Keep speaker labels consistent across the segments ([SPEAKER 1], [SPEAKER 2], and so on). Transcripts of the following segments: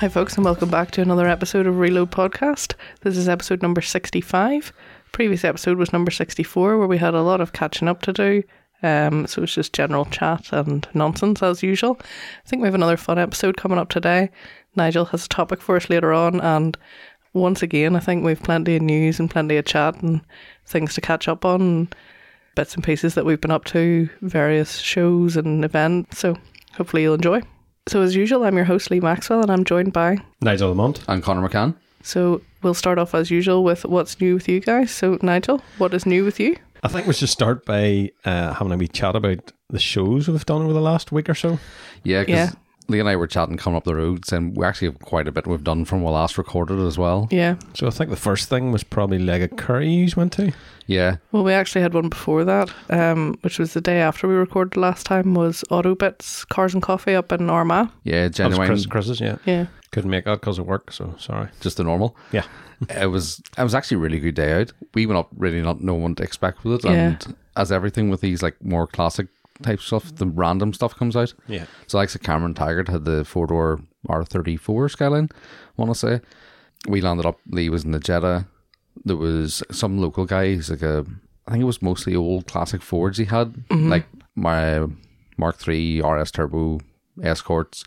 [SPEAKER 1] Hi, folks, and welcome back to another episode of Reload Podcast. This is episode number 65. Previous episode was number 64, where we had a lot of catching up to do. Um, so it's just general chat and nonsense as usual. I think we have another fun episode coming up today. Nigel has a topic for us later on, and once again, I think we've plenty of news and plenty of chat and things to catch up on, and bits and pieces that we've been up to, various shows and events. So hopefully you'll enjoy. So, as usual, I'm your host, Lee Maxwell, and I'm joined by.
[SPEAKER 2] Nigel Lamont.
[SPEAKER 3] I'm Connor McCann.
[SPEAKER 1] So, we'll start off as usual with what's new with you guys. So, Nigel, what is new with you?
[SPEAKER 2] I think we should start by uh, having a wee chat about the shows we've done over the last week or so.
[SPEAKER 3] Yeah, because
[SPEAKER 1] Yeah.
[SPEAKER 3] Lee and I were chatting coming up the roads, and we actually have quite a bit we've done from we last recorded as well.
[SPEAKER 1] Yeah.
[SPEAKER 2] So I think the first thing was probably Leg of Curry you went to.
[SPEAKER 3] Yeah,
[SPEAKER 1] Well, we actually had one before that, um, which was the day after we recorded last time, was Auto Bits, Cars and Coffee up in Armagh.
[SPEAKER 3] yeah,
[SPEAKER 2] That was
[SPEAKER 3] genuine,
[SPEAKER 2] Chris, Chris's, yeah.
[SPEAKER 1] Yeah.
[SPEAKER 2] Couldn't make that because of work, so sorry.
[SPEAKER 3] just the normal.
[SPEAKER 2] Yeah.
[SPEAKER 3] It was it was actually a really good day out. We went up really not knowing what to expect with it, and as everything with these like more classic type stuff, the random stuff comes out.
[SPEAKER 2] Yeah.
[SPEAKER 3] So, like, so Cameron Taggart had the four door R34 Skyline, I want to say. We landed up, Lee was in the Jetta. There was some local guy, he's like a, I think it was mostly old classic Fords he had, like my Mark III RS Turbo Escorts,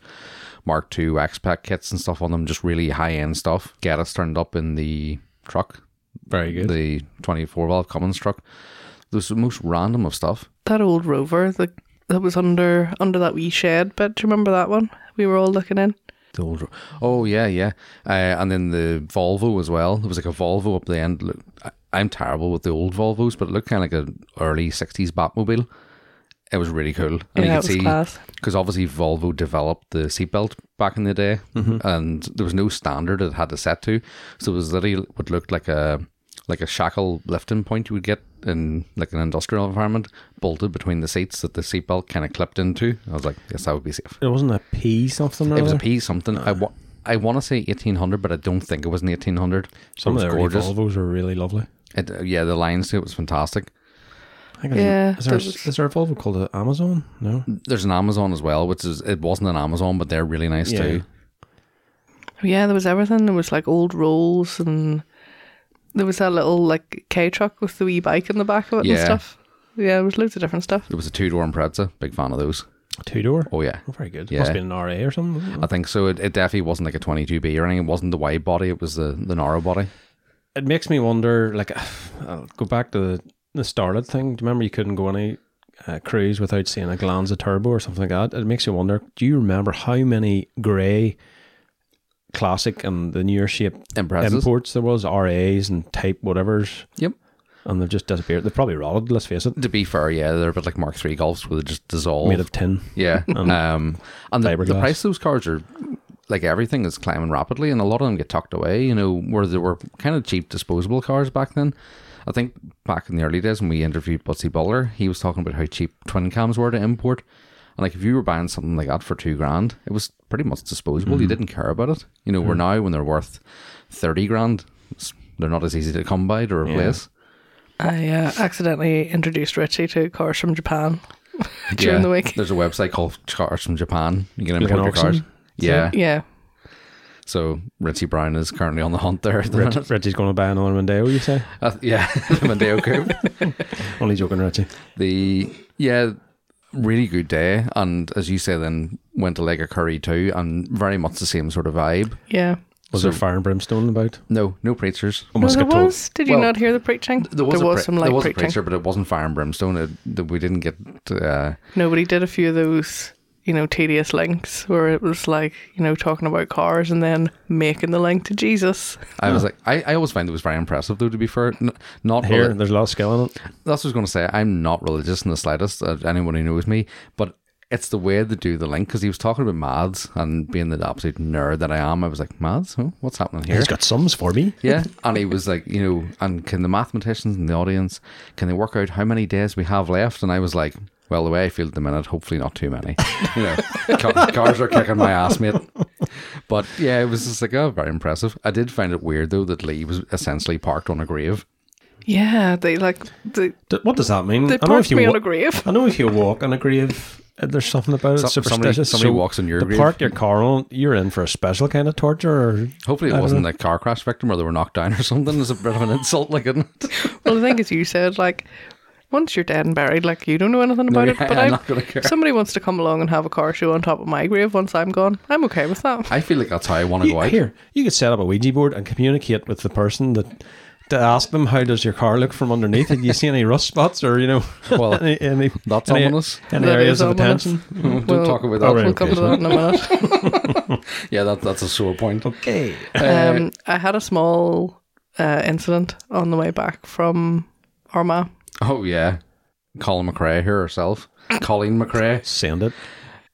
[SPEAKER 3] Mark II X Pack kits and stuff on them, just really high end stuff. Get us turned up in the truck,
[SPEAKER 2] Very good.
[SPEAKER 3] the 24 valve Cummins truck. There's the most random of stuff.
[SPEAKER 1] That old Rover that, that was under under that wee shed bit. Do you remember that one? We were all looking in.
[SPEAKER 3] The old, oh yeah, yeah, uh, and then the Volvo as well. There was like a Volvo up the end. Look, I- I'm terrible with the old Volvos, but it looked kind of like an early '60s Batmobile. It was really cool,
[SPEAKER 1] yeah,
[SPEAKER 3] and
[SPEAKER 1] it
[SPEAKER 3] you could
[SPEAKER 1] was
[SPEAKER 3] see
[SPEAKER 1] class.
[SPEAKER 3] because obviously Volvo developed the seatbelt back in the day, and there was no standard it had to set to, so it was literally what looked like a like a shackle lifting point you would get in like an industrial environment, bolted between the seats that the seatbelt kind of clipped into. I was like, yes, that would be safe.
[SPEAKER 2] It wasn't a P something or
[SPEAKER 3] It was a
[SPEAKER 2] other?
[SPEAKER 3] P something. I wa- I want to say 1800, but I don't think it was an 1800.
[SPEAKER 2] Some of
[SPEAKER 3] it
[SPEAKER 2] the
[SPEAKER 3] was
[SPEAKER 2] early Volvos were really lovely.
[SPEAKER 3] It, uh, yeah, the lines to it was fantastic.
[SPEAKER 2] I think there's a-
[SPEAKER 1] Yeah,
[SPEAKER 2] Is there,
[SPEAKER 1] there was-
[SPEAKER 2] is there a Volvo called an Amazon? No.
[SPEAKER 3] There's an Amazon as well, which is it wasn't an Amazon, but they're really nice
[SPEAKER 2] Yeah.
[SPEAKER 3] too.
[SPEAKER 1] Yeah, there was everything. There was like old rolls and there was that little like K truck with the wee bike in the back of it and
[SPEAKER 3] Yeah.
[SPEAKER 1] stuff. Yeah, there was loads of different stuff.
[SPEAKER 3] It was a two door Impreza. Big fan of those.
[SPEAKER 2] Two door?
[SPEAKER 3] Oh yeah,
[SPEAKER 2] Very good.
[SPEAKER 3] Yeah.
[SPEAKER 2] Must have been an RA or something.
[SPEAKER 3] I think so. It, it definitely wasn't like a 22B or anything. It wasn't the wide body. It was the the narrow body.
[SPEAKER 2] It makes me wonder, like, I'll go back to the, the started thing. Do you remember you couldn't go any uh, cruise without seeing a Glanza Turbo or something like that? It makes you wonder, do you remember how many grey classic and the newer shape
[SPEAKER 3] Imprezas.
[SPEAKER 2] imports there was, RAs and type whatevers,
[SPEAKER 3] Yep.
[SPEAKER 2] and they've just disappeared. They've probably rotted, let's face it.
[SPEAKER 3] To be fair, yeah, they're a bit like Mark Three Golfs where they just dissolve.
[SPEAKER 2] Made of tin.
[SPEAKER 3] Yeah. um, and the, the
[SPEAKER 2] fiberglass.
[SPEAKER 3] price of those cars are like everything is climbing rapidly, and a lot of them get tucked away. You know, where they were kind of cheap disposable cars back then. I think back in the early days when we interviewed Butsy Butler, he was talking about how cheap twin cams were to import. And like if you were buying something like that for two grand, it was pretty much disposable.
[SPEAKER 2] Mm-hmm.
[SPEAKER 3] You didn't care about it. You know, where now when they're worth thirty grand, it's- they're not as easy to come by to replace.
[SPEAKER 1] I uh, accidentally introduced Richie to cars from Japan during
[SPEAKER 3] Yeah.
[SPEAKER 1] the week.
[SPEAKER 3] There's a website called Cars from Japan. You can
[SPEAKER 2] Like an
[SPEAKER 3] import your cars.
[SPEAKER 2] auction?
[SPEAKER 3] Yeah.
[SPEAKER 1] Yeah.
[SPEAKER 3] So Ritzy Brown is currently on the hunt there. at the minute.
[SPEAKER 2] Rich, Richie's going to buy another Mondeo, you say?
[SPEAKER 3] Uh, yeah, Mondeo Coupe.
[SPEAKER 2] Only joking, Richie.
[SPEAKER 3] The yeah, really good day, and as you say, then went to Lega Curry too, and very much the same sort of vibe.
[SPEAKER 1] Yeah.
[SPEAKER 2] Was there fire and brimstone about?
[SPEAKER 3] No, no preachers.
[SPEAKER 1] No,
[SPEAKER 2] Almost
[SPEAKER 1] there
[SPEAKER 2] got told-
[SPEAKER 1] was. Did you
[SPEAKER 3] Well,
[SPEAKER 1] not hear the preaching?
[SPEAKER 3] There was, a pre-
[SPEAKER 1] some like
[SPEAKER 3] there was a
[SPEAKER 1] preaching.
[SPEAKER 3] preacher, but it wasn't fire and brimstone. It, that we didn't get. Uh,
[SPEAKER 1] Nobody did a few of those, you know, tedious links where it was like, you know, talking about cars and then making the link to Jesus.
[SPEAKER 3] I was like, I, I always find it was very impressive, though. To be fair, N- not
[SPEAKER 2] Here,
[SPEAKER 3] reli-
[SPEAKER 2] there's a lot of skill in it.
[SPEAKER 3] that's what I was going to say. I'm not religious in the slightest. Uh, anyone who knows me, but it's the way they do the link because he was talking about maths and being the absolute nerd that I am. I was like, maths? Huh? What's happening here?
[SPEAKER 2] He's got sums for me.
[SPEAKER 3] yeah, and he was like, you know, and can the mathematicians in the audience can they work out how many days we have left? And I was like, well, the way I feel at the minute, hopefully not too many. You know, ca- cars are kicking my ass, mate. But yeah, it was just like, oh, very impressive. I did find it weird though that Lee was essentially parked on a grave.
[SPEAKER 1] Yeah, they like they,
[SPEAKER 2] D- What does that mean?
[SPEAKER 1] they
[SPEAKER 2] I know
[SPEAKER 1] parked
[SPEAKER 2] if you
[SPEAKER 1] me
[SPEAKER 2] wa-
[SPEAKER 1] on a grave.
[SPEAKER 2] I know if you walk on a grave, uh, there's something about it
[SPEAKER 3] Some- somebody-
[SPEAKER 2] superstitious.
[SPEAKER 3] somebody walks in your
[SPEAKER 2] to
[SPEAKER 3] grave.
[SPEAKER 2] park your car on, you're in for a special kind of torture. Or
[SPEAKER 3] Hopefully,
[SPEAKER 2] I
[SPEAKER 3] it
[SPEAKER 2] don't
[SPEAKER 3] wasn't
[SPEAKER 2] know.
[SPEAKER 3] a car crash victim or they were knocked down or something. It's a bit of an insult, like isn't it?
[SPEAKER 1] Well, the thing is, you said like once you're dead and buried, like you don't know anything about it.
[SPEAKER 3] yeah,
[SPEAKER 1] But
[SPEAKER 3] I'm
[SPEAKER 1] I'm-
[SPEAKER 3] not gonna care.
[SPEAKER 1] if somebody wants to come along and have a car show on top of my grave once I'm gone, I'm okay with that.
[SPEAKER 3] I feel like that's how I want to
[SPEAKER 2] you,
[SPEAKER 3] go out.
[SPEAKER 2] here, you could set up a Ouija board and communicate with the person that to ask them how does your car look from underneath. Do you see any rust spots or you know?
[SPEAKER 3] Well,
[SPEAKER 2] any, any,
[SPEAKER 3] that's
[SPEAKER 2] any,
[SPEAKER 3] ominous.
[SPEAKER 2] Any
[SPEAKER 1] That
[SPEAKER 2] areas
[SPEAKER 1] is
[SPEAKER 2] of
[SPEAKER 1] ominous.
[SPEAKER 2] attention?
[SPEAKER 3] Don't
[SPEAKER 1] Well,
[SPEAKER 3] talk about Uh,
[SPEAKER 2] all
[SPEAKER 3] that.
[SPEAKER 2] right,
[SPEAKER 1] We'll come to that in a minute.
[SPEAKER 3] Yeah, that, that's a sore point.
[SPEAKER 2] Okay.
[SPEAKER 1] Um, I had a small uh, incident on the way back from Armagh.
[SPEAKER 3] Oh yeah, Colin McRae here herself. Colleen McRae.
[SPEAKER 2] Send it,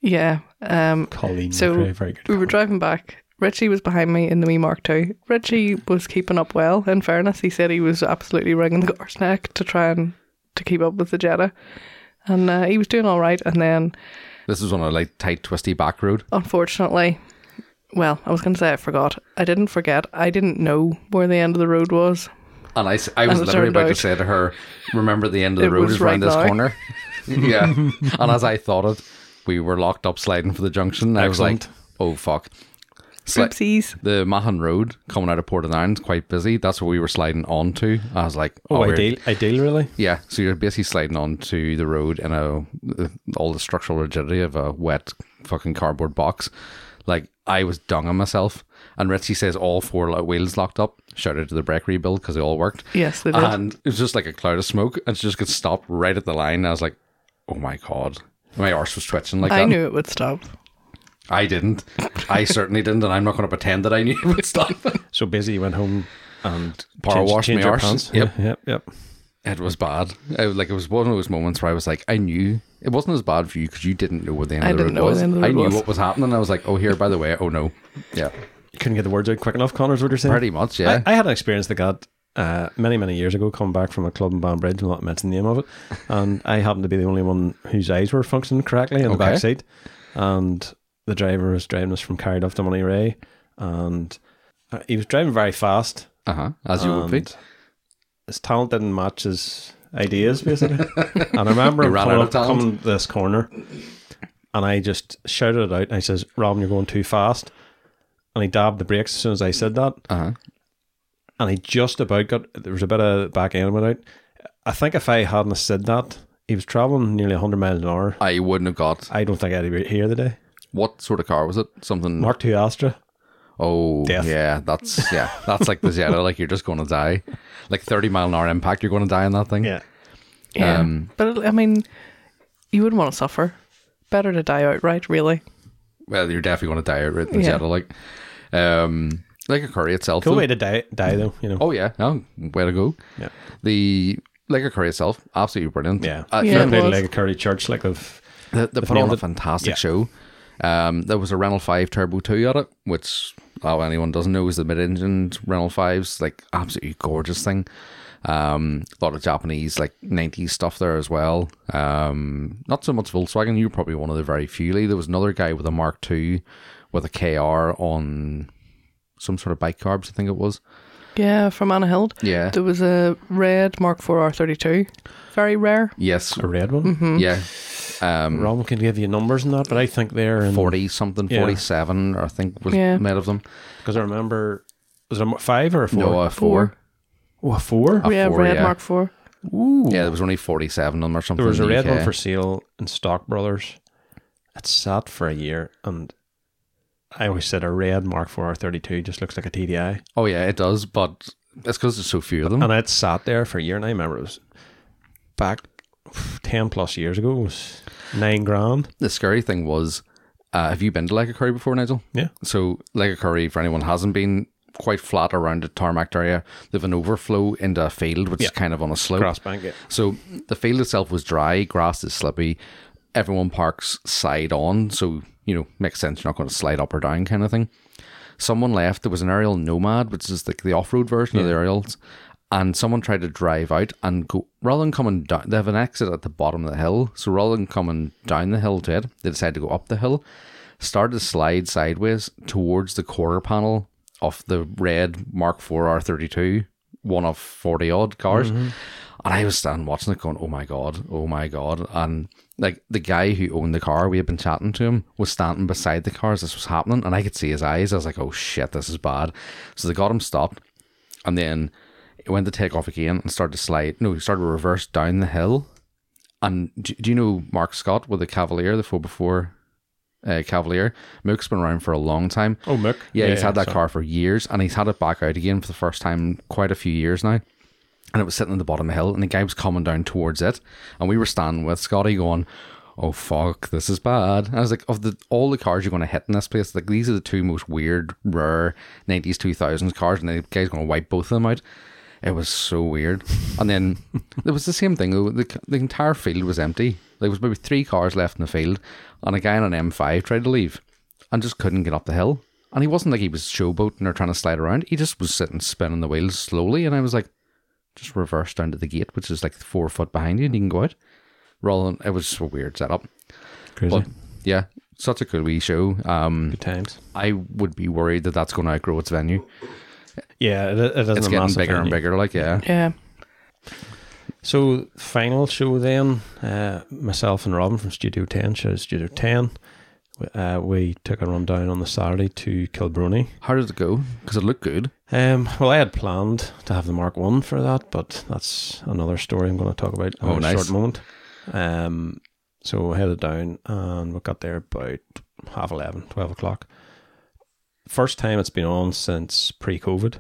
[SPEAKER 1] Yeah. Um,
[SPEAKER 2] Colleen.
[SPEAKER 1] So,
[SPEAKER 2] McRae, very good.
[SPEAKER 1] we were driving back. Richie was behind me in the wee Mark II. Richie was keeping up well. In fairness, he said he was absolutely wringing the car's neck to try and to keep up with the Jetta, and uh, he was doing all right. And then,
[SPEAKER 3] This is on a like tight, twisty back road.
[SPEAKER 1] unfortunately, well, I was going to say I forgot. I didn't forget. I didn't know where the end of the road was.
[SPEAKER 3] And I, s- I was
[SPEAKER 1] And it
[SPEAKER 3] literally
[SPEAKER 1] turned
[SPEAKER 3] about to
[SPEAKER 1] out-
[SPEAKER 3] say to her, remember the end of the
[SPEAKER 1] It
[SPEAKER 3] road
[SPEAKER 1] was
[SPEAKER 3] is round
[SPEAKER 1] right
[SPEAKER 3] this
[SPEAKER 1] now."
[SPEAKER 3] corner. yeah. And as I thought it, we were locked up sliding for the junction. I was like,
[SPEAKER 2] Excellent.
[SPEAKER 3] oh, fuck. Sli-
[SPEAKER 1] Oopsies.
[SPEAKER 3] the Mahan Road coming out of Port of Ireland's quite busy. That's where we were sliding onto. I was like,
[SPEAKER 2] Oh,
[SPEAKER 3] we're-
[SPEAKER 2] ideal, ideal, really.
[SPEAKER 3] Yeah, so you're basically sliding onto the road in a all the structural rigidity of a wet fucking cardboard box. Like I was dung on myself, and Ritzy says all four lo- wheels locked up. Shouted to the brake rebuild because they all worked.
[SPEAKER 1] Yes, they did.
[SPEAKER 3] and it was just like a cloud of smoke, and she just gets stopped right at the line. And I was like, oh my god, my arse was twitching like
[SPEAKER 1] I
[SPEAKER 3] that.
[SPEAKER 1] knew it would stop.
[SPEAKER 3] I didn't. I certainly didn't, and I'm not going to pretend that I knew it would stop.
[SPEAKER 2] So busy, you went home and
[SPEAKER 3] Power
[SPEAKER 2] changed-
[SPEAKER 3] washed
[SPEAKER 2] changed
[SPEAKER 3] my
[SPEAKER 2] your
[SPEAKER 3] arse.
[SPEAKER 2] pants.
[SPEAKER 3] Yep.
[SPEAKER 2] Yeah, yep, yep.
[SPEAKER 3] It was bad. It was like it was one of those moments where I was like, I knew it wasn't as bad for you because you didn't know where the end
[SPEAKER 1] I
[SPEAKER 3] of the
[SPEAKER 1] didn't
[SPEAKER 3] road
[SPEAKER 1] know where
[SPEAKER 3] was.
[SPEAKER 1] the end of the
[SPEAKER 3] I
[SPEAKER 1] road
[SPEAKER 3] knew
[SPEAKER 1] was.
[SPEAKER 3] what was happening. I was like, oh, here, by the way, oh no, yeah,
[SPEAKER 2] You couldn't get the words out quick enough, Connors, what you're saying?
[SPEAKER 3] pretty much, yeah.
[SPEAKER 2] I, I had an experience that got uh, many, many years ago, coming back from a club in Banbridge, I'm not mentioning the name of it, and I happened to be the only one whose eyes were functioning correctly in the
[SPEAKER 3] Okay.
[SPEAKER 2] back seat. And the driver was driving us from Carrick off to Money Ray, and uh, he was driving very fast.
[SPEAKER 3] Uh huh. As you would be.
[SPEAKER 2] and His talent didn't match his ideas, basically. and I remember
[SPEAKER 3] You
[SPEAKER 2] him
[SPEAKER 3] ran
[SPEAKER 2] coming
[SPEAKER 3] out of
[SPEAKER 2] up,
[SPEAKER 3] talent.
[SPEAKER 2] coming this corner, and I just shouted it out. And I says, "Rob, you're going too fast." And he dabbed the brakes as soon as I said that
[SPEAKER 3] Uh huh.
[SPEAKER 2] and he just about got there was a bit of back end went out. I think if I hadn't said that, he was traveling nearly 100 miles an hour.
[SPEAKER 3] I wouldn't have got
[SPEAKER 2] I don't think I'd be here today.
[SPEAKER 3] what sort of car was it? Something.
[SPEAKER 2] Mark II Astra.
[SPEAKER 3] oh,
[SPEAKER 2] Death.
[SPEAKER 3] yeah. That's yeah. That's like the Jetta. like you're just going to die. Like 30 mile an hour impact, you're going to die on that thing.
[SPEAKER 2] Yeah.
[SPEAKER 1] Yeah.
[SPEAKER 3] Um,
[SPEAKER 1] but I mean, you wouldn't want to suffer. Better to die outright, really.
[SPEAKER 3] Well, you're definitely going to die outright in the
[SPEAKER 1] Yeah.
[SPEAKER 3] Jetta. Like, um, like a curry itself.
[SPEAKER 2] Cool
[SPEAKER 3] though.
[SPEAKER 2] way to die, die though, you know.
[SPEAKER 3] Oh yeah, no, way to go.
[SPEAKER 2] Yeah.
[SPEAKER 3] The Lego Curry itself, absolutely brilliant.
[SPEAKER 2] Yeah.
[SPEAKER 3] Uh,
[SPEAKER 1] Yeah,
[SPEAKER 2] Fair
[SPEAKER 1] it
[SPEAKER 2] play to
[SPEAKER 1] was.
[SPEAKER 2] like a Curry Church, like of.
[SPEAKER 3] They, they put on
[SPEAKER 2] nailed
[SPEAKER 3] a
[SPEAKER 2] it.
[SPEAKER 3] fantastic
[SPEAKER 2] Yeah.
[SPEAKER 3] show. Um, there was a Renault Five Turbo Two at it, which oh anyone doesn't know is the mid-engine Renault Fives, like absolutely gorgeous thing. Um, a lot of Japanese like '90s stuff there as well. Um, not so much Volkswagen. You're probably one of the very few. Lee. There was another guy with a Mark II, with a KR on some sort of bike carbs. I think it was.
[SPEAKER 1] Yeah, from Annahild.
[SPEAKER 3] Yeah.
[SPEAKER 1] There was a red Mark IV R32. Very rare.
[SPEAKER 3] Yes.
[SPEAKER 2] A red
[SPEAKER 3] Mm-hmm.
[SPEAKER 2] one.
[SPEAKER 3] Yeah. Um,
[SPEAKER 2] Rob can give you numbers and that, but I think they're in.
[SPEAKER 3] forty something,
[SPEAKER 2] Mm. Yeah.
[SPEAKER 3] forty seven, or I think was
[SPEAKER 1] Yeah.
[SPEAKER 3] made of them.
[SPEAKER 2] Because I remember, was it a mo- five or a four?
[SPEAKER 3] No, uh, four.
[SPEAKER 2] Oh, a four?
[SPEAKER 3] A
[SPEAKER 1] yeah,
[SPEAKER 3] four,
[SPEAKER 1] red
[SPEAKER 3] yeah.
[SPEAKER 1] Mark IV.
[SPEAKER 2] Ooh.
[SPEAKER 3] Yeah, there was only forty seven of them or something.
[SPEAKER 2] There was
[SPEAKER 3] in
[SPEAKER 2] a
[SPEAKER 3] the
[SPEAKER 2] red
[SPEAKER 3] UK.
[SPEAKER 2] one for sale in Stock Brothers. It sat for a year, and I always said a red Mark IV R32 just looks like a TDI,
[SPEAKER 3] Oh yeah, it does, but that's because there's so few of them.
[SPEAKER 2] and it sat there for a year. And I remember it was back ten plus years ago. It was nine grand.
[SPEAKER 3] the scary thing was, uh, have you been to Lega Curry before, Nigel?
[SPEAKER 2] Yeah.
[SPEAKER 3] So Lega Curry, for anyone who hasn't been, quite flat around the tarmac area. They have an overflow into a field, which is kind of on a slope.
[SPEAKER 2] Cross bank it.
[SPEAKER 3] So the field itself was dry, grass is slippy, everyone parks side on, so you know, makes sense you're not going to slide up or down kind of thing. Someone left, there was an aerial nomad, which is like the off road version of the aerials, and someone tried to drive out and go rather than coming down they have an exit at the bottom of the hill. So rather than coming down the hill to it, they decided to go up the hill, started to slide sideways towards the quarter panel of the red Mark IV R thirty two, one of forty odd cars And I was standing watching it going, oh my God, oh my God. And like the guy who owned the car, we had been chatting to him, was standing beside the car as this was happening. And I could see his eyes. I was like, oh shit, this is bad. So they got him stopped. And then it went to take off again and started to slide. No, he started to reverse down the hill. And do, do you know Mark Scott with the Cavalier, the 4 before uh, Cavalier? Mook's been around for a long time.
[SPEAKER 2] Oh, Mook.
[SPEAKER 3] Yeah, he's had that
[SPEAKER 2] so-
[SPEAKER 3] car for years and he's had it back out again for the first time in quite a few years now. And it was sitting at the bottom of the hill and the guy was coming down towards it. And we were standing with Scotty going, Oh fuck, this is bad. And I was like, of the all the cars you're gonna hit in this place, like these are the two most weird, rare nineties, two thousands cars, and the guy's gonna wipe both of them out. It was so weird. And then it was the same thing. though. The, the entire field was empty. There was maybe three cars left in the field, and a guy on an M5 tried to leave and just couldn't get up the hill. And he wasn't like he was showboating or trying to slide around. He just was sitting spinning the wheels slowly. And I was like, just reverse down to the gate, which is like four foot behind you, and you can go out. Rolling, it was a weird setup.
[SPEAKER 2] Crazy.
[SPEAKER 3] But yeah, such a good wee show. Um,
[SPEAKER 2] Good times.
[SPEAKER 3] I would be worried that that's going to outgrow its venue.
[SPEAKER 2] Yeah, it, it isn't
[SPEAKER 3] It's
[SPEAKER 2] a
[SPEAKER 3] getting
[SPEAKER 2] massive
[SPEAKER 3] bigger and
[SPEAKER 2] venue.
[SPEAKER 3] bigger. Like, yeah.
[SPEAKER 1] Yeah.
[SPEAKER 2] So final show then, uh, myself and Robin from Studio Ten, show Studio Ten. We- Uh, we took a run down on the Saturday to Kilbrony.
[SPEAKER 3] How did it go? Because it looked good.
[SPEAKER 2] Um, well, I had planned to have the Mark One for that, but that's another story I'm going to talk about in
[SPEAKER 3] Oh,
[SPEAKER 2] a
[SPEAKER 3] nice.
[SPEAKER 2] short moment. Um, so I headed down and we got there about half 11, 12 o'clock. First time it's been on since pre-COVID,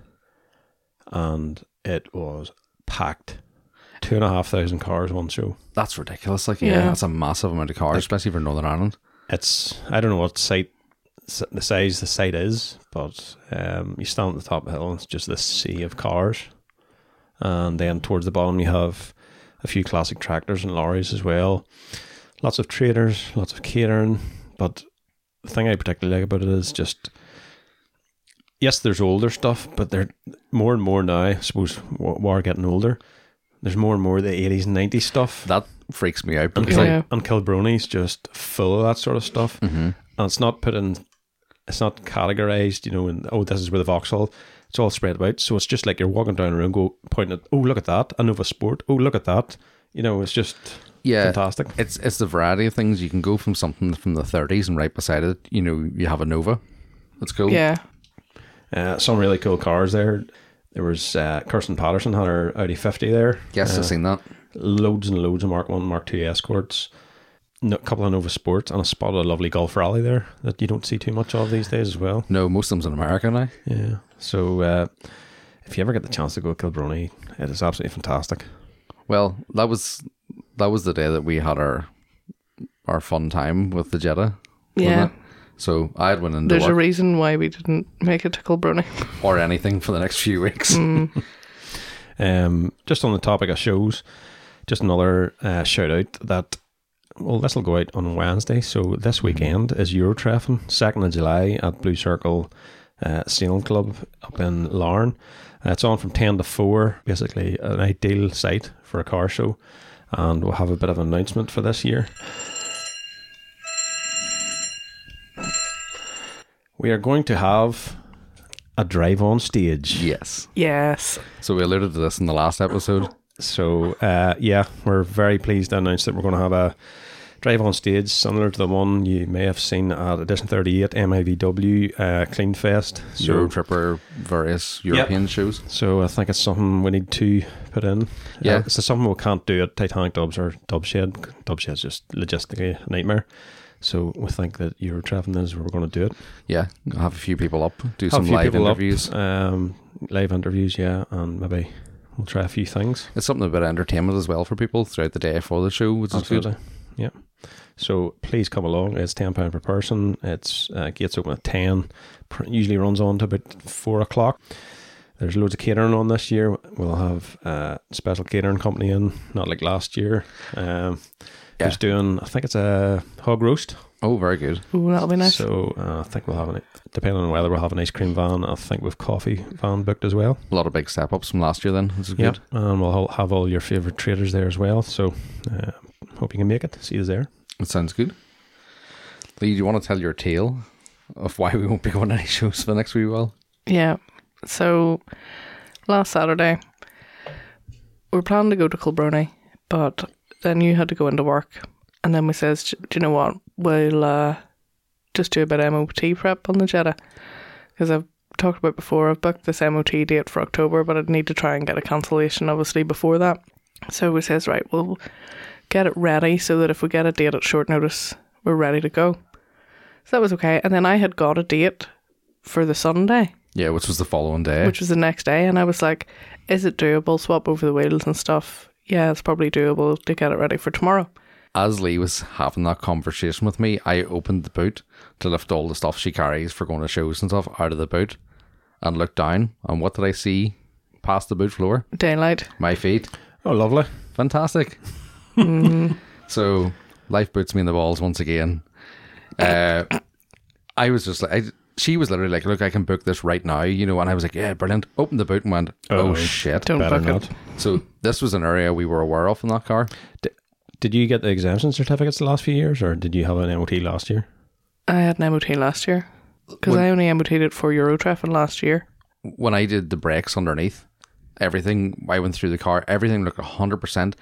[SPEAKER 2] and it was packed. Two and a half thousand cars one show.
[SPEAKER 3] That's ridiculous. Like, yeah,
[SPEAKER 1] Yeah.
[SPEAKER 3] that's a massive amount of cars, especially for Northern Ireland.
[SPEAKER 2] it's I don't know what site s- the size the site is, but um, you stand at the top of the hill and it's just this sea of cars, and then towards the bottom you have a few classic tractors and lorries as well. Lots of traders, lots of catering, but the thing I particularly like about it is just yes, there's older stuff, but they're more and more now. I suppose we we are getting older. There's more and more of the 80s and 90s stuff.
[SPEAKER 3] That freaks me out.
[SPEAKER 2] And,
[SPEAKER 3] Because,
[SPEAKER 2] Kil-
[SPEAKER 1] Yeah.
[SPEAKER 2] and Kilbrony's just full of that sort of stuff. And
[SPEAKER 3] Mhm.
[SPEAKER 2] it's not put in, it's not categorized, you know, and oh, this is where the Vauxhall, it's all spread about. So it's just like you're walking down a room, go pointing at, oh, look at that, a Nova Sport, oh, look at that. You know, it's just
[SPEAKER 3] yeah,
[SPEAKER 2] fantastic.
[SPEAKER 3] It's it's the variety of things you can go from something from the 30s and right beside it, you know, you have a Nova. That's cool.
[SPEAKER 1] Yeah.
[SPEAKER 2] Uh, some really cool cars there. There was uh, Kirsten Patterson had her Audi 50 there. Uh,
[SPEAKER 3] Yes, I've seen that.
[SPEAKER 2] Loads and loads of Mark 1, Mark 2 Escorts. A couple of Nova Sports and I spotted a lovely golf rally there that you don't see too much of these days as well.
[SPEAKER 3] No, most of them's in America now.
[SPEAKER 2] Yeah. So uh, if you ever get the chance to go to Kilbrony, it is absolutely fantastic.
[SPEAKER 3] Well, that was that was the day that we had our our fun time with the Jetta. wasn't
[SPEAKER 1] Yeah.
[SPEAKER 3] it? So I had went into
[SPEAKER 1] There's a
[SPEAKER 3] work
[SPEAKER 1] reason why we didn't make it to Kilbrony.
[SPEAKER 3] or anything for the next few weeks.
[SPEAKER 1] Mm.
[SPEAKER 2] Um, just on the topic of shows, just another uh, shout out that well, this will go out on Wednesday. So this weekend is Eurotreffing, second of July at Blue Circle uh, Sailing Club up in Larne. Uh, it's on from ten to four, basically an ideal site for a car show, and we'll have a bit of an announcement for this year. We are going to have a drive on stage.
[SPEAKER 3] yes.
[SPEAKER 1] yes.
[SPEAKER 3] So we alluded to this in the last episode.
[SPEAKER 2] So uh, yeah, we're very pleased to announce that we're going to have a drive on stage similar to the one you may have seen at Edition 38 MIVW uh, Clean Fest. So,
[SPEAKER 3] Euro Tripper, various European shows.
[SPEAKER 2] so I think it's something we need to put in.
[SPEAKER 3] Yeah.
[SPEAKER 2] Uh, it's something we can't do at Titanic Dubs or Dubshed. Dubshed's just logistically a nightmare. So we think that Euro traveling is where we're going to do it.
[SPEAKER 3] Yeah, I'll have a few people up, do
[SPEAKER 2] Have a
[SPEAKER 3] some
[SPEAKER 2] few
[SPEAKER 3] live
[SPEAKER 2] people up,
[SPEAKER 3] interviews.
[SPEAKER 2] um, live interviews, yeah, and maybe we'll try a few things.
[SPEAKER 3] It's something about entertainment as well for people throughout the day for the show, which is
[SPEAKER 2] Absolutely. Yeah. So please come along. It's ten pound per person. It's uh, gates open at ten. Pr- Usually runs on to about four o'clock. There's loads of catering on this year. We'll have uh, special catering company in, not like last year. Um,
[SPEAKER 3] Yeah.
[SPEAKER 2] Who's doing? I think it's a hog roast.
[SPEAKER 3] good. Oh, very good.
[SPEAKER 1] Ooh, that'll be nice.
[SPEAKER 2] So uh, I think we'll have an. Depending on whether we'll have an ice cream van. I think we've coffee van booked as well.
[SPEAKER 3] A lot of big step ups from last year, then, which is
[SPEAKER 2] Yeah,
[SPEAKER 3] good.
[SPEAKER 2] and we'll ha- have all your favorite traders there as well. So uh, hope you can make it. See you there.
[SPEAKER 3] It sounds good. Lee, do you want to tell your tale of why we won't be going to any shows for the next wee while?
[SPEAKER 1] Yeah. So last Saturday, we were planning to go to Kilbrony, but then you had to go into work. And then we says, "Do you know what? We'll uh, just do a bit of MOT prep on the Jetta. Because I've talked about before, I've booked this MOT date for October, but I'd need to try and get a cancellation, obviously, before that. So we says, right, we'll get it ready so that if we get a date at short notice, we're ready to go. So that was okay. And then I had got a date for the Sunday
[SPEAKER 3] Yeah, which was the following day.
[SPEAKER 1] which was the next day. And I was like, is it doable? Swap over the wheels and stuff. Yeah, it's probably doable to get it ready for tomorrow.
[SPEAKER 3] As Lee was having that conversation with me, I opened the boot to lift all the stuff she carries for going to shows and stuff out of the boot and looked down. And what did I see past the boot floor?
[SPEAKER 1] Daylight.
[SPEAKER 3] My feet.
[SPEAKER 2] Oh, lovely.
[SPEAKER 3] Fantastic. so life boots me in the balls once again. Uh, I was just like, I, she was literally like, "Look, I can book this right now," you know, and I was like, "Yeah, brilliant." Opened the boot and went, "Oh,
[SPEAKER 2] Oh.
[SPEAKER 3] shit!"
[SPEAKER 1] Don't
[SPEAKER 2] Better
[SPEAKER 1] book
[SPEAKER 2] not.
[SPEAKER 1] it.
[SPEAKER 3] So this was an area we were aware of in that car.
[SPEAKER 2] Did you get the exemption certificates the last few years, or did you have an MOT last year?
[SPEAKER 1] I had an MOT last year because I only MOT'd it for Euro traffic last year.
[SPEAKER 3] When I did the brakes underneath, everything I went through the car, everything looked hundred percent.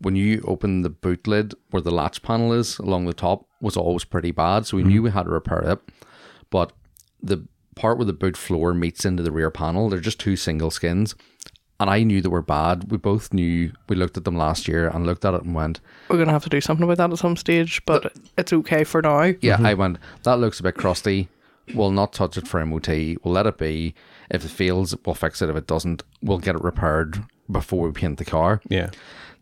[SPEAKER 3] When you open the boot lid where the latch panel is along the top was always pretty bad, so we knew we had to repair it. But the part where the boot floor meets into the rear panel, they're just two single skins. And I knew they were bad. We both knew. We looked at them last year and looked at it and went,
[SPEAKER 1] We're going to have to do something about that at some stage, but it's okay for now.
[SPEAKER 3] Yeah, I went, that looks a bit crusty. We'll not touch it for MOT. We'll let it be. If it fails, we'll fix it. If it doesn't, we'll get it repaired before we paint the car.
[SPEAKER 2] Yeah.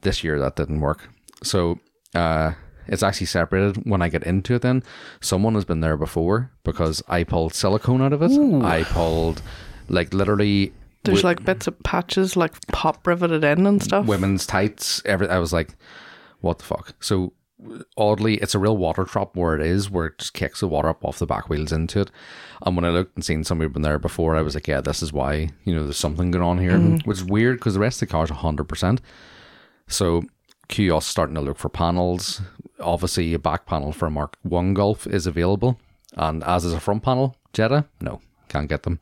[SPEAKER 3] This year, that didn't work. So uh, it's actually separated. When I get into it, then someone has been there before because I pulled silicone out of it. I pulled, like, literally.
[SPEAKER 1] There's
[SPEAKER 3] wi-
[SPEAKER 1] like bits of patches like pop riveted in and stuff.
[SPEAKER 3] women's tights. Every I was like, what the fuck? So oddly, it's a real water drop where it is, where it just kicks the water up off the back wheels into it. And when I looked and seen somebody been there before, I was like, yeah, this is why you know there's something going on here, which is weird because the rest of the car's hundred percent. So Qos starting to look for panels. Obviously, a back panel for a Mark One Golf is available, and as is a front panel Jetta. No, can't get them.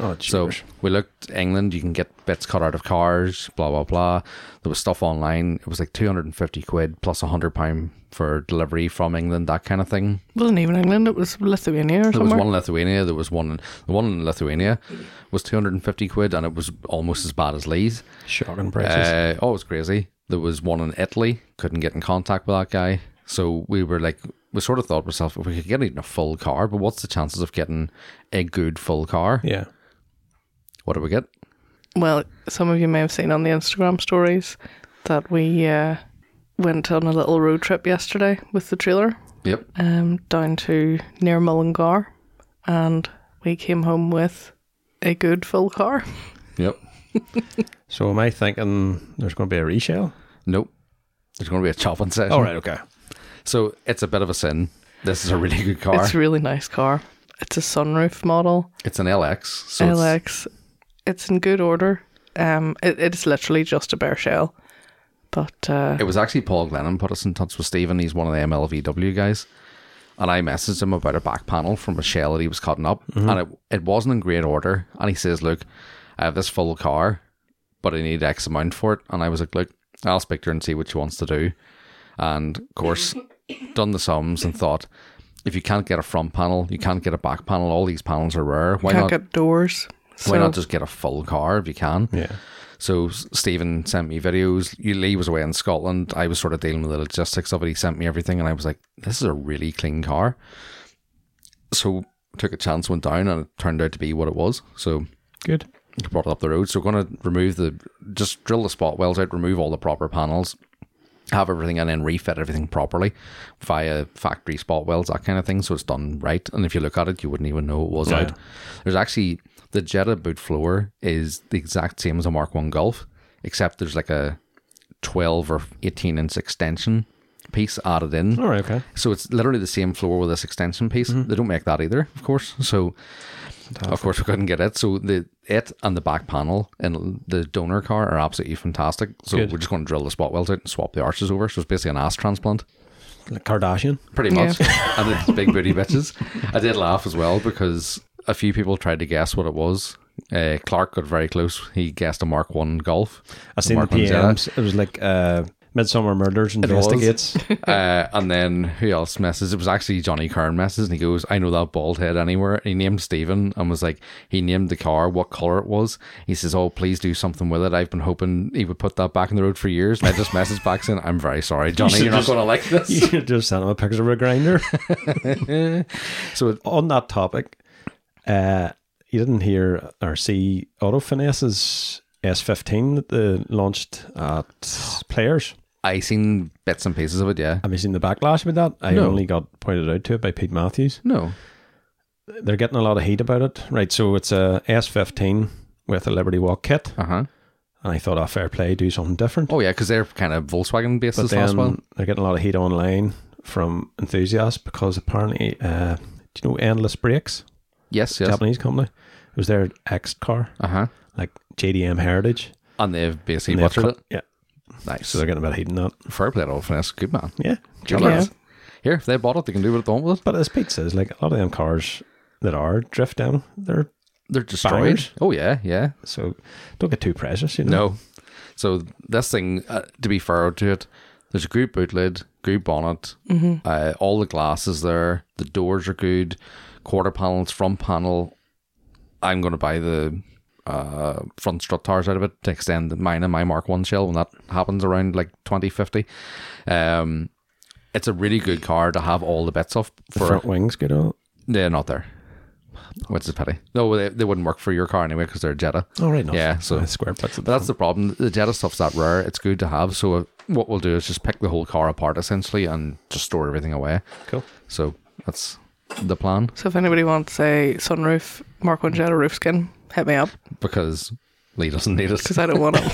[SPEAKER 2] Oh,
[SPEAKER 3] So
[SPEAKER 2] jeepers.
[SPEAKER 3] we looked England. You can get bits cut out of cars, blah blah blah. There was stuff online. It was like two hundred and fifty quid plus a hundred pound for delivery from England, that kind of thing.
[SPEAKER 1] It wasn't even England, it was Lithuania or
[SPEAKER 3] There was
[SPEAKER 1] somewhere.
[SPEAKER 3] one in Lithuania. There was one. The one in Lithuania was two hundred and fifty quid, and it was almost as bad as Lee's.
[SPEAKER 2] shocking prices.
[SPEAKER 3] Uh, oh, it was crazy. There was one in Italy. Couldn't get in contact with that guy. So we were like, we sort of thought to ourselves, if we could get even a full car, but what's the chances of getting a good full car?
[SPEAKER 2] yeah.
[SPEAKER 3] What did we get?
[SPEAKER 1] Well, some of you may have seen on the Instagram stories that we uh, went on a little road trip yesterday with the trailer
[SPEAKER 3] Yep.
[SPEAKER 1] um, down to near Mullingar, and we came home with a good full car.
[SPEAKER 3] Yep.
[SPEAKER 2] So am I thinking there's going to be a resale?
[SPEAKER 3] Nope. There's going to be a chopping session.
[SPEAKER 2] All right. Okay.
[SPEAKER 3] So it's a bit of a sin. This is a really good car.
[SPEAKER 1] It's
[SPEAKER 3] It's,
[SPEAKER 1] a really nice car. It's a sunroof model
[SPEAKER 3] an LX. So it's-
[SPEAKER 1] LX. It's, in good order. Um, it, it's literally just a bare shell, but uh,
[SPEAKER 3] it was actually Paul Glennon put us in touch with Stephen. He's one of the MLVW guys. And I messaged him about a back panel from a shell that he was cutting up. And it, it wasn't in great order. And he says, Look, I have this full car, but I need X amount for it. And I was like, Look, I'll speak to her and see what she wants to do. And of course, done the sums and thought, if you can't get a front panel, you can't get a back panel. All these panels are rare. Why
[SPEAKER 1] can't
[SPEAKER 3] not
[SPEAKER 1] get doors. So
[SPEAKER 3] Why not just get a full car if you can?
[SPEAKER 2] Yeah.
[SPEAKER 3] So S- Stephen sent me videos. You- Lee was away in Scotland. I was sort of dealing with the logistics of it. He sent me everything, and I was like, "This is a really clean car." So took a chance, went down, and it turned out to be what it was. So
[SPEAKER 2] Good.
[SPEAKER 3] brought it up the road. So we're going to remove the, just drill the spot wells out, remove all the proper panels, have everything, and then refit everything properly via factory spot wells, that kind of thing. So it's done right. And if you look at it, you wouldn't even know it was out. There's actually the Jetta boot floor is the exact same as a Mark One Golf, except there's like a 12 or 18 inch extension piece added in.
[SPEAKER 2] All right. Okay.
[SPEAKER 3] So it's literally the same floor with this extension piece.
[SPEAKER 2] Mm-hmm.
[SPEAKER 3] They don't make that either, of course. So, of course, we couldn't get it. So the it and the back panel and the donor car are absolutely fantastic. So
[SPEAKER 2] Good.
[SPEAKER 3] we're just going to drill the spot welds out and swap the arches over. So it's basically an ass transplant,
[SPEAKER 2] Like Kardashian.
[SPEAKER 3] pretty much. and it's big booty bitches. I did laugh as well because a few people tried to guess what it was. Uh, Clark got very close. He guessed a Mark One Golf.
[SPEAKER 2] I seen the
[SPEAKER 3] Mark One Zeta.
[SPEAKER 2] PMs. It was like uh, Midsummer Murders
[SPEAKER 3] was.
[SPEAKER 2] investigates.
[SPEAKER 3] uh, and then who else messes? It was actually Johnny Kern messes, and he goes, "I know that bald head anywhere." He named Stephen and was like, he named the car what color it was. He says, "Oh, please do something with it." I've been hoping he would put that back in the road for years. And I just messaged back saying, "I'm very sorry, Johnny.
[SPEAKER 2] should
[SPEAKER 3] You're not
[SPEAKER 2] just-
[SPEAKER 3] going to like this."
[SPEAKER 2] you just sent him a picture of a grinder.
[SPEAKER 3] So it,
[SPEAKER 2] On that topic, uh, you didn't hear or see Auto Finesse's S15 that they launched at Players.
[SPEAKER 3] I seen bits and pieces of it. Yeah.
[SPEAKER 2] Have you seen the backlash with that? I
[SPEAKER 3] No.
[SPEAKER 2] only got pointed out to it by Pete Matthews.
[SPEAKER 3] No.
[SPEAKER 2] They're getting a lot of heat about it. Right, so it's a S15 with a Liberty Walk kit.
[SPEAKER 3] Uh huh.
[SPEAKER 2] And I thought, oh, fair play, do something different.
[SPEAKER 3] Oh yeah, because they're kind of Volkswagen based
[SPEAKER 2] but
[SPEAKER 3] this last
[SPEAKER 2] then
[SPEAKER 3] one.
[SPEAKER 2] they're getting a lot of heat online from enthusiasts because apparently, uh, do you know Endless Brakes,
[SPEAKER 3] Yes. Yes.
[SPEAKER 2] Japanese company? It was their ex car,
[SPEAKER 3] Uh huh.
[SPEAKER 2] like JDM Heritage.
[SPEAKER 3] And they've basically
[SPEAKER 2] And they've
[SPEAKER 3] butchered
[SPEAKER 2] cut-
[SPEAKER 3] it.
[SPEAKER 2] Yeah,
[SPEAKER 3] Nice.
[SPEAKER 2] so they're getting a bit of heat in that.
[SPEAKER 3] Fair play, old finesse. Good man.
[SPEAKER 2] Yeah,
[SPEAKER 3] Good
[SPEAKER 1] Yeah.
[SPEAKER 3] lads. Here, if they bought it, they can do what they want with it.
[SPEAKER 2] But as Pete says, like a lot of them cars that are drift down, they're
[SPEAKER 3] They're destroyed.
[SPEAKER 2] Bangers.
[SPEAKER 3] Oh yeah, yeah.
[SPEAKER 2] so don't get too precious, you know.
[SPEAKER 3] No. So this thing, uh, to be fair to it, there's a good boot lid, good bonnet, uh, all the glass is there, the doors are good, quarter panels, front panel. I'm going to buy the uh, front strut tires out of it to extend mine and my Mark One shell when that happens around like 2050. Um, it's a really good car to have all the bits of
[SPEAKER 2] the
[SPEAKER 3] for
[SPEAKER 2] front wings good on.
[SPEAKER 3] They're not there. Which is pity. No, they, they wouldn't work for your car anyway because they're a Jetta.
[SPEAKER 2] Oh right, no.
[SPEAKER 3] Yeah, so-
[SPEAKER 2] Uh, square bits.
[SPEAKER 3] But that's the problem. The Jetta stuff's that rare. It's good to have. So uh, what we'll do is just pick the whole car apart essentially and just store everything away.
[SPEAKER 2] Cool.
[SPEAKER 3] So that's the plan
[SPEAKER 1] So if anybody wants a sunroof, Mark One Shadow roof skin, hit me up
[SPEAKER 3] because Lee doesn't need it.
[SPEAKER 1] because I don't want it.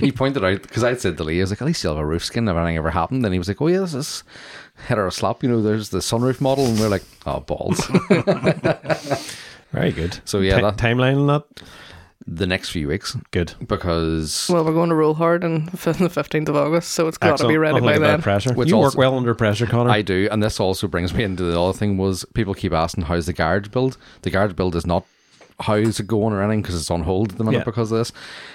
[SPEAKER 3] he pointed out because I'd said to Lee, I was like, at least you'll have a roof skin if anything ever happened. And he was like, oh yeah, this is head or a slap. You know, there's the sunroof model, and we're like, oh balls.
[SPEAKER 2] Very good.
[SPEAKER 3] So, yeah,
[SPEAKER 2] Ti-
[SPEAKER 3] that-
[SPEAKER 2] timeline on that
[SPEAKER 3] the next few weeks
[SPEAKER 2] good.
[SPEAKER 3] because
[SPEAKER 1] Well, we're going to roll hard on the fif- the 15th of August, so it's got to be
[SPEAKER 2] Excellent.
[SPEAKER 1] ready
[SPEAKER 2] Nothing
[SPEAKER 1] by
[SPEAKER 2] about
[SPEAKER 1] then.
[SPEAKER 2] Pressure.
[SPEAKER 3] Which
[SPEAKER 2] you
[SPEAKER 3] also-
[SPEAKER 2] work well under pressure, Connor.
[SPEAKER 3] I do, and this also brings me into the other thing was people keep asking how's the garage build. The garage build is not how's it going or anything because it's on hold at the minute
[SPEAKER 2] Yeah.
[SPEAKER 3] because of this.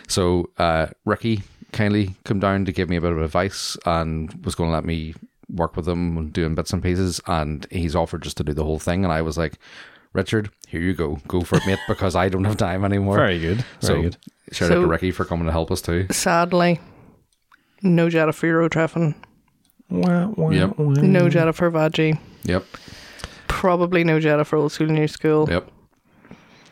[SPEAKER 3] So uh, Ricky kindly come down to give me a bit of advice and was going to let me work with him and doing bits and pieces, and he's offered just to do the whole thing, and I was like. Richard, here you go. Go for it, mate, because I don't have time anymore.
[SPEAKER 2] Very good. Very
[SPEAKER 3] so,
[SPEAKER 2] good.
[SPEAKER 3] shout out
[SPEAKER 1] So-
[SPEAKER 3] to Ricky for coming to help us too.
[SPEAKER 1] Sadly, no Jetta for Euro Treffin,
[SPEAKER 2] Wah, wah,
[SPEAKER 3] Yep.
[SPEAKER 2] wah.
[SPEAKER 1] no Jetta for Vaggi,
[SPEAKER 3] Yep,
[SPEAKER 1] probably no Jetta for Old School New School.
[SPEAKER 3] yep.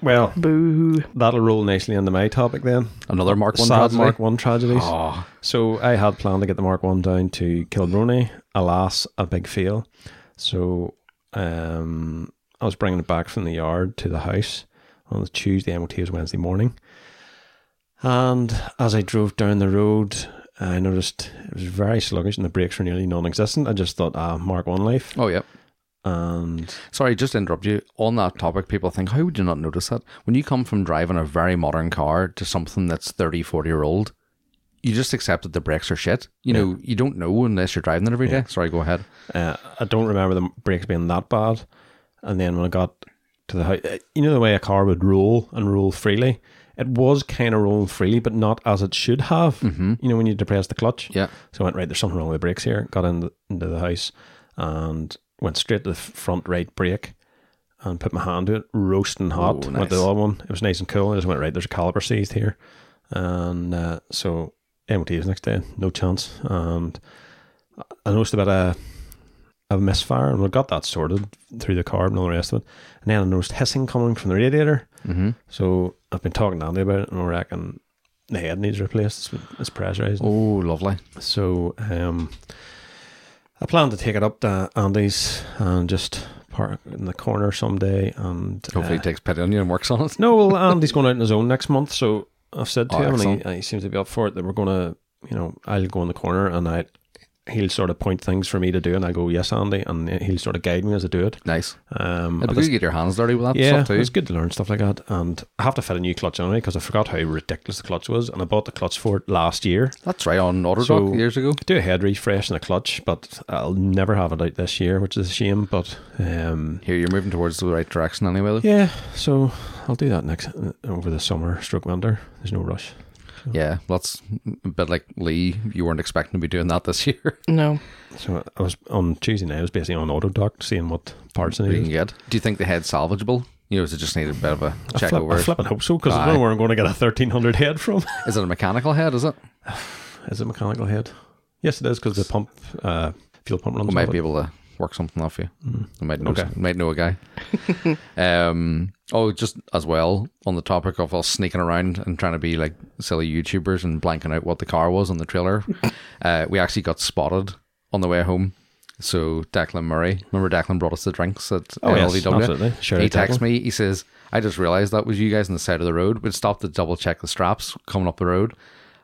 [SPEAKER 2] Well,
[SPEAKER 1] Boo.
[SPEAKER 2] that'll roll nicely into my topic then.
[SPEAKER 3] Another Mark One
[SPEAKER 2] Sad
[SPEAKER 3] tragedy.
[SPEAKER 2] Mark One tragedies.
[SPEAKER 3] Oh,
[SPEAKER 2] So I had planned to get the Mark One down to Kilbrony. Alas, a big fail. So um, I was bringing it back from the yard to the house on the Tuesday. MOT was Wednesday morning, and as I drove down the road, I noticed it was very sluggish and the brakes were nearly non-existent. I just thought, ah, Mark One life,
[SPEAKER 3] oh, yep.
[SPEAKER 2] and
[SPEAKER 3] Sorry, just to interrupt you. On that topic, people think, how would you not notice that? When you come from driving a very modern car to something that's 30, 40 year old, you just accept that the brakes are shit. You know, you don't know unless you're driving it every day. Sorry, go ahead.
[SPEAKER 2] Uh, I don't remember the brakes being that bad. And then when I got to the house, you know the way a car would roll and roll freely. It was kind of rolling freely, but not as it should have. You know when you depress the clutch.
[SPEAKER 3] Yeah.
[SPEAKER 2] So I went right. There's something wrong with the brakes here. Got in the, into the house and went straight to the f- front right brake and put my hand to it, roasting hot.
[SPEAKER 3] Oh,
[SPEAKER 2] Went to
[SPEAKER 3] nice.
[SPEAKER 2] the other one. It was nice and cool. I just went right. There's a caliper seized here, and uh, so MOT was next day. No chance. And I noticed about a a misfire, and we got that sorted through the carb and all the rest of it. And then I noticed hissing coming from the radiator.
[SPEAKER 3] Mm-hmm.
[SPEAKER 2] So I've been talking to Andy about it, and we reckon the head needs replaced. It's, it's pressurized.
[SPEAKER 3] Oh, lovely.
[SPEAKER 2] So um, I plan to take it up to Andy's and just park in the corner someday. And
[SPEAKER 3] Hopefully,
[SPEAKER 2] uh,
[SPEAKER 3] he takes pity on you and works on it.
[SPEAKER 2] no, well, Andy's going out on his own next month, so I've said to
[SPEAKER 3] Oh,
[SPEAKER 2] him, and
[SPEAKER 3] excellent.
[SPEAKER 2] he, and he seems to be up for it, that we're going to, you know, I'll go in the corner and I, he'll sort of point things for me to do, and I go, yes, Andy, and he'll sort of guide me as I do it.
[SPEAKER 3] Nice.
[SPEAKER 2] Um, I
[SPEAKER 3] It'd be good to
[SPEAKER 2] just-
[SPEAKER 3] get your hands dirty with that
[SPEAKER 2] yeah,
[SPEAKER 3] stuff too.
[SPEAKER 2] it's good to learn stuff like that, and I have to fit a new clutch anyway because I forgot how ridiculous the clutch was, and I bought the clutch for it last year.
[SPEAKER 3] That's right, on Autodoc
[SPEAKER 2] So-
[SPEAKER 3] years ago.
[SPEAKER 2] I do a head refresh and a clutch, but I'll never have it out this year, which is a shame. But um,
[SPEAKER 3] Here, you're moving towards the right direction anyway. though.
[SPEAKER 2] yeah, so I'll do that next uh, over the summer, stroke winter. There's no rush.
[SPEAKER 3] Yeah, that's a bit like Lee. You weren't expecting to be doing that this year.
[SPEAKER 1] No.
[SPEAKER 2] So I was on Tuesday night. I was basically on auto dock, seeing what parts I
[SPEAKER 3] you
[SPEAKER 2] needed.
[SPEAKER 3] can get. Do you think the head's salvageable? You know, is it just need a bit of a
[SPEAKER 2] I
[SPEAKER 3] check
[SPEAKER 2] flip,
[SPEAKER 3] over?
[SPEAKER 2] I flip and hope so because I don't know where I'm going to get a 1300 head from.
[SPEAKER 3] Is it a mechanical head? Is it?
[SPEAKER 2] Is it mechanical head? Yes, it is because the pump, uh, fuel pump runs.
[SPEAKER 3] We
[SPEAKER 2] on
[SPEAKER 3] might
[SPEAKER 2] it.
[SPEAKER 3] be able to work something off you. I might know.
[SPEAKER 2] Hmm. Okay.
[SPEAKER 3] some- Might know a guy. um. Oh, just as well on the topic of us sneaking around and trying to be like silly YouTubers and blanking out what the car was on the trailer. uh, we actually got spotted on the way home. So Declan Murray, remember Declan brought us the drinks at
[SPEAKER 2] Oh, yes,
[SPEAKER 3] LDW?
[SPEAKER 2] absolutely. Sure,
[SPEAKER 3] he
[SPEAKER 2] Declan.
[SPEAKER 3] texts me. He says, "I just realised that was you guys on the side of the road. We stopped to double check the straps coming up the road,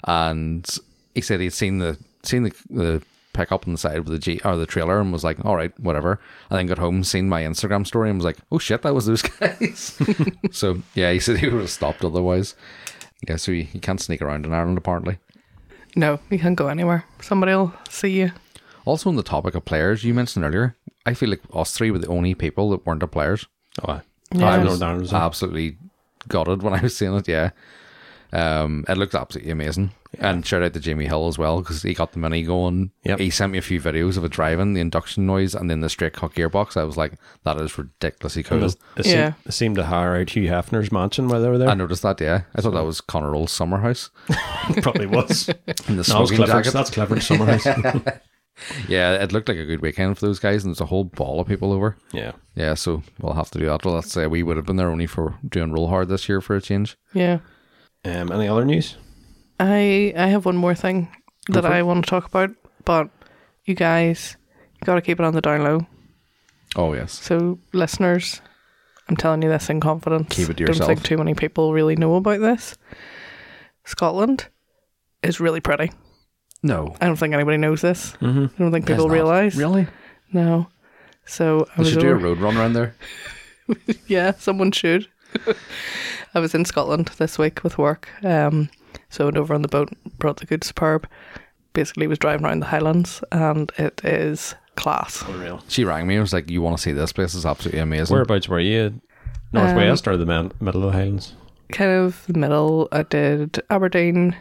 [SPEAKER 3] and he said he'd seen the seen the the pickup on the side of the G or the trailer and was like, all right, whatever. And then got home, seen my Instagram story, and was like, oh shit, that was those guys. so yeah, he said he would have stopped otherwise. Yeah, so you, you can't sneak around in Ireland apparently.
[SPEAKER 1] No, you can't go anywhere. Somebody will see you.
[SPEAKER 3] Also, on the topic of players you mentioned earlier, I feel like us three were the only people that weren't a players.
[SPEAKER 2] Oh, aye.
[SPEAKER 1] Yeah.
[SPEAKER 2] I
[SPEAKER 1] I
[SPEAKER 2] was, down,
[SPEAKER 3] Uh,
[SPEAKER 2] so.
[SPEAKER 3] absolutely gutted when I was seeing it. Yeah, um, it looked absolutely amazing. And shout out to Jamie Hill as well because he got the money going.
[SPEAKER 2] Yep.
[SPEAKER 3] He sent me a few videos of it driving, the induction noise, and then the straight cock gearbox. I was like, that is ridiculously cool.
[SPEAKER 2] They, they
[SPEAKER 1] Yeah.
[SPEAKER 2] seem, they seemed to hire out Hugh Hefner's mansion while they were there.
[SPEAKER 3] I noticed that. Yeah, I thought that was Connor Roll's summer house
[SPEAKER 2] Probably was.
[SPEAKER 3] in the
[SPEAKER 2] no, it's
[SPEAKER 3] smoking
[SPEAKER 2] Clifford's,
[SPEAKER 3] jacket.
[SPEAKER 2] that's Clifford's summer house.
[SPEAKER 3] Yeah, it looked like a good weekend for those guys, and there's a whole ball of people over.
[SPEAKER 2] yeah.
[SPEAKER 3] Yeah, so we'll have to do that. Well, let's say we would have been there only for doing roll hard this year for a change.
[SPEAKER 1] Yeah.
[SPEAKER 2] Um, any other news?
[SPEAKER 1] I I have one more thing that
[SPEAKER 2] for it.
[SPEAKER 1] I want to talk about, but you guys, you got to keep it on the down low.
[SPEAKER 3] Oh yes,
[SPEAKER 1] So, listeners, I'm telling you this in confidence.
[SPEAKER 3] Keep it to
[SPEAKER 1] Don't
[SPEAKER 3] yourself.
[SPEAKER 1] think too many people really know about this. Scotland is really pretty.
[SPEAKER 3] no.
[SPEAKER 1] I don't think anybody knows this. I don't think people
[SPEAKER 3] It's Mm-hmm. not.
[SPEAKER 1] realize.
[SPEAKER 3] really.
[SPEAKER 1] No. So I
[SPEAKER 3] We
[SPEAKER 1] was
[SPEAKER 3] should do a
[SPEAKER 1] over-
[SPEAKER 3] road run around there.
[SPEAKER 1] yeah, someone should. I was in Scotland this week with work. Um, so I went over on the boat, brought the good superb. Basically, was driving around the Highlands, and it is class.
[SPEAKER 2] Unreal.
[SPEAKER 3] She rang me and was like, "You want to see this place? It's absolutely amazing."
[SPEAKER 2] Whereabouts were you? Northwest or the man, middle of the Highlands?
[SPEAKER 1] Kind of the middle. I did Aberdeen,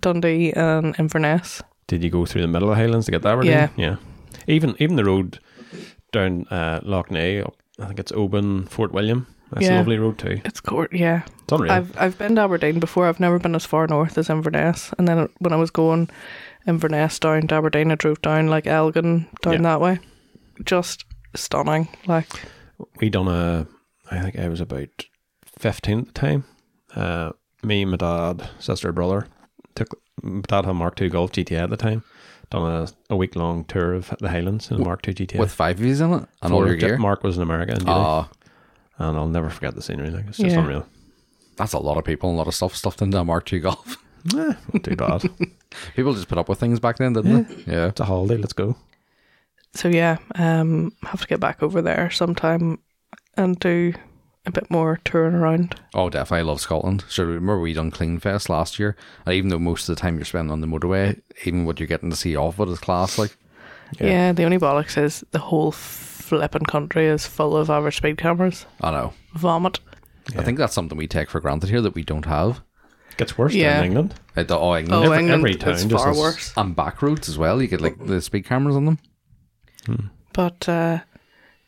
[SPEAKER 1] Dundee, and Inverness.
[SPEAKER 2] Did you go through the middle of the Highlands to get to Aberdeen?
[SPEAKER 1] Yeah.
[SPEAKER 2] Even even the road down uh, Loughney, up, I think it's Oban, Fort William. That's a
[SPEAKER 1] Yeah.
[SPEAKER 2] lovely road too.
[SPEAKER 1] It's court, yeah.
[SPEAKER 2] It's unreal.
[SPEAKER 1] I've I've been to Aberdeen before. I've never been as far north as Inverness. And then when I was going Inverness down to Aberdeen, I drove down like Elgin down
[SPEAKER 2] Yeah.
[SPEAKER 1] that way. Just stunning. Like
[SPEAKER 2] we done a I think I was about fifteen at the time. Uh, me, my dad, sister, brother took my dad had a Mark II Golf GTI at the time. Done a, a week long tour of the Highlands in a Mark II GTI.
[SPEAKER 3] With five views in it and
[SPEAKER 2] Four
[SPEAKER 3] all your
[SPEAKER 2] ge-
[SPEAKER 3] gear.
[SPEAKER 2] Mark was in America and,
[SPEAKER 3] Ah,
[SPEAKER 2] and I'll never forget the scenery. Like it's just
[SPEAKER 1] Yeah.
[SPEAKER 2] unreal.
[SPEAKER 3] that's a lot of people and a lot of stuff stuffed into a Mark II Golf.
[SPEAKER 2] Eh, not too bad.
[SPEAKER 3] people just put up with things back then, didn't they? Yeah.
[SPEAKER 2] it's a holiday. Let's go.
[SPEAKER 1] so yeah, um have to get back over there sometime and do a bit more touring around.
[SPEAKER 3] Oh, definitely. I love Scotland. Sure, remember we done Clean Fest last year? And even though most of the time you're spending on the motorway, even what you're getting to see off it is class. Like,
[SPEAKER 2] Yeah.
[SPEAKER 1] Yeah, the only bollocks is the whole flipping country is full of average speed cameras.
[SPEAKER 3] I know.
[SPEAKER 1] Vomit.
[SPEAKER 2] Yeah.
[SPEAKER 3] I think that's something we take for granted here that we don't have.
[SPEAKER 2] Gets worse
[SPEAKER 1] Yeah.
[SPEAKER 2] down in England.
[SPEAKER 3] At the, oh,
[SPEAKER 1] Oh,
[SPEAKER 3] England.
[SPEAKER 2] Every-
[SPEAKER 1] England
[SPEAKER 2] every
[SPEAKER 1] is
[SPEAKER 2] town just
[SPEAKER 1] far
[SPEAKER 2] has-
[SPEAKER 1] worse.
[SPEAKER 3] And back roads as well. You get like the speed cameras on them.
[SPEAKER 1] But uh,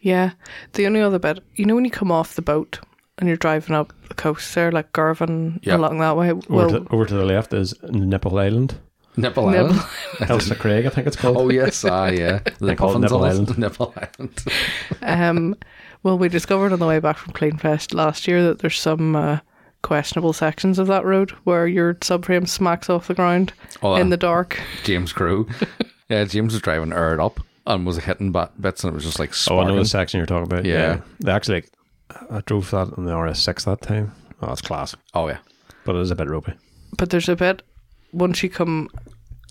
[SPEAKER 1] yeah, the only other bit, you know, when you come off the boat and you're driving up the coast there, like Garvin
[SPEAKER 3] Yeah.
[SPEAKER 1] along that way.
[SPEAKER 2] Over,
[SPEAKER 1] Well,
[SPEAKER 2] to, over to the left is Nipple Island.
[SPEAKER 3] Nipple
[SPEAKER 1] Nipple-
[SPEAKER 3] Island.
[SPEAKER 2] Elsa Craig, I think it's called.
[SPEAKER 3] Oh, yes. Ah, yeah. The
[SPEAKER 2] They call it
[SPEAKER 3] puffins
[SPEAKER 2] Nipple
[SPEAKER 3] on it.
[SPEAKER 2] Island.
[SPEAKER 3] Nipple Island.
[SPEAKER 1] um, well, we discovered on the way back from Cleanfest last year that there's some uh, questionable sections of that road where your subframe smacks off the ground
[SPEAKER 3] Oh,
[SPEAKER 1] in
[SPEAKER 3] uh,
[SPEAKER 1] the dark.
[SPEAKER 3] James Crew. yeah, James was driving aired up and was hitting bat- bits and it was just like
[SPEAKER 2] Oh, I
[SPEAKER 3] sparking.
[SPEAKER 2] know the section you're talking about.
[SPEAKER 3] Yeah.
[SPEAKER 2] They actually, I drove that on the RS6 that time. Oh, that's class.
[SPEAKER 3] oh yeah.
[SPEAKER 2] But it is a bit ropey.
[SPEAKER 1] But there's a bit once you come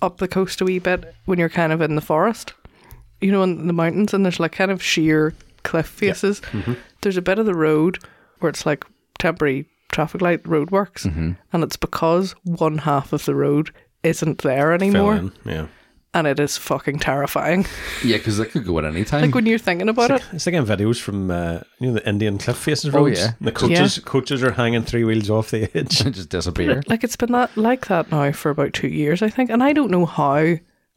[SPEAKER 1] up the coast a wee bit when you're kind of in the forest, you know, in the mountains, and there's like kind of sheer cliff faces. There's a bit of the road where it's like temporary traffic light roadworks, and it's because one half of the road isn't there
[SPEAKER 2] Fell
[SPEAKER 1] anymore,
[SPEAKER 2] in. Yeah.
[SPEAKER 1] and it is fucking terrifying.
[SPEAKER 3] Yeah, because it could go at any time.
[SPEAKER 1] Like when you're thinking about it,
[SPEAKER 2] It's like in videos from uh, you know the Indian cliff faces
[SPEAKER 3] Oh,
[SPEAKER 2] roads.
[SPEAKER 3] yeah.
[SPEAKER 2] The coaches coaches are hanging three wheels off the edge.
[SPEAKER 3] It just disappear.
[SPEAKER 1] like it's been that like that now for about two years, I think, and I don't know how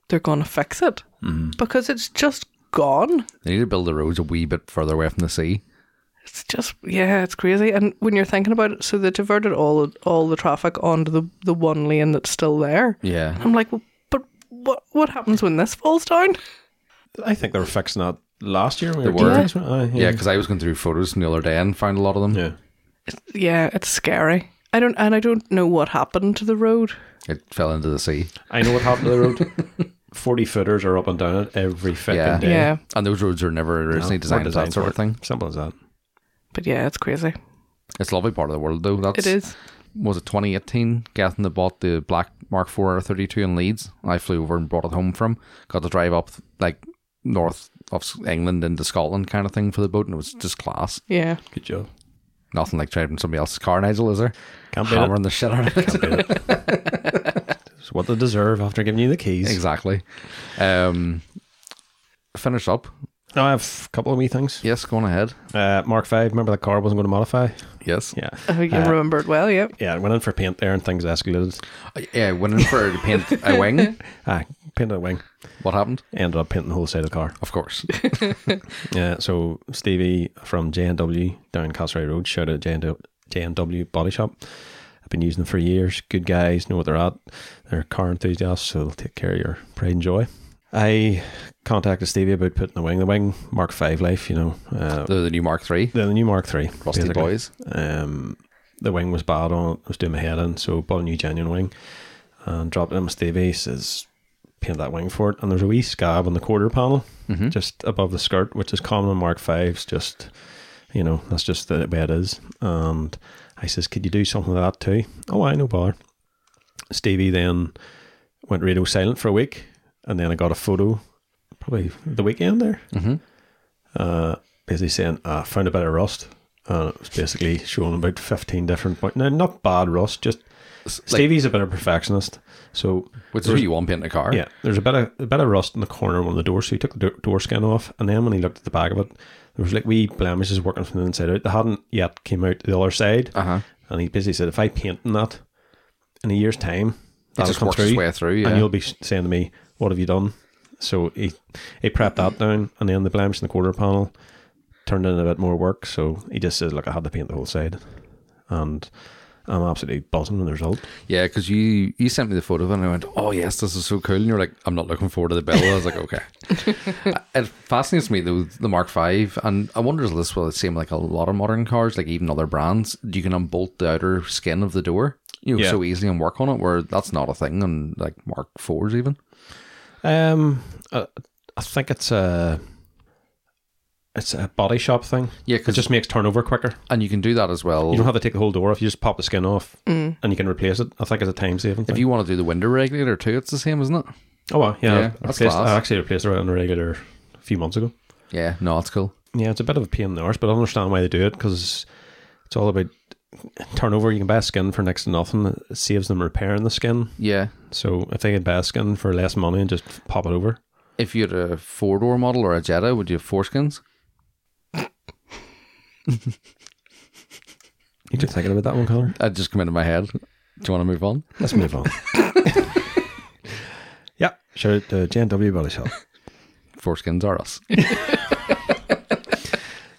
[SPEAKER 1] they're going to fix it
[SPEAKER 3] Mm-hmm.
[SPEAKER 1] because it's just gone.
[SPEAKER 3] They need to build the roads a wee bit further away from the sea.
[SPEAKER 1] It's just yeah, it's crazy. And when you're thinking about it, so they diverted all all the traffic onto the the one lane that's still there.
[SPEAKER 3] Yeah.
[SPEAKER 1] I'm like, well, but what what happens when this falls down?
[SPEAKER 2] I think they were fixing that last year. when we
[SPEAKER 3] They were.
[SPEAKER 2] doing this one. Aye,
[SPEAKER 3] Yeah, because I was going through photos from the other day and found a lot of them.
[SPEAKER 2] yeah.
[SPEAKER 1] Yeah, it's scary. I don't and I don't know what happened to the road.
[SPEAKER 3] It fell into the sea.
[SPEAKER 2] I know what happened to the road. Forty footers are up and down it every fucking
[SPEAKER 3] Yeah.
[SPEAKER 2] day.
[SPEAKER 1] yeah.
[SPEAKER 3] And those roads were never originally
[SPEAKER 2] Or
[SPEAKER 3] designed as that
[SPEAKER 2] designed
[SPEAKER 3] sort
[SPEAKER 2] for
[SPEAKER 3] of
[SPEAKER 2] it.
[SPEAKER 3] thing.
[SPEAKER 2] Simple as that.
[SPEAKER 1] But yeah, it's crazy.
[SPEAKER 3] It's a lovely part of the world, though.
[SPEAKER 1] It
[SPEAKER 3] That's,
[SPEAKER 1] is.
[SPEAKER 3] Was it 2018? Gethin that bought the black Mark 4 out of 32 in Leeds. I flew over and brought it home from. Got to drive up, like, north of S- England into Scotland kind of thing for the boat, and it was just class.
[SPEAKER 1] Yeah.
[SPEAKER 2] Good job.
[SPEAKER 3] Nothing like driving somebody else's car, Nigel, is there?
[SPEAKER 2] Can't beat it.
[SPEAKER 3] Hammering the shit out of it.
[SPEAKER 2] It's what they deserve after giving you the keys.
[SPEAKER 3] exactly. Um, finish up.
[SPEAKER 2] Now I have a couple of wee things.
[SPEAKER 3] Yes, going ahead.
[SPEAKER 2] Uh, Mark Five. Remember that car wasn't going to modify.
[SPEAKER 3] Yes.
[SPEAKER 2] Yeah.
[SPEAKER 1] Oh, you
[SPEAKER 2] Uh,
[SPEAKER 1] remember it well, yeah.
[SPEAKER 2] Yeah, I went in for paint there and things escalated.
[SPEAKER 3] Uh, Yeah, went in for to paint a wing.
[SPEAKER 2] Ah, painted a wing.
[SPEAKER 3] What happened?
[SPEAKER 2] Ended up painting the whole side of the car.
[SPEAKER 3] Of course.
[SPEAKER 2] Yeah, Uh, so Stevie from JNW down Castlereagh Road, shout out JNW, JNW Body Shop. I've been using them for years. Good guys, know what they're at. They're car enthusiasts, so they'll take care of your pride and joy. I contacted Stevie about putting the wing, the wing Mark Five life, you know, uh,
[SPEAKER 3] the, the new Mark Three,
[SPEAKER 2] the, the new Mark Three,
[SPEAKER 3] Rusty
[SPEAKER 2] basically.
[SPEAKER 3] Boys.
[SPEAKER 2] Um, the wing was bad on it. I was doing my head in, so bought a new genuine wing and dropped it in with Stevie. He says, paint that wing for it. And there's a wee scab on the quarter panel, just above the skirt, which is common on Mark Fives. Just, you know, that's just the way it is. And I says, could you do something with that too? Oh, I no bother. Stevie then went radio silent for a week, and then I got a photo, probably the weekend there uh, basically saying "Ah, I found a bit of rust, and it was basically showing about fifteen different points. Now, not bad rust, just Stevie's a bit of a perfectionist, so
[SPEAKER 3] Which is what you want painting a car.
[SPEAKER 2] yeah, there's a bit of a bit of rust in the corner of one of the doors. So he took the do- door skin off, and then when he looked at the back of it, there was like wee blemishes working from the inside out. They hadn't yet came out the other side,
[SPEAKER 3] Uh huh.
[SPEAKER 2] and he basically said, "If I paint in that in a year's time, that'll
[SPEAKER 3] just
[SPEAKER 2] come
[SPEAKER 3] works
[SPEAKER 2] through,
[SPEAKER 3] its way through, yeah.
[SPEAKER 2] and you'll be s- saying to me, what have you done?'" So he he prepped that down, and then the blemish in the quarter panel turned in a bit more work. So he just says, "Look, I had to paint the whole side," and I'm absolutely buzzing with the result.
[SPEAKER 3] Yeah, because you you sent me the photo of it and I went, oh yes, this is so cool. And you're like, I'm not looking forward to the bill. I was like, okay. it fascinates me though the Mark Five, and I wonder if this will seem like a lot of modern cars, like even other brands. You can unbolt the outer skin of the door, you know,
[SPEAKER 2] Yeah.
[SPEAKER 3] so easily and work on it. Where that's not a thing on like Mark Fours even.
[SPEAKER 2] Um, I, I think it's a it's a body shop thing.
[SPEAKER 3] Yeah,
[SPEAKER 2] It
[SPEAKER 3] because
[SPEAKER 2] just makes turnover quicker.
[SPEAKER 3] and you can do that as well.
[SPEAKER 2] You don't have to take the whole door off. You just pop the skin off, and you can replace it. I think it's a time saving thing.
[SPEAKER 3] if you want to do the window regulator too, it's the same, isn't it?
[SPEAKER 2] Oh well, yeah,
[SPEAKER 3] Yeah,
[SPEAKER 2] I,
[SPEAKER 3] that's
[SPEAKER 2] replaced,
[SPEAKER 3] class.
[SPEAKER 2] I actually replaced it on a regular a few months ago.
[SPEAKER 3] Yeah, no, it's cool.
[SPEAKER 2] Yeah, it's a bit of a pain in the arse, but I understand why they do it because it's all about turnover. You can buy skin for next to nothing. It saves them repairing the skin.
[SPEAKER 3] Yeah,
[SPEAKER 2] So if they could buy skin for less money and just pop it over,
[SPEAKER 3] if you had a four door model or a Jetta, would you have foreskins?
[SPEAKER 2] you just thinking about that one color.
[SPEAKER 3] That just come into my head. Do you want to move on?
[SPEAKER 2] Let's move on. yeah, shout out to JNW Body Shop.
[SPEAKER 3] Foreskins are us.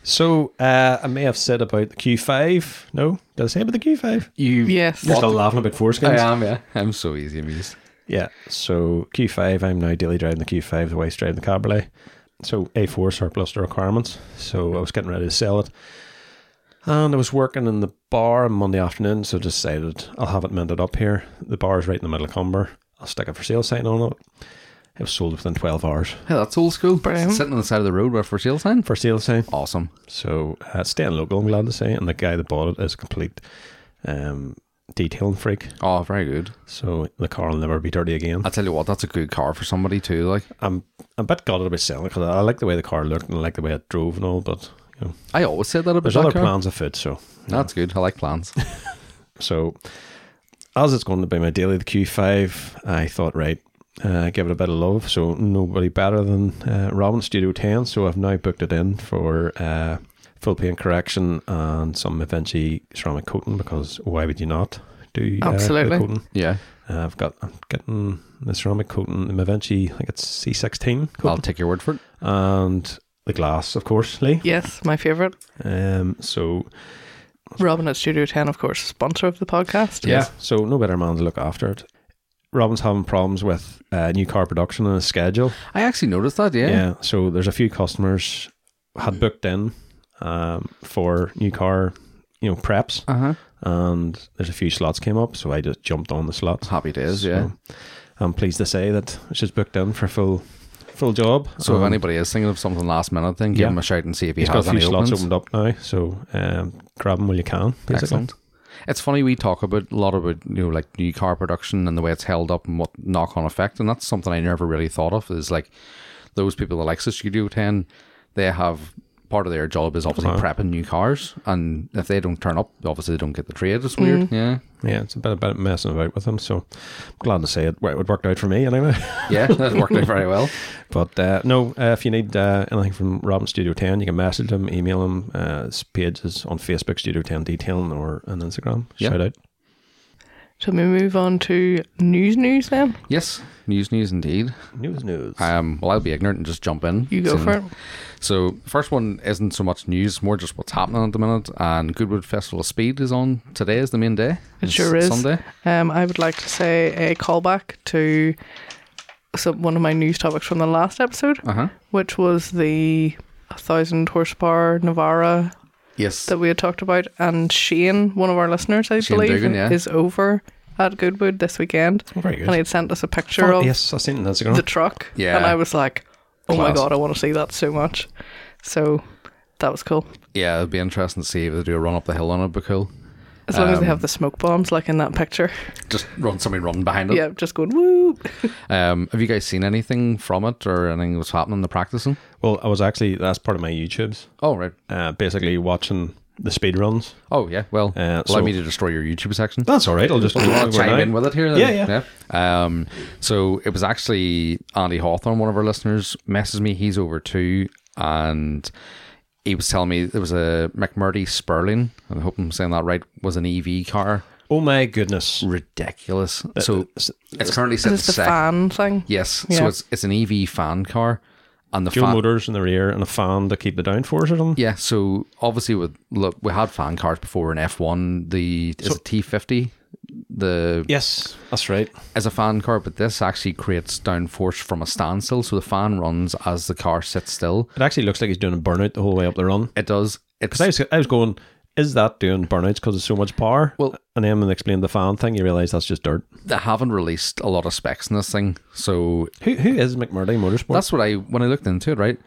[SPEAKER 2] So uh, I may have said about the Q5. No, did I say about the Q5?
[SPEAKER 3] You
[SPEAKER 1] Yes.
[SPEAKER 2] You're still laughing about
[SPEAKER 3] I
[SPEAKER 2] foreskins.
[SPEAKER 3] am, yeah. I'm so easy amused.
[SPEAKER 2] Yeah. So Q5, I'm now daily driving the Q5, the wife's driving the Cabriolet. So A4 surplus to requirements. So I was getting ready to sell it. And I was working in the bar on Monday afternoon, so decided I'll have it mended up here. The bar is right in the middle of Cumber. I'll stick a for sale sign on it. It was sold within 12 hours.
[SPEAKER 3] Hey, that's old school.
[SPEAKER 1] Brilliant.
[SPEAKER 3] Sitting on the side of the road with a for sale sign.
[SPEAKER 2] For sale sign.
[SPEAKER 3] Awesome.
[SPEAKER 2] So uh, staying local, I'm glad to say. And the guy that bought it is a complete um, detailing freak.
[SPEAKER 3] Oh, very good.
[SPEAKER 2] So the car will never be dirty again.
[SPEAKER 3] I tell you what, that's a good car for somebody too. Like,
[SPEAKER 2] I'm I'm a bit gutted about selling because I like the way the car looked and I like the way it drove and all, but you know,
[SPEAKER 3] I always said that about
[SPEAKER 2] there's
[SPEAKER 3] that
[SPEAKER 2] other
[SPEAKER 3] car.
[SPEAKER 2] plans afoot. So
[SPEAKER 3] That's good. I like plans.
[SPEAKER 2] so as it's going to be my daily the Q5, I thought right, uh, give it a bit of love. So nobody better than uh, Robin Studio 10. So I've now booked it in for uh, full paint correction and some Avinci ceramic coating because why would you not do uh,
[SPEAKER 1] Absolutely.
[SPEAKER 2] the coating?
[SPEAKER 3] Yeah,
[SPEAKER 2] Uh, I've got I'm getting the ceramic coating, the Mavinci, I think it's C16
[SPEAKER 3] I'll
[SPEAKER 2] coating,
[SPEAKER 3] take your word for it.
[SPEAKER 2] and the glass, of course, Lee.
[SPEAKER 1] Yes, my favourite.
[SPEAKER 2] Um, so
[SPEAKER 1] Robin at Studio 10, of course, sponsor of the podcast.
[SPEAKER 2] Yeah. So no better man to look after it. Robin's having problems with uh, new car production and a schedule.
[SPEAKER 3] I actually noticed that. Yeah,
[SPEAKER 2] So there's a few customers had booked in um, for new car, you know, preps,
[SPEAKER 3] Uh huh.
[SPEAKER 2] and there's a few slots came up. So I just jumped on the slots.
[SPEAKER 3] Happy days. Yeah.
[SPEAKER 2] So I'm pleased to say that she's booked in for full full job.
[SPEAKER 3] So if
[SPEAKER 2] Um,
[SPEAKER 3] anybody is thinking of something last minute, then give
[SPEAKER 2] Yeah.
[SPEAKER 3] him a shout and see if he
[SPEAKER 2] he's
[SPEAKER 3] has
[SPEAKER 2] got a few
[SPEAKER 3] any
[SPEAKER 2] slots
[SPEAKER 3] openings.
[SPEAKER 2] opened up now. So um, grab them while you can. Basically.
[SPEAKER 3] Excellent. It's funny we talk about a lot about you know like new car production and the way it's held up and what knock on effect, and that's something I never really thought of. Is like those people that like the Studio Ten, they have part of their job is obviously
[SPEAKER 2] Uh-huh.
[SPEAKER 3] prepping new cars, and if they don't turn up, obviously they don't get the trade. It's
[SPEAKER 1] Mm.
[SPEAKER 3] weird. Yeah,
[SPEAKER 2] Yeah, it's a bit about messing about with them. So I'm glad to say it. Well, it worked out for me anyway.
[SPEAKER 3] yeah, that worked out very well.
[SPEAKER 2] But uh, no, uh, if you need uh, anything from Robin Studio 10, you can message him, email him. Uh, his page is on Facebook, Studio 10 Detailing, or on Instagram.
[SPEAKER 3] Yeah.
[SPEAKER 2] Shout out.
[SPEAKER 1] Shall we move on to news news then?
[SPEAKER 3] Yes, news, news indeed.
[SPEAKER 2] News, news.
[SPEAKER 3] Um, well, I'll be ignorant and just jump in.
[SPEAKER 1] You go
[SPEAKER 3] So-
[SPEAKER 1] for it.
[SPEAKER 3] So first one isn't so much news, more just what's happening at the minute. And Goodwood Festival of Speed is on today. Is the main day?
[SPEAKER 1] It
[SPEAKER 3] It's
[SPEAKER 1] sure is.
[SPEAKER 3] Sunday.
[SPEAKER 1] Um, I would like to say a callback to some, one of my news topics from the last episode,
[SPEAKER 3] Uh huh.
[SPEAKER 1] which was the 1,000 horsepower Navara
[SPEAKER 3] Yes.
[SPEAKER 1] that we had talked about. And Shane, one of our listeners, I
[SPEAKER 3] Shane
[SPEAKER 1] believe,
[SPEAKER 3] Dugan, yeah. Oh,
[SPEAKER 1] is over at Goodwood this weekend.
[SPEAKER 2] Oh, Very good.
[SPEAKER 1] And he had sent us a picture
[SPEAKER 2] Oh,
[SPEAKER 1] of
[SPEAKER 2] yes, I've seen it on Instagram.
[SPEAKER 1] the truck.
[SPEAKER 3] Yeah.
[SPEAKER 1] And I was like, oh my
[SPEAKER 3] Class.
[SPEAKER 1] God, I want to see that so much. So that was cool.
[SPEAKER 3] yeah, it'd be interesting to see if they do a run up the hill on it. It'd be cool.
[SPEAKER 1] As long as they
[SPEAKER 3] Um,
[SPEAKER 1] have the smoke bombs, like in that picture.
[SPEAKER 3] Just run somebody running behind it.
[SPEAKER 1] Yeah, just going, woo.
[SPEAKER 3] Um, have you guys seen anything from it or anything that's happening in the practicing?
[SPEAKER 2] well, I was actually, that's part of my YouTubes,
[SPEAKER 3] Oh right.
[SPEAKER 2] uh, basically watching the speed runs.
[SPEAKER 3] Oh yeah. Well,
[SPEAKER 2] Uh,
[SPEAKER 3] allow
[SPEAKER 2] so-
[SPEAKER 3] me to destroy your YouTube section.
[SPEAKER 2] That's all right. I'll just
[SPEAKER 3] I'll Oh, chime in with it here. Then.
[SPEAKER 2] Yeah, yeah.
[SPEAKER 3] Um, so it was actually Andy Hawthorne, one of our listeners, messaged me. He's over too, and he was telling me there was a McMurdy Sperling. I hope I'm saying that right. Was an EV car.
[SPEAKER 2] Oh, my goodness.
[SPEAKER 3] Ridiculous.
[SPEAKER 2] Uh,
[SPEAKER 3] so it's currently set
[SPEAKER 1] This is the
[SPEAKER 3] second.
[SPEAKER 1] fan thing.
[SPEAKER 3] Yes.
[SPEAKER 1] Yeah.
[SPEAKER 3] So it's it's an EV fan car, and the
[SPEAKER 2] Dual
[SPEAKER 3] fan.
[SPEAKER 2] motors in the rear and a fan to keep the downforce or something.
[SPEAKER 3] Yeah, so obviously with look, we had fan cars before in F one. The is it T fifty, the
[SPEAKER 2] Yes, that's right.
[SPEAKER 3] as a fan car, but this actually creates downforce from a standstill. So the fan runs as the car sits still.
[SPEAKER 2] It actually looks like he's doing a burnout the whole way up the run.
[SPEAKER 3] It does. It's
[SPEAKER 2] Because I was, I was going, is that doing burnouts because there's so much power?
[SPEAKER 3] Well-
[SPEAKER 2] and then when they explained the fan thing, you realise that's just dirt.
[SPEAKER 3] they haven't released a lot of specs in this thing. So
[SPEAKER 2] Who who is McMurdy Motorsport?
[SPEAKER 3] that's what I when I looked into it. Right,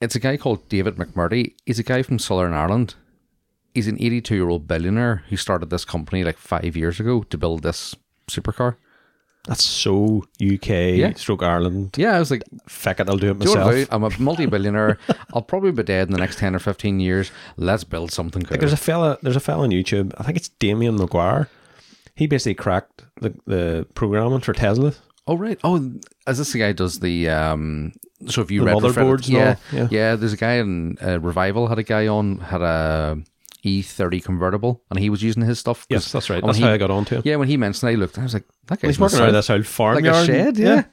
[SPEAKER 3] it's a guy called David McMurdy. He's a guy from Southern Ireland. He's an eighty-two-year-old billionaire who started this company like five years ago to build this supercar.
[SPEAKER 2] that's so UK
[SPEAKER 3] Yeah.
[SPEAKER 2] stroke Ireland.
[SPEAKER 3] Yeah, I was like,
[SPEAKER 2] Feck it, I'll do it
[SPEAKER 3] Do you know
[SPEAKER 2] myself.
[SPEAKER 3] what I'm about? I'm a multi-billionaire. I'll probably be dead in the next ten or fifteen years. Let's build something cool.
[SPEAKER 2] There's a fella. There's a fella on YouTube. I think it's Damien McGuire. He basically cracked the, the programming for Tesla.
[SPEAKER 3] Oh right. Oh, as this guy does the um. So if you
[SPEAKER 2] The
[SPEAKER 3] read the Reddit-
[SPEAKER 2] motherboards and
[SPEAKER 3] yeah,
[SPEAKER 2] all,
[SPEAKER 3] yeah,
[SPEAKER 2] yeah.
[SPEAKER 3] There's a guy in uh, Revival had a guy on had a E30 convertible, and he was using his stuff. 'cause-
[SPEAKER 2] Yes, that's right.
[SPEAKER 3] and
[SPEAKER 2] That's
[SPEAKER 3] he-
[SPEAKER 2] how I got onto him.
[SPEAKER 3] Yeah, when he mentioned, it, I looked. I was like, that guy's
[SPEAKER 2] He's
[SPEAKER 3] in the
[SPEAKER 2] working out of
[SPEAKER 3] South.
[SPEAKER 2] this old farmyard.
[SPEAKER 3] like a shed. Yeah.
[SPEAKER 2] Yeah.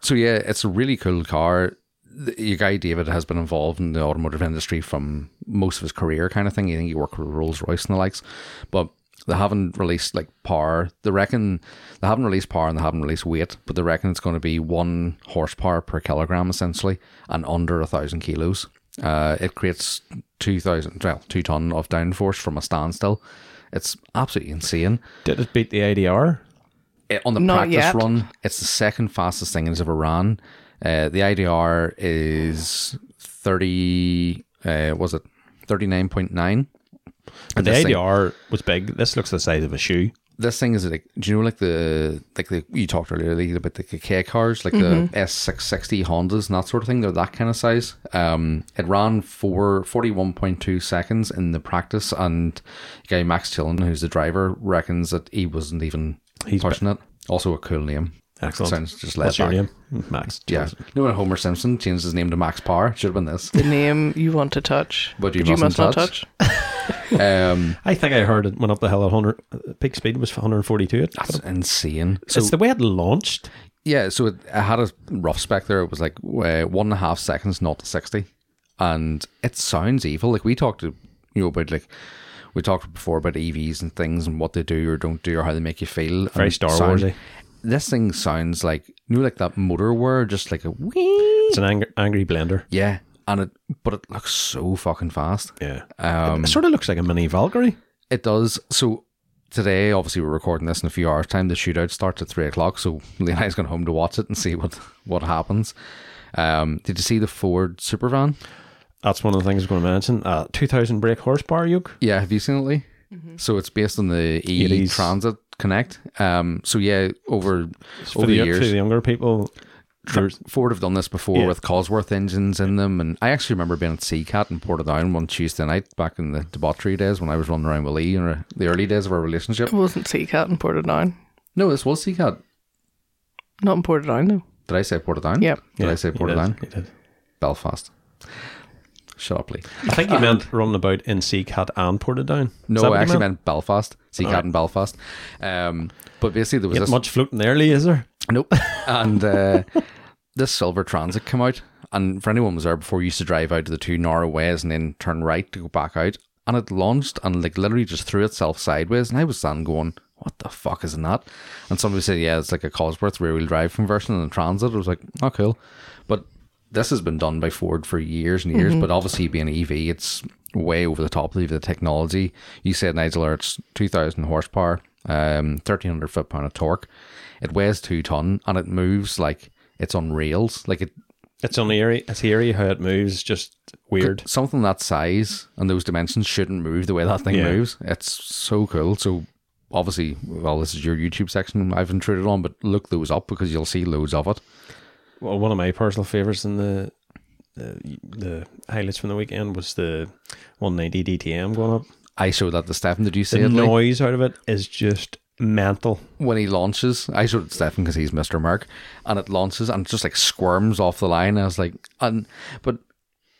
[SPEAKER 3] So yeah, it's a really cool car. The- Your guy David has been involved in the automotive industry from most of his career, kind of thing. You think he worked with Rolls Royce and the likes, but they haven't released like power. They reckon they haven't released power and they haven't released weight, but they reckon it's going to be one horsepower per kilogram essentially, and under a thousand kilos. Uh, it creates two thousand, well, two ton of downforce from a standstill. It's absolutely insane
[SPEAKER 2] Did it beat the ADR?
[SPEAKER 3] it- Eh, on the
[SPEAKER 1] Not
[SPEAKER 3] practice
[SPEAKER 1] yet.
[SPEAKER 3] run, it's the second fastest thing it's ever run. Uh, the IDR is thirty. Uh, was it thirty nine point nine?
[SPEAKER 2] But the
[SPEAKER 3] this thing,
[SPEAKER 2] ADR was big. This looks the size of a shoe.
[SPEAKER 3] this thing is like, do you know like the like the you talked earlier Lee, about the K cars, like
[SPEAKER 1] Mm-hmm.
[SPEAKER 3] the S six sixty Hondas and that sort of thing. They're that kind of size. Um, it ran for forty one point two seconds in the practice, and guy Max Chillen, who's the driver, reckons that he wasn't even
[SPEAKER 2] He's
[SPEAKER 3] pushing it. Also a cool name.
[SPEAKER 2] Excellent.
[SPEAKER 3] Sounds just laid
[SPEAKER 2] What's your
[SPEAKER 3] back.
[SPEAKER 2] name? Max.
[SPEAKER 3] Yeah.
[SPEAKER 2] Johnson.
[SPEAKER 3] No, when Homer Simpson changed his name to Max Power, should have been this.
[SPEAKER 1] The name you want to touch,
[SPEAKER 3] But you
[SPEAKER 1] but you must
[SPEAKER 3] mustn't
[SPEAKER 1] not
[SPEAKER 3] touch.
[SPEAKER 1] touch.
[SPEAKER 3] Um,
[SPEAKER 2] I think I heard it went up the hill at 100. uh, Peak speed was 142. It-
[SPEAKER 3] that's insane. So
[SPEAKER 2] it's the way it launched.
[SPEAKER 3] yeah, so it, I had a rough spec there. It was like uh, one and a half seconds, not to sixty, and it sounds evil. Like we talked to you know about like we talked before about EVs and things and what they do or don't do or how they make you feel.
[SPEAKER 2] Very
[SPEAKER 3] and
[SPEAKER 2] Star
[SPEAKER 3] sound-
[SPEAKER 2] Warsy.
[SPEAKER 3] This thing sounds like you know, like that motor word, just like a wee.
[SPEAKER 2] It's an angry, angry blender.
[SPEAKER 3] Yeah, and it but it looks so fucking fast.
[SPEAKER 2] Yeah.
[SPEAKER 3] Um,
[SPEAKER 2] it sort of looks like a mini Valkyrie.
[SPEAKER 3] It does. So today, obviously, we're recording this in a few hours' time. The shootout starts at three o'clock, so Lee and I's going home to watch it and see what what happens. Um, did you see the Ford Supervan?
[SPEAKER 2] That's one of the things I was going to mention. Uh, 2000 brake horsepower yoke.
[SPEAKER 3] Yeah, have you seen it, Lee? So it's based on the E
[SPEAKER 2] It is.
[SPEAKER 3] Transit Connect. Um, so yeah, over
[SPEAKER 2] For
[SPEAKER 3] over the,
[SPEAKER 2] the, for
[SPEAKER 3] years,
[SPEAKER 2] the younger people, there's
[SPEAKER 3] Ford have done this before
[SPEAKER 2] Yeah.
[SPEAKER 3] with Cosworth engines in them, and I actually remember being at Seacat in Portadown one Tuesday night back in the debauchery days when I was running around with Lee in the early days of our relationship.
[SPEAKER 1] It wasn't Seacat in Portadown.
[SPEAKER 3] No, this was Seacat.
[SPEAKER 1] Not in Portadown, though.
[SPEAKER 3] Did I say Portadown?
[SPEAKER 1] Yep.
[SPEAKER 3] Did I
[SPEAKER 2] Yeah,
[SPEAKER 3] say
[SPEAKER 2] he
[SPEAKER 3] Portadown?
[SPEAKER 2] did, he did.
[SPEAKER 3] Belfast. Shut up, Lee.
[SPEAKER 2] I think you meant running about in Seacat and Portadown. Is that
[SPEAKER 3] No,
[SPEAKER 2] what
[SPEAKER 3] I
[SPEAKER 2] you
[SPEAKER 3] actually meant? Belfast. Seacat and Belfast. Um, but basically, there was
[SPEAKER 2] Get
[SPEAKER 3] this.
[SPEAKER 2] much floating there, Lee, is there?
[SPEAKER 3] Nope. and uh, this silver transit come out. And for anyone who was there before, you used to drive out to the two narrow ways and then turn right to go back out. And it launched and like literally just threw itself sideways. And I was standing going, what the fuck is in that? And somebody said, yeah, it's like a Cosworth rear wheel drive conversion and a transit. I was like, oh, cool. But this has been done by Ford for years and years. But obviously, being EV, it's way over the top of the technology. You said, Nigel, it's 2,000 horsepower, um, 1,300 foot pound of torque. It weighs two ton and it moves like it's on rails. Like it,
[SPEAKER 2] It's on the eerie. It's eerie how it moves. Just weird.
[SPEAKER 3] something that size and those dimensions shouldn't move the way that thing
[SPEAKER 2] Yeah.
[SPEAKER 3] moves. It's so cool. So obviously, well, this is your YouTube section I've intruded on, but look those up because you'll see loads of it.
[SPEAKER 2] Well, one of my personal favorites in the the, the highlights from the weekend was the 190 DTM going up.
[SPEAKER 3] I showed that to Stefan. Did you see
[SPEAKER 2] The
[SPEAKER 3] it? Lee?
[SPEAKER 2] noise out of it is just mental.
[SPEAKER 3] when he launches, I showed it to Stefan because he's Mr. Mark, and it launches and it just like squirms off the line. I was like, and but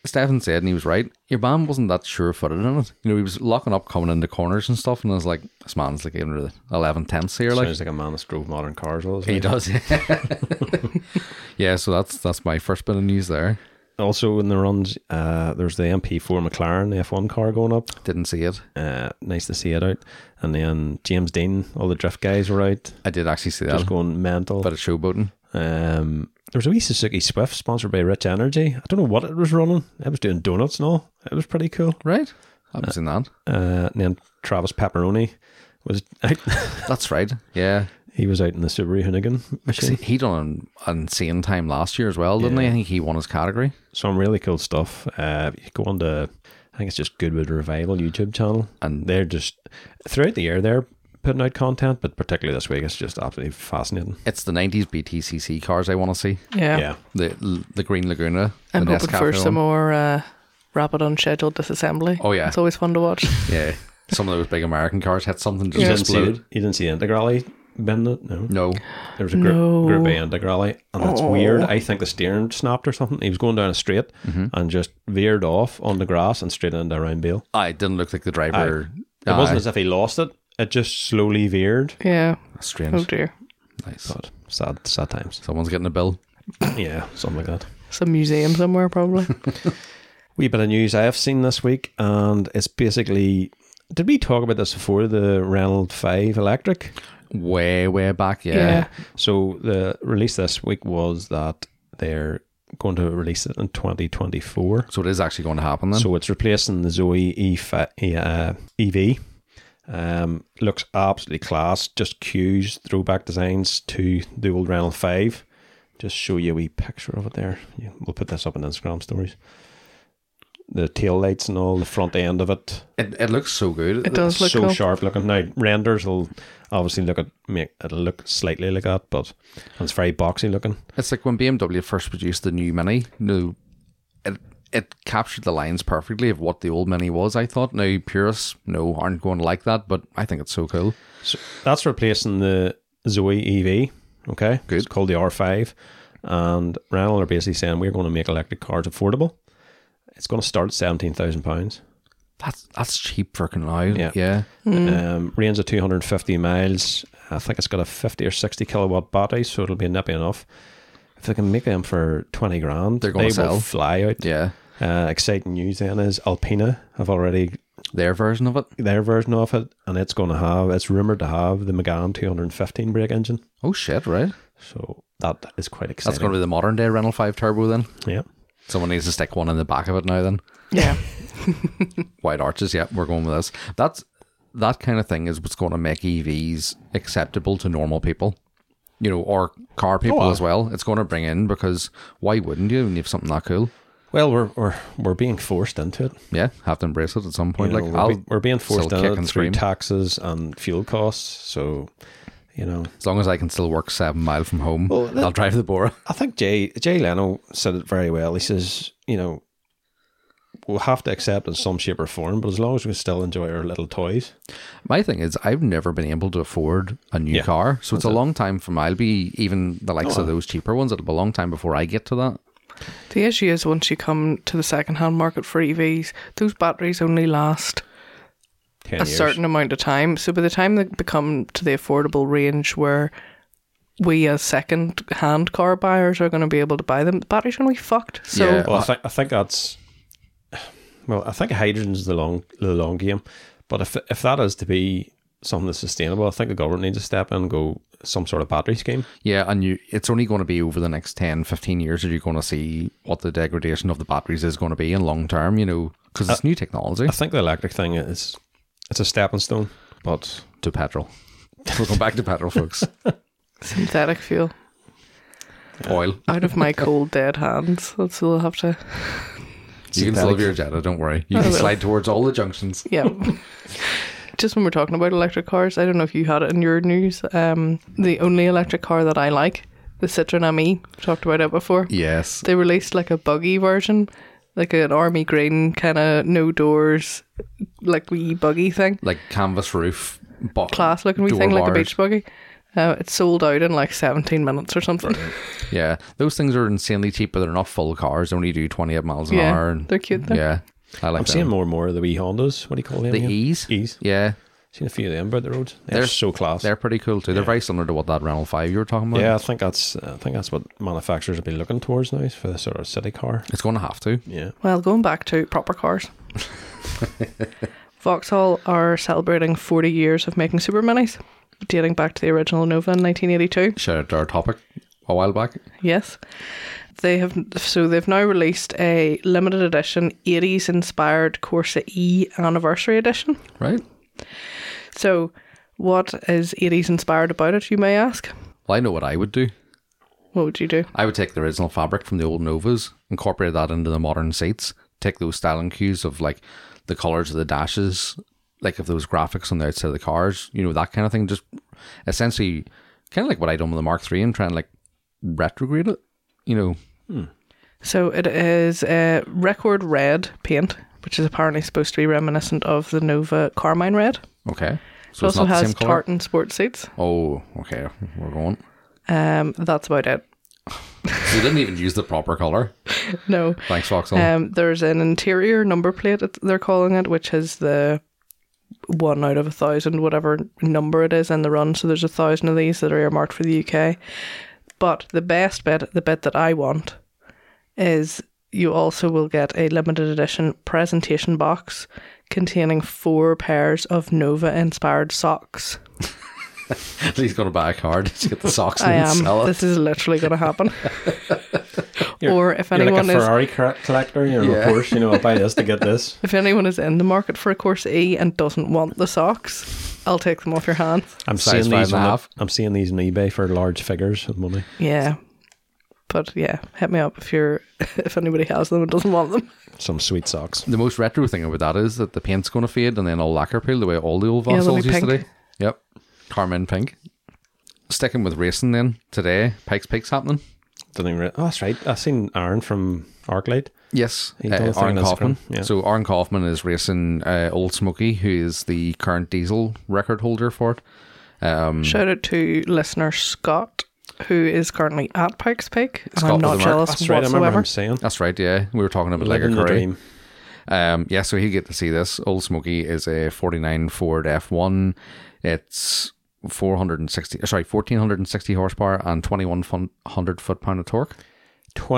[SPEAKER 3] Stefan said, and he was right, your man wasn't that sure footed in it. You know, he was locking up coming into corners and stuff, and I was like, this man's like in the 11 tenths here. Like,
[SPEAKER 2] Sounds like a man that's drove modern cars. All his
[SPEAKER 3] he
[SPEAKER 2] life.
[SPEAKER 3] does. yeah, so that's that's my first bit of news there.
[SPEAKER 2] Also, in the runs, uh, there's the MP4 McLaren F1 car going up.
[SPEAKER 3] Didn't see it.
[SPEAKER 2] Uh, nice to see it out. And then James Dean, all the drift guys were out,
[SPEAKER 3] I did actually see that,
[SPEAKER 2] just going mental.
[SPEAKER 3] but it's showboating.
[SPEAKER 2] Um, there was a wee Suzuki Swift sponsored by Rich Energy. I don't know what it was running. It was doing donuts and all. It was pretty cool.
[SPEAKER 3] Right? I haven't seen that.
[SPEAKER 2] Uh, and then Travis Pepperoni was out.
[SPEAKER 3] That's right. Yeah.
[SPEAKER 2] he was out in the Subaru Hoonigan machine.
[SPEAKER 3] 'Cause He done an insane time last year as well, didn't he? I think he won his category.
[SPEAKER 2] Some really cool stuff. Uh, you go on to, I think it's just Goodwood Revival YouTube channel, and they're just throughout the year they're putting out content, but particularly this week it's just absolutely fascinating.
[SPEAKER 3] It's the '90s BTCC cars I want to see.
[SPEAKER 1] Yeah.
[SPEAKER 2] Yeah,
[SPEAKER 3] The the Green Laguna.
[SPEAKER 1] I'm
[SPEAKER 3] the
[SPEAKER 1] hoping
[SPEAKER 3] Nescafe
[SPEAKER 1] for some
[SPEAKER 3] one.
[SPEAKER 1] more uh, rapid unscheduled disassembly.
[SPEAKER 3] Oh, yeah.
[SPEAKER 1] It's always fun to watch.
[SPEAKER 3] Yeah, some of those big American cars had something just
[SPEAKER 2] you didn't see
[SPEAKER 3] explode.
[SPEAKER 2] the, you didn't see Integrale bend it. No, Oh.
[SPEAKER 3] No,
[SPEAKER 2] There was a group,
[SPEAKER 1] No.
[SPEAKER 2] group A and a Grally, and it's weird. I think the steering snapped or something. He was going down a straight and just veered off on the grass and straight into a round bale.
[SPEAKER 3] I didn't look like the driver.
[SPEAKER 2] It
[SPEAKER 3] Aye,
[SPEAKER 2] wasn't as if he lost it. It just slowly veered.
[SPEAKER 1] yeah.
[SPEAKER 3] strange.
[SPEAKER 1] Oh, dear.
[SPEAKER 3] Nice.
[SPEAKER 2] But sad, sad times.
[SPEAKER 3] Someone's getting a bill.
[SPEAKER 2] Yeah, something like that.
[SPEAKER 1] Some museum somewhere, probably.
[SPEAKER 2] Wee bit of news I have seen this week, and it's basically. Did we talk about this before? The Renault Five Electric.
[SPEAKER 3] Way way back. Yeah.
[SPEAKER 1] Yeah.
[SPEAKER 2] So the release this week was that they're going to release it in 2024.
[SPEAKER 3] So it is actually going to happen then.
[SPEAKER 2] So it's replacing the Zoe E fi- uh, EV. Um, looks absolutely class. Just cues, throwback designs to the old Renault 5. Just show you a wee picture of it there. Yeah, we'll put this up in Instagram stories. The tail lights and all, the front end of it.
[SPEAKER 3] it, it looks so good.
[SPEAKER 1] It does look
[SPEAKER 2] so
[SPEAKER 1] cool.
[SPEAKER 2] sharp looking. Now renders will obviously look at make it'll look slightly like that, but it's very boxy looking.
[SPEAKER 3] It's like when BMW first produced the new Mini. No, it it captured the lines perfectly of what the old Mini was. I thought. Now purists, no, aren't going to like that. But I think it's so cool.
[SPEAKER 2] So that's replacing the Zoe EV. Okay.
[SPEAKER 3] Good.
[SPEAKER 2] It's called the R5. And Renault are basically saying we're going to make electric cars affordable. It's going to start at £17,000.
[SPEAKER 3] That's that's cheap for Canal.
[SPEAKER 2] Yeah.
[SPEAKER 3] yeah.
[SPEAKER 2] Um, range of 250 miles. I think it's got a 50 or 60 kilowatt battery, so it'll be nippy enough. If they can make them for 20 grand,
[SPEAKER 3] They're gonna
[SPEAKER 2] they
[SPEAKER 3] sell.
[SPEAKER 2] will fly out.
[SPEAKER 3] Yeah.
[SPEAKER 2] Uh, exciting news then is Alpina have already
[SPEAKER 3] Their version of it.
[SPEAKER 2] their version of it, and it's going to have, it's rumored to have the Megane 215 brake engine.
[SPEAKER 3] Oh shit, right?
[SPEAKER 2] So that is quite exciting.
[SPEAKER 3] That's going to be the modern day Renault 5 Turbo then.
[SPEAKER 2] yeah.
[SPEAKER 3] Someone needs to stick one in the back of it now then.
[SPEAKER 1] Yeah.
[SPEAKER 3] Wide arches, yeah, we're going with this. That's that kind of thing is what's going to make EVs acceptable to normal people. You know, or car people
[SPEAKER 2] aye.
[SPEAKER 3] as well. It's going to bring in because why wouldn't you when you have something that cool?
[SPEAKER 2] Well, we're we're we're being forced into it.
[SPEAKER 3] Yeah, have to embrace it at some
[SPEAKER 2] You
[SPEAKER 3] point.
[SPEAKER 2] know,
[SPEAKER 3] like
[SPEAKER 2] we're,
[SPEAKER 3] I'll,
[SPEAKER 2] be- we're being forced
[SPEAKER 3] still
[SPEAKER 2] into
[SPEAKER 3] kick
[SPEAKER 2] it
[SPEAKER 3] and
[SPEAKER 2] through
[SPEAKER 3] scream.
[SPEAKER 2] taxes and fuel costs. So, you know,
[SPEAKER 3] as long as I can still work seven mile from home, I'll drive the Bora.
[SPEAKER 2] I think Jay Jay Leno said it very well. He says, you know, we'll have to accept in some shape or form, but as long as we still enjoy our little toys,
[SPEAKER 3] My thing is, I've never been able to afford a new
[SPEAKER 2] Yeah,
[SPEAKER 3] car, so it's a long time from. I'll be even the likes of those cheaper ones. It'll be a long time before I get to that.
[SPEAKER 1] The issue is once you come to the second-hand market for EVs, those batteries only last
[SPEAKER 2] ten
[SPEAKER 1] a
[SPEAKER 2] years.
[SPEAKER 1] certain amount of time. So by the time they become to the affordable range where we as second-hand car buyers are going to be able to buy them, the battery's going to be fucked. So
[SPEAKER 3] Yeah.
[SPEAKER 2] well, I think I think that's well, I think hydrogen's the long the long game, but if if that is to be something that's sustainable, I think the government needs to step in and go some sort of battery scheme.
[SPEAKER 3] Yeah, and you, it's only going to be over the next 10, 15 years that you're going to see what the degradation of the batteries is going to be in long term, you know, because it's new technology
[SPEAKER 2] I think the electric thing is it's a stepping stone, but
[SPEAKER 3] to petrol. We'll go back to petrol, folks.
[SPEAKER 1] synthetic fuel
[SPEAKER 3] Oil.
[SPEAKER 1] out of my cold dead hands. That's all I have to.
[SPEAKER 3] You can still have your Jetta, don't worry. You
[SPEAKER 1] I
[SPEAKER 3] can
[SPEAKER 1] will.
[SPEAKER 3] slide towards all the junctions.
[SPEAKER 1] Yeah. Just when we're talking about electric cars, I don't know if you had it in your news. Um, the only electric car that I like, the Citroen ME. We've talked about it before.
[SPEAKER 3] Yes.
[SPEAKER 1] They released like a buggy version, like an army green kind of no doors, like wee buggy thing,
[SPEAKER 3] Like canvas roof. Bo-
[SPEAKER 1] class looking wee
[SPEAKER 3] door
[SPEAKER 1] thing, like a
[SPEAKER 3] bars.
[SPEAKER 1] beach buggy. Uh, it sold out in like 17 minutes or something.
[SPEAKER 3] Yeah. Those things are insanely cheap, but they're not full cars. They only do 28 miles an hour.
[SPEAKER 1] yeah,
[SPEAKER 3] And,
[SPEAKER 1] they're cute though.
[SPEAKER 3] yeah. I like
[SPEAKER 2] I'm
[SPEAKER 3] them.
[SPEAKER 2] seeing more and more of the wee Hondas. What do you call them?
[SPEAKER 3] The
[SPEAKER 2] again?
[SPEAKER 3] E's.
[SPEAKER 2] E's.
[SPEAKER 3] Yeah.
[SPEAKER 2] Seen a few of them about the road. They're,
[SPEAKER 3] They're-
[SPEAKER 2] so class.
[SPEAKER 3] They're pretty cool too. They're very similar to what that Renault 5 you were talking about.
[SPEAKER 2] yeah, I think that's I think that's what manufacturers have been looking towards now is for the sort of city car.
[SPEAKER 3] It's going to have to.
[SPEAKER 2] Yeah,
[SPEAKER 1] Well, going back to proper cars. Vauxhall are celebrating 40 years of making super minis, dating back to the original Nova in 1982.
[SPEAKER 3] Shout out to our topic a while back.
[SPEAKER 1] Yes. They have so they've now released a limited edition 80s inspired Corsa E anniversary edition.
[SPEAKER 3] Right.
[SPEAKER 1] So what is 80s inspired about it, you may ask?
[SPEAKER 3] Well, I know what I would do.
[SPEAKER 1] What would you do?
[SPEAKER 3] I would take the original fabric from the old Novas, incorporate that into the modern seats, take those styling cues of like the colors of the dashes, like of those graphics on the outside of the cars, you know, that kind of thing. Just essentially kind of like what I done with the Mark III and try and like retrograde it, you know.
[SPEAKER 1] So it is a record red paint, which is apparently supposed to be reminiscent of the Nova Carmine red. It
[SPEAKER 3] Okay. So it's
[SPEAKER 1] also
[SPEAKER 3] not the
[SPEAKER 1] has
[SPEAKER 3] same color.
[SPEAKER 1] tartan sports seats.
[SPEAKER 3] Oh, okay. We're going.
[SPEAKER 1] Um, that's about it.
[SPEAKER 3] So you didn't even use the proper color.
[SPEAKER 1] No.
[SPEAKER 3] Thanks,
[SPEAKER 2] Oh.
[SPEAKER 3] Vauxhall.
[SPEAKER 1] Um, there's an interior number plate, it- they're calling it, which is the one out of a thousand, whatever number it is in the run. So there's a thousand of these that are earmarked for the UK. But the best bit, the bit that I want, is you also will get a limited edition presentation box containing four pairs of Nova inspired socks.
[SPEAKER 3] He's going to buy a car to get the socks and
[SPEAKER 1] I am.
[SPEAKER 3] sell it.
[SPEAKER 1] Um, This is literally going to happen. or if
[SPEAKER 2] you're like
[SPEAKER 1] anyone
[SPEAKER 2] a
[SPEAKER 1] is
[SPEAKER 2] Ferrari cor- collector. You're
[SPEAKER 3] Yeah.
[SPEAKER 2] a Porsche. You know, I'll buy this to get this.
[SPEAKER 1] If anyone is in the market for a course E and doesn't want the socks, I'll take them off your hands.
[SPEAKER 2] I'm
[SPEAKER 3] Size
[SPEAKER 2] seeing
[SPEAKER 3] five
[SPEAKER 2] these.
[SPEAKER 3] and a
[SPEAKER 2] on the-
[SPEAKER 3] half.
[SPEAKER 2] I'm seeing these on eBay for large figures of money.
[SPEAKER 1] Yeah. But yeah, hit me up if you're if anybody has them and doesn't want them.
[SPEAKER 2] Some sweet socks.
[SPEAKER 3] The most retro thing about that is that the paint's going to fade and then all lacquer peel the way all the old
[SPEAKER 1] Yeah, they'll
[SPEAKER 3] Vauxhalls
[SPEAKER 1] be
[SPEAKER 3] used to
[SPEAKER 1] pink.
[SPEAKER 3] do. Yep. Carmen pink. Sticking with racing then today, Pikes Peak's happening.
[SPEAKER 2] Don't even re- oh, that's right. I've seen Aaron from ArcLight.
[SPEAKER 3] Yes,
[SPEAKER 2] He
[SPEAKER 3] uh,
[SPEAKER 2] done a thing
[SPEAKER 3] Aaron
[SPEAKER 2] on
[SPEAKER 3] Kaufman.
[SPEAKER 2] Instagram, yeah.
[SPEAKER 3] So Aaron Kaufman is racing uh, Old Smoky, who is the current diesel record holder for it. Um,
[SPEAKER 1] Shout out to listener Scott who is currently at Pikes Peak. and
[SPEAKER 3] Scotland,
[SPEAKER 1] I'm not
[SPEAKER 3] Denmark.
[SPEAKER 1] jealous
[SPEAKER 2] That's right. I remember
[SPEAKER 1] whatsoever.
[SPEAKER 2] him saying.
[SPEAKER 3] That's right, yeah. We were talking about like a
[SPEAKER 2] Living the
[SPEAKER 3] career.
[SPEAKER 2] dream.
[SPEAKER 3] Um, yeah, so he get to see this. Old Smoky is a 49 Ford F1. It's 460, sorry, 1460 horsepower and 2100 foot pound of torque.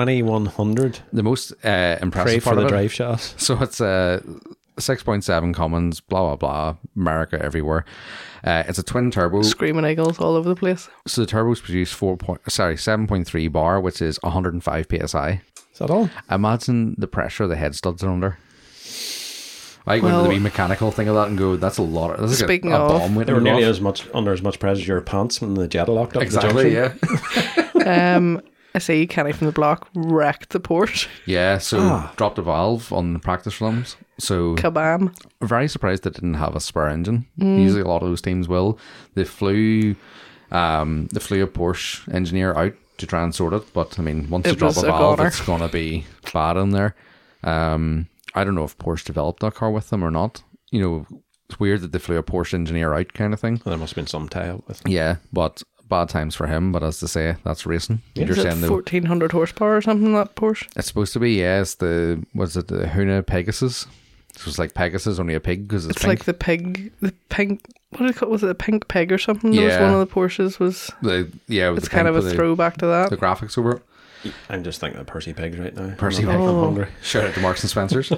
[SPEAKER 2] 2100.
[SPEAKER 3] The most uh, impressive
[SPEAKER 2] Pray for
[SPEAKER 3] part
[SPEAKER 2] the
[SPEAKER 3] of it.
[SPEAKER 2] drive shafts.
[SPEAKER 3] So it's uh, 6.7 commons, blah, blah, blah, America everywhere. Uh, it's a twin turbo.
[SPEAKER 1] Screaming eagles all over the place.
[SPEAKER 3] So the turbos produce 4 point, sorry, 7.3 bar, which is 105 psi.
[SPEAKER 2] Is that all?
[SPEAKER 3] Imagine the pressure the head studs are under. I go into
[SPEAKER 1] Well-
[SPEAKER 3] the wee mechanical thing of that and go, that's a lot of, that's like
[SPEAKER 1] Speaking
[SPEAKER 3] a, a
[SPEAKER 1] of-
[SPEAKER 3] bomb waiting
[SPEAKER 2] They were
[SPEAKER 3] to go
[SPEAKER 2] nearly
[SPEAKER 3] off.
[SPEAKER 2] as much under as much pressure as your pants when the jet locked up. at The
[SPEAKER 3] Exactly,
[SPEAKER 2] junction.
[SPEAKER 3] yeah.
[SPEAKER 1] Um, I see Kenny from the block wrecked the Porsche.
[SPEAKER 3] yeah, so
[SPEAKER 1] Ah.
[SPEAKER 3] dropped a valve on the practice runs. So
[SPEAKER 1] Kabam.
[SPEAKER 3] very surprised they didn't have a spare engine.
[SPEAKER 1] Mm.
[SPEAKER 3] Usually, a lot of those teams will. They flew, um, they flew a Porsche engineer out to try and sort it, but I mean, once
[SPEAKER 1] It
[SPEAKER 3] you drop
[SPEAKER 1] was
[SPEAKER 3] a
[SPEAKER 1] a
[SPEAKER 3] valve,
[SPEAKER 1] goner.
[SPEAKER 3] it's gonna be bad in there. Um, I don't know if Porsche developed that car with them or not. You know, it's weird that they flew a Porsche engineer out, kind of thing.
[SPEAKER 2] Well, there must have been some tie up with.
[SPEAKER 3] Yeah, but bad times for him. But as they say, that's racing. You're
[SPEAKER 1] Is it
[SPEAKER 3] saying though,
[SPEAKER 1] 1400 horsepower or something, that Porsche?
[SPEAKER 3] it's supposed to be yes. The was it the Huna Pegasus? It was like Pegasus, only a pig because it's,
[SPEAKER 1] It's
[SPEAKER 3] pink.
[SPEAKER 1] like the pig, the pink, what do you call Was it a pink pig or something? There was
[SPEAKER 3] Yeah.
[SPEAKER 1] one of the Porsches was,
[SPEAKER 3] The, yeah, it was
[SPEAKER 1] it's
[SPEAKER 3] the
[SPEAKER 1] kind
[SPEAKER 3] pink
[SPEAKER 1] of a
[SPEAKER 3] with the-
[SPEAKER 1] throwback to that.
[SPEAKER 3] the graphics over it.
[SPEAKER 2] I'm just thinking of Percy Pigs right now.
[SPEAKER 3] Percy
[SPEAKER 2] I'm,
[SPEAKER 1] Pig.
[SPEAKER 2] I'm hungry.
[SPEAKER 3] Shout out to Marks and Spencers.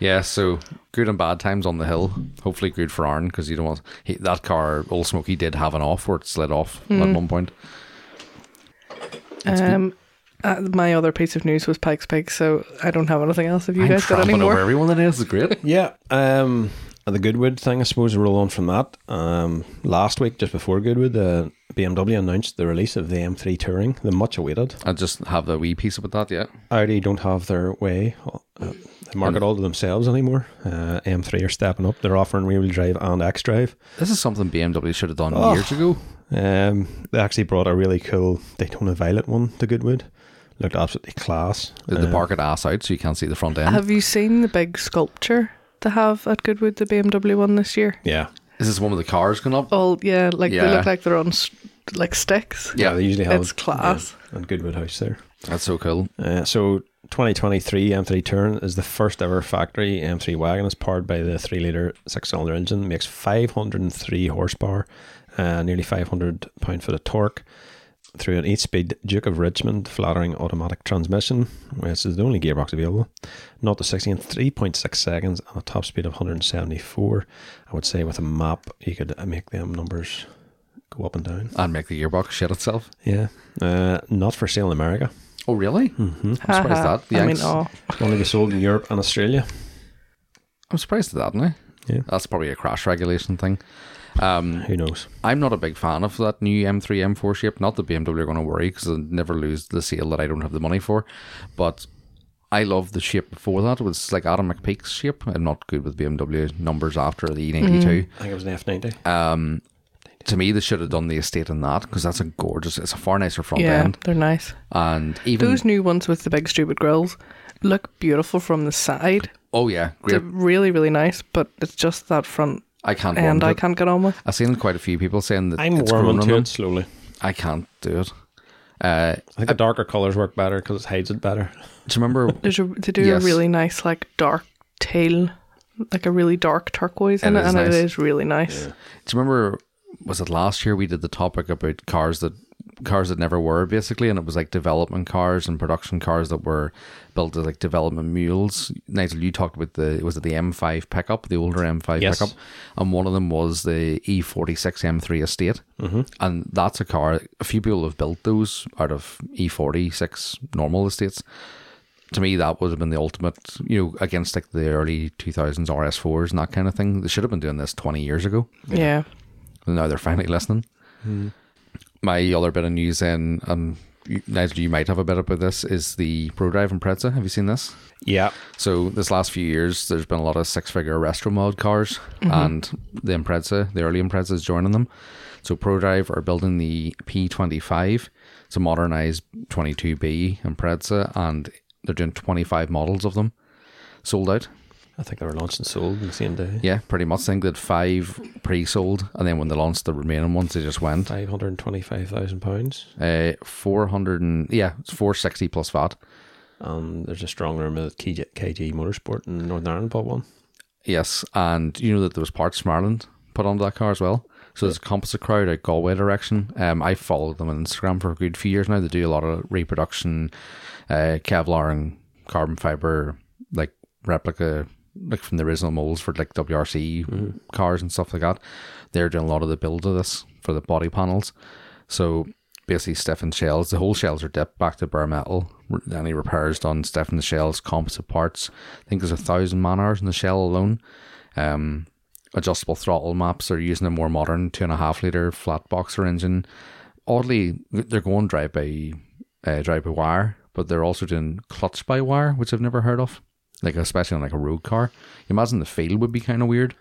[SPEAKER 3] yeah, so good and bad times on the hill. Hopefully, good for Arn because you don't want he, that car. Old Smoky did have an off where it slid off
[SPEAKER 1] Mm.
[SPEAKER 3] at one point.
[SPEAKER 1] Um, uh, my other piece of news was Pikes Peak, so I don't have anything else. Have you guys got any
[SPEAKER 3] trampling
[SPEAKER 1] more?
[SPEAKER 3] over everyone that is. It's great.
[SPEAKER 2] Yeah. Um, the Goodwood thing, I suppose, roll on from that. Um, last week, just before Goodwood, the BMW announced the release of the M3 Touring, the much awaited.
[SPEAKER 3] I just have a wee piece about that. Yeah,
[SPEAKER 2] Audi don't have their way, uh, the
[SPEAKER 3] Mm.
[SPEAKER 2] market all to themselves anymore. Uh, M3 are stepping up. They're offering rear wheel drive and X drive.
[SPEAKER 3] this is something BMW should have done
[SPEAKER 2] Oh.
[SPEAKER 3] years ago.
[SPEAKER 2] Um, they actually brought a really cool Daytona Violet one to Goodwood. Looked absolutely class.
[SPEAKER 3] Did the
[SPEAKER 2] Um,
[SPEAKER 3] park it ass out so you can't see the front end?
[SPEAKER 1] Have you seen the big sculpture they have at Goodwood, the BMW one this year?
[SPEAKER 2] Yeah.
[SPEAKER 3] is this one with the cars going up?
[SPEAKER 1] All yeah, like they
[SPEAKER 3] Yeah.
[SPEAKER 1] look like they're on s- like sticks.
[SPEAKER 2] Yeah,
[SPEAKER 3] Yeah,
[SPEAKER 2] they usually have
[SPEAKER 1] It's class.
[SPEAKER 2] yeah, and Goodwood House there.
[SPEAKER 3] that's so cool.
[SPEAKER 2] Uh, so 2023 M3 Turn is the first ever factory M3 wagon. It's powered by the three liter six cylinder engine. Makes 503 horsepower, uh, nearly 500 pound foot of torque. Through an eight speed Duke of Richmond flattering automatic transmission, which is the only gearbox available. Not to 60 in 3.6 seconds and a top speed of 174. I would say with a map, you could uh, make them numbers go up and down.
[SPEAKER 3] And make the gearbox shit itself.
[SPEAKER 2] Yeah. Uh, not for sale in America. Mm-hmm.
[SPEAKER 3] Oh really?
[SPEAKER 1] Ha
[SPEAKER 3] surprised
[SPEAKER 1] ha.
[SPEAKER 3] that the
[SPEAKER 1] I mean,
[SPEAKER 3] Yanks-
[SPEAKER 1] oh,
[SPEAKER 2] Only be sold in Europe and Australia.
[SPEAKER 3] I'm surprised at that now.
[SPEAKER 2] Yeah.
[SPEAKER 3] That's probably a crash regulation thing. Um,
[SPEAKER 2] Who knows?
[SPEAKER 3] I'm not a big fan of that new M3 M4 shape. Not that BMW are going to worry because they never lose the sale that I don't have the money for. But I love the shape before that. It was like Adam McPeak's shape. I'm not good with BMW numbers after the E92.
[SPEAKER 1] Mm-hmm.
[SPEAKER 2] I think it was an F90.
[SPEAKER 3] To me, they should have done the estate in that because that's a gorgeous. It's a far nicer front
[SPEAKER 1] yeah,
[SPEAKER 3] end.
[SPEAKER 1] they're nice.
[SPEAKER 3] And even
[SPEAKER 1] Those new ones with the big stupid grills look beautiful from the side.
[SPEAKER 3] oh yeah,
[SPEAKER 1] They're
[SPEAKER 3] great.
[SPEAKER 1] really really nice, but it's just that front
[SPEAKER 3] I can't.
[SPEAKER 1] end
[SPEAKER 3] And
[SPEAKER 1] I
[SPEAKER 3] I can't.
[SPEAKER 1] can't get on with.
[SPEAKER 3] I've seen quite a few people saying that
[SPEAKER 2] I'm
[SPEAKER 3] it's
[SPEAKER 2] warming
[SPEAKER 3] grown on
[SPEAKER 2] to
[SPEAKER 3] them.
[SPEAKER 2] it slowly.
[SPEAKER 3] I can't do it. Uh,
[SPEAKER 2] I think the darker colours work better because it hides it better.
[SPEAKER 3] do you remember?
[SPEAKER 1] There's a they do
[SPEAKER 3] Yes.
[SPEAKER 1] a really nice like dark teal, like a really dark turquoise in
[SPEAKER 3] It
[SPEAKER 1] it,
[SPEAKER 3] is
[SPEAKER 1] and
[SPEAKER 3] nice.
[SPEAKER 1] it is really nice.
[SPEAKER 3] Do you remember? Was it last year we did the topic about cars that cars that never were basically, and it was like development cars and production cars that were built as like development mules. Nigel, you talked about the was it the M5 pickup, the older M5
[SPEAKER 2] Yes.
[SPEAKER 3] pickup, and one of them was the E E46 M3 Estate, mm-hmm. and that's a car. A few people have built those out of E46 normal estates. To me, that would have been the ultimate, you know, against like the early 2000s RS4s and that kind of thing. They should have been doing this 20 years ago.
[SPEAKER 1] Yeah.
[SPEAKER 3] And now they're finally listening. My other bit of news, and um, you- Nigel, you might have a bit about this, is the ProDrive and Prezza. Have you seen this?
[SPEAKER 2] Yeah.
[SPEAKER 3] So this last few years, there's been a lot of six-figure retro mod cars, and the Impreza, the early Impreza, is joining them. So ProDrive are building the P25. It's a modernized 22B Impreza, and they're doing 25 models of them, sold out.
[SPEAKER 2] I think they were launched and sold on the same day.
[SPEAKER 3] Yeah, pretty much. I think that five pre-sold, and then when they launched the remaining ones, they just went
[SPEAKER 2] Five hundred and twenty-five thousand pounds,
[SPEAKER 3] uh, four hundred and yeah, it's four sixty plus VAT.
[SPEAKER 2] and Um, there's a strong rumor that KG, KG Motorsport in Northern Ireland bought one.
[SPEAKER 3] Yes, and you know that there was parts from Ireland put onto that car as well. So there's a composite crowd out Galway direction. Um, I followed them on Instagram for a good few years now. They do a lot of reproduction, uh, Kevlar and carbon fiber, like replica, like from the original molds for like WRC cars and stuff like that. They're doing a lot of the build of this for the body panels. So basically, Stefan shells, the whole shells are dipped back to bare metal. Re- Any repairs done, Stefan shells, composite parts. I think there's a thousand man hours in the shell alone. Um, adjustable throttle maps. They're using a more modern two and a half liter flat boxer engine. Oddly, they're going drive by uh, drive by wire, but they're also doing clutch by wire, which I've never heard of. Like especially on like a road car, you imagine the feel would be kind of weird.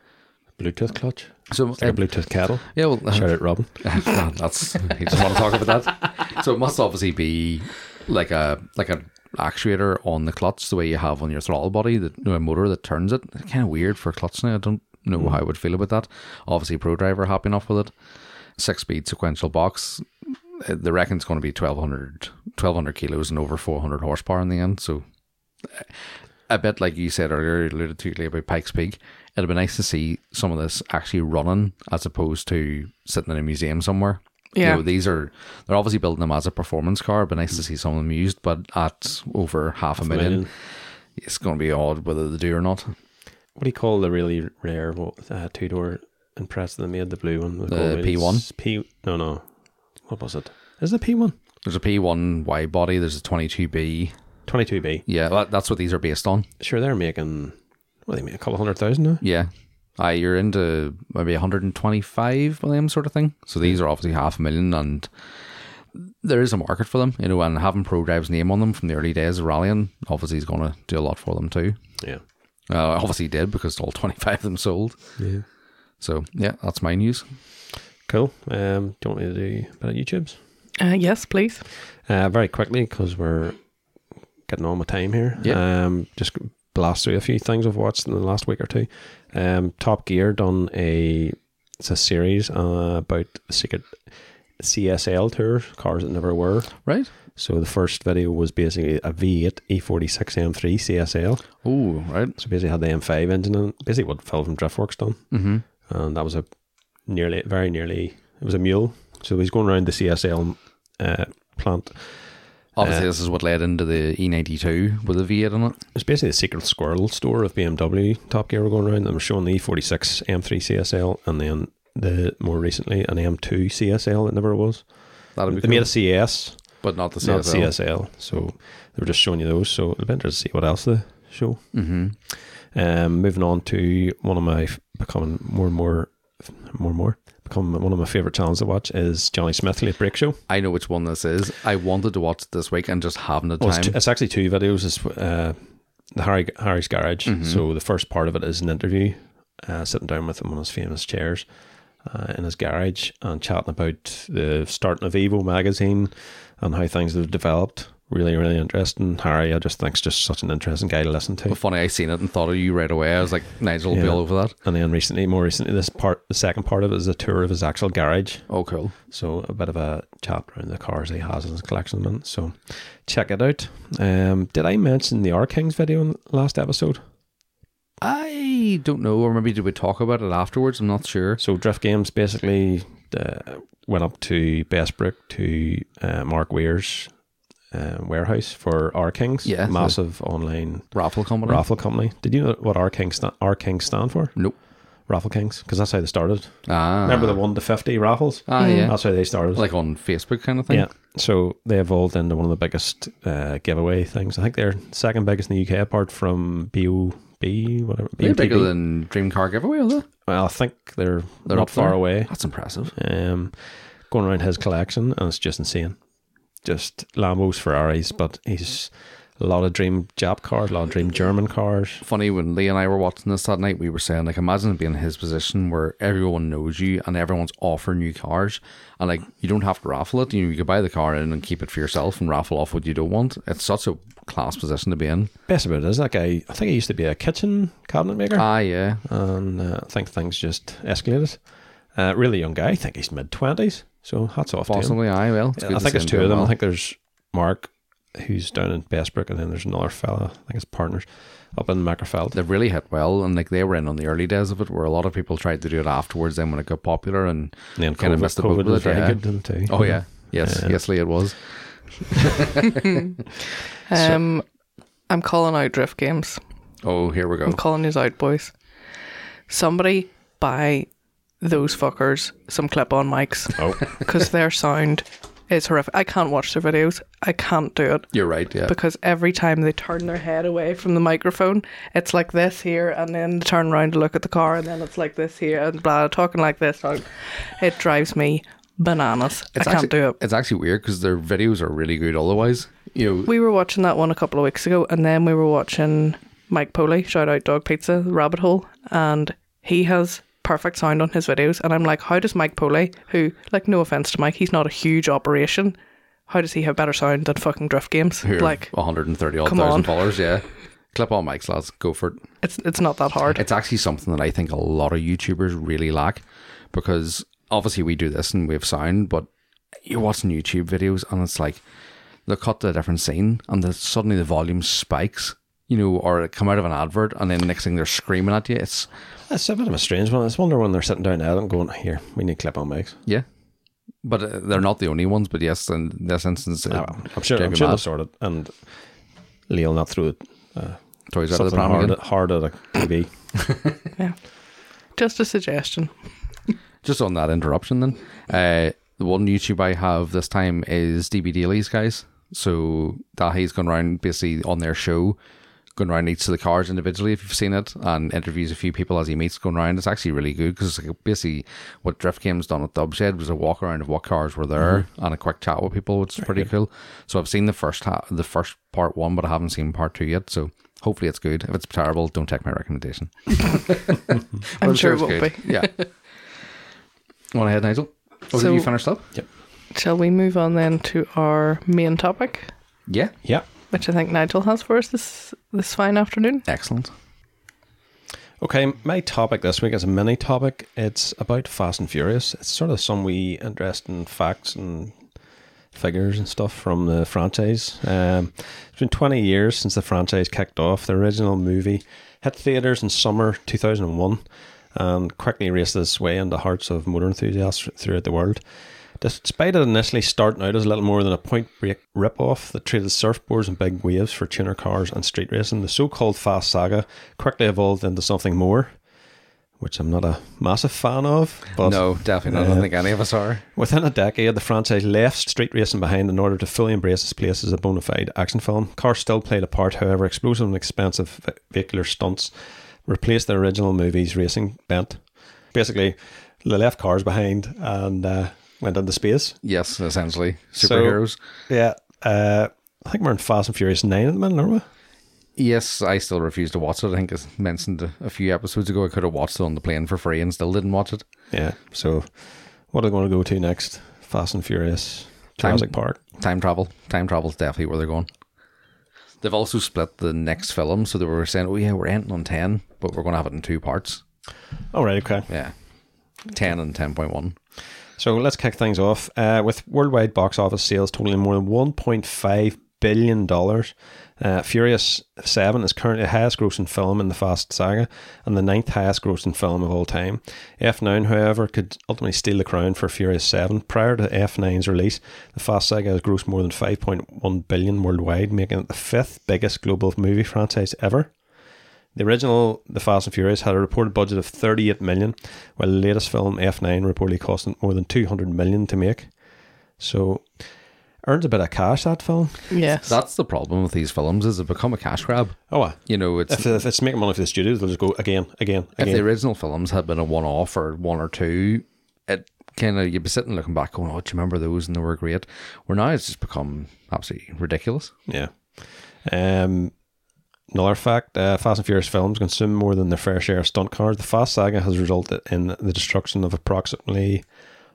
[SPEAKER 2] Bluetooth clutch,
[SPEAKER 3] So uh,
[SPEAKER 2] it's like a Bluetooth kettle.
[SPEAKER 3] yeah, well,
[SPEAKER 2] Shout out Robin.
[SPEAKER 3] God, that's I just want to talk about that. So it must obviously be like a like an actuator on the clutch, the way you have on your throttle body, the you know, a motor that turns it. It's kind of weird for a clutch now. I don't know how I would feel about that. Obviously, Pro Driver happy enough with it. Six speed sequential box. Uh, They reckon it's going to be 1200, 1200 kilos and over four hundred horsepower in the end. So uh, a bit like you said earlier, you alluded to earlier about Pikes Peak. It'd be nice to see some of this actually running as opposed to sitting in a museum somewhere. You
[SPEAKER 1] Yeah.
[SPEAKER 3] know, these are they're obviously building them as a performance car. It'd be nice to see some of them used, but at over half a million,
[SPEAKER 2] million.
[SPEAKER 3] it's going to be odd whether they do or not.
[SPEAKER 2] What do you call the really rare wo- uh, two door impress that they made the blue one? With
[SPEAKER 3] The
[SPEAKER 2] gold wheels?
[SPEAKER 3] P1?
[SPEAKER 2] P no no, what was it? Is it P one?
[SPEAKER 3] There's a P1 wide body. There's a 22B.
[SPEAKER 2] Twenty two B.
[SPEAKER 3] Yeah, that, that's what these are based on.
[SPEAKER 2] Sure, they're making what do they make a couple hundred thousand now.
[SPEAKER 3] Yeah. Aye, you're into maybe 125 million sort of thing. So these are obviously half a million and there is a market for them, you know, and having Pro Drive's name on them from the early days of rallying obviously is going to do a lot for them too.
[SPEAKER 2] Yeah,
[SPEAKER 3] Uh, obviously did because all 25 of them sold.
[SPEAKER 2] yeah.
[SPEAKER 3] So yeah, that's my news.
[SPEAKER 2] Cool. Um, do you want me to do a bit of YouTube's?
[SPEAKER 1] Uh, yes, please.
[SPEAKER 2] Uh, very quickly because we're getting on with time here.
[SPEAKER 3] Yeah.
[SPEAKER 2] Um, just blast through a few things I've watched in the last week or two. Um, Top Gear done a it's a series uh, about the secret CSL tours, cars that never were.
[SPEAKER 3] Right?
[SPEAKER 2] So the first video was basically a V8 E46 M3 CSL.
[SPEAKER 3] Oh, right.
[SPEAKER 2] So basically had the M5 engine in it. basically what Phil from Driftworks done.
[SPEAKER 3] Mm-hmm.
[SPEAKER 2] and Um, that was a nearly very nearly it was a mule so he's going around the CSL uh, plant
[SPEAKER 3] Obviously, this is what led into the E92 with a V8 on it.
[SPEAKER 2] it's basically the secret squirrel store of BMW Top Gear were going around and they were showing the E E46 M3 CSL and then the more recently an M2 CSL that never was they
[SPEAKER 3] That'd be cool.
[SPEAKER 2] made a CS
[SPEAKER 3] but not the CSL.
[SPEAKER 2] not CSL so they were just showing you those so it'll be interesting to see what else they show
[SPEAKER 3] Mm-hmm.
[SPEAKER 2] Um, moving on to one of my becoming more and more, more and more becoming one of my favorite channels to watch is Johnny Smith Late Break Show.
[SPEAKER 3] I know which one this is. I wanted to watch it this week and just haven't the
[SPEAKER 2] Well,
[SPEAKER 3] time.
[SPEAKER 2] it's, two- it's actually two videos. It's uh, the Harry Harry's Garage. So the first part of it is an interview, uh, sitting down with him on his famous chairs uh, in his garage and chatting about the starting of Evo magazine and how things have developed. Really, really interesting. Harry, I just think's just such an interesting guy to listen to.
[SPEAKER 3] But funny, I seen it and thought of you right away. I was like, Nigel will be
[SPEAKER 2] Yeah.
[SPEAKER 3] all over that.
[SPEAKER 2] And then recently, more recently, this part, the second part of it is a tour of his actual garage.
[SPEAKER 3] Oh, cool.
[SPEAKER 2] So a bit of a chat around the cars he has in his collection. at the minute. So check it out. Um, did I mention the R Kings video in the last episode?
[SPEAKER 3] I don't know, or maybe did we talk about it afterwards? I'm not sure.
[SPEAKER 2] So Drift Games basically uh, went up to Bestbrook to uh, Mark Weir's uh, warehouse for R Kings.
[SPEAKER 3] Yeah, so-
[SPEAKER 2] massive online
[SPEAKER 3] Raffle company.
[SPEAKER 2] raffle company. Did you know what R Kings sta- R Kings stand for?
[SPEAKER 3] Nope.
[SPEAKER 2] Raffle Kings, because that's how they started.
[SPEAKER 3] Ah.
[SPEAKER 2] Remember the one to fifty raffles?
[SPEAKER 3] Ah, yeah.
[SPEAKER 2] That's how they started.
[SPEAKER 3] Like on Facebook kind of thing.
[SPEAKER 2] Yeah. So they evolved into one of the biggest uh, giveaway things. I think they're second biggest in the UK, apart from BOB, whatever.
[SPEAKER 3] They're
[SPEAKER 2] BOTB.
[SPEAKER 3] bigger than Dream Car Giveaway, are they?
[SPEAKER 2] well, I think they're,
[SPEAKER 3] They're
[SPEAKER 2] not
[SPEAKER 3] up
[SPEAKER 2] far
[SPEAKER 3] there.
[SPEAKER 2] away.
[SPEAKER 3] That's impressive.
[SPEAKER 2] Um, going around his collection, and it's just insane. Just Lambos, Ferraris, but he's A lot of dream Jap cars, a lot of dream German cars.
[SPEAKER 3] Funny when Lee and I were watching this that night, we were saying like, imagine being in his position where everyone knows you and everyone's offering you cars, and like you don't have to raffle it. You know, you could buy the car in and keep it for yourself and raffle off what you don't want. It's such a class position to be in.
[SPEAKER 2] Best about it is that guy, I think he used to be a kitchen cabinet maker.
[SPEAKER 3] Ah, yeah.
[SPEAKER 2] and uh, I think things just escalated. Uh, really young guy, I think he's mid twenties, so hats off to him.
[SPEAKER 3] Possibly, I will.
[SPEAKER 2] I think it's two of them. I think there's Mark, who's down in Bestbrook, and then there's another fella. I think it's partners up in Mackerfeld.
[SPEAKER 3] they've really hit well, and like they were in on the early days of it, where a lot of people tried to do it afterwards. Then when it got popular, and
[SPEAKER 2] And then
[SPEAKER 3] Kinda
[SPEAKER 2] COVID,
[SPEAKER 3] missed the boat
[SPEAKER 2] COVID was
[SPEAKER 3] with it,
[SPEAKER 2] very
[SPEAKER 3] yeah.
[SPEAKER 2] good to them too.
[SPEAKER 3] oh yeah, yes, yes, Lee, it was.
[SPEAKER 1] Um, I'm calling out drift games.
[SPEAKER 3] Oh, here we go.
[SPEAKER 1] I'm calling these out, boys. Somebody buy those fuckers some clip on mics
[SPEAKER 2] Oh,
[SPEAKER 1] because their sound is horrific. I can't watch their videos. I can't do it
[SPEAKER 3] You're right. Yeah,
[SPEAKER 1] because every time they turn their head away from the microphone, it's like this here, and then they turn around to look at the car, and then it's like this here, and blah, talking like this. Like, it drives me bananas. I can't
[SPEAKER 3] actually,
[SPEAKER 1] do it.
[SPEAKER 3] It's actually weird because their videos are really good. Otherwise, you know,
[SPEAKER 1] We were watching that one a couple of weeks ago, and then we were watching Mike Poley, shout out Dog Pizza, Rabbit Hole, and he has perfect sound on his videos. And I'm like, how does Mike Poley, who, like, no offense to Mike, he's not a huge operation, how does he have better sound than fucking drift games?
[SPEAKER 3] here,
[SPEAKER 1] Like,
[SPEAKER 3] 130 odd
[SPEAKER 1] come on.
[SPEAKER 3] thousand followers. Yeah, clip on mics, lads. Go for it.
[SPEAKER 1] it's it's not that hard.
[SPEAKER 3] It's actually something that I think a lot of YouTubers really lack because obviously we do this and we have sound, but you're watching YouTube videos and it's like they cut to a different scene and then suddenly the volume spikes, you know, or it come out of an advert and then the next thing they're screaming at you. It's,
[SPEAKER 2] that's a bit of a strange one. I just wonder when they're sitting down now and going, "Here, we need clip on mics."
[SPEAKER 3] yeah. But uh, they're not the only ones, but yes, in this instance, it,
[SPEAKER 2] I'm sure. I'm
[SPEAKER 3] Jamie
[SPEAKER 2] sure they'll
[SPEAKER 3] Mad.
[SPEAKER 2] sort it. And Lee'll not throw it,
[SPEAKER 3] toys out of the
[SPEAKER 2] something
[SPEAKER 3] pram
[SPEAKER 2] hard,
[SPEAKER 3] again.
[SPEAKER 2] at, hard at a TV.
[SPEAKER 1] Just a suggestion.
[SPEAKER 3] just on that interruption then uh the one youtube i have this time is db dailies guys so dahi's gone around basically on their show going around each of the cars individually if you've seen it and interviews a few people as he meets going around it's actually really good because like basically what drift games done at dubshed was a walk around of what cars were there and a quick chat with people which is pretty cool so i've seen the first ha- the first part one but i haven't seen part two yet so hopefully it's good if it's terrible don't take my recommendation
[SPEAKER 1] I'm, sure, it
[SPEAKER 3] it's
[SPEAKER 1] won't
[SPEAKER 3] good.
[SPEAKER 1] be.
[SPEAKER 3] Yeah. Want to head, Nigel? Oh,
[SPEAKER 1] So-
[SPEAKER 3] did you finish up?
[SPEAKER 1] Shall we move on then to our main topic,
[SPEAKER 3] Yeah.
[SPEAKER 2] Yeah.
[SPEAKER 1] which I think Nigel has for us this this fine afternoon?
[SPEAKER 3] Excellent.
[SPEAKER 2] Okay, my topic this week is a mini topic. It's about Fast and Furious. It's sort of some wee interesting facts and figures and stuff from the franchise. Um, it's been 20 years since the franchise kicked off. The original movie hit theaters in summer 2001 and quickly raced its way into the hearts of motor enthusiasts throughout the world. Despite it initially starting out as little more than a point break rip-off that traded surfboards and big waves for tuner cars and street racing, the so-called Fast Saga quickly evolved into something more, which I'm not a massive fan of. But
[SPEAKER 3] no, definitely not. I don't think any of us are.
[SPEAKER 2] Within a decade, the franchise left street racing behind in order to fully embrace its place as a bona fide action film. Cars still played a part, however, explosive and expensive ve- vehicular stunts replaced the original movie's racing bent. Basically, they left cars behind and uh, went into space.
[SPEAKER 3] Yes, essentially.
[SPEAKER 2] So-
[SPEAKER 3] Superheroes.
[SPEAKER 2] Yeah, uh, I think we're in Fast and Furious 9 at the minute, aren't we?
[SPEAKER 3] yes, I still refuse to watch it. I think it's mentioned a- a few episodes ago. I could have watched it on the plane for free and still didn't watch it.
[SPEAKER 2] Yeah, so what are we going to go to next? Fast and Furious,
[SPEAKER 3] Time-
[SPEAKER 2] Jurassic Park.
[SPEAKER 3] Time travel. Time travel's definitely where they're going. They've also split the next film, so they were saying, "Oh yeah, we're ending on ten, but we're going to have it in two parts."
[SPEAKER 2] All Oh, right, okay.
[SPEAKER 3] Yeah, ten and ten point one.
[SPEAKER 2] So let's kick things off uh, with worldwide box office sales totaling more than $1.5 billion. Uh, Furious 7 is currently the highest grossing film in the Fast saga and the ninth highest grossing film of all time. F9, however, could ultimately steal the crown for Furious 7. Prior to F9's release, the Fast saga has grossed more than $5.1 billion worldwide, making it the fifth biggest global movie franchise ever. The original The Fast and Furious had a reported budget of 38 million, while the latest film F9 reportedly cost them more than 200 million to make. So earns a bit of cash that film.
[SPEAKER 1] Yes.
[SPEAKER 3] That's the problem with these films is they become a cash grab.
[SPEAKER 2] Oh, well.
[SPEAKER 3] You know, it's
[SPEAKER 2] If, if it's making money for the studios, they'll just go again, again,
[SPEAKER 3] if
[SPEAKER 2] again.
[SPEAKER 3] the original films had been a one off or one or two, it kind of you'd be sitting looking back going, "Oh, do you remember those?" And they were great. Where now it's just become absolutely ridiculous.
[SPEAKER 2] Yeah. Um, another fact uh, Fast and Furious films consume more than their fair share of stunt cars. The Fast saga has resulted in the destruction of approximately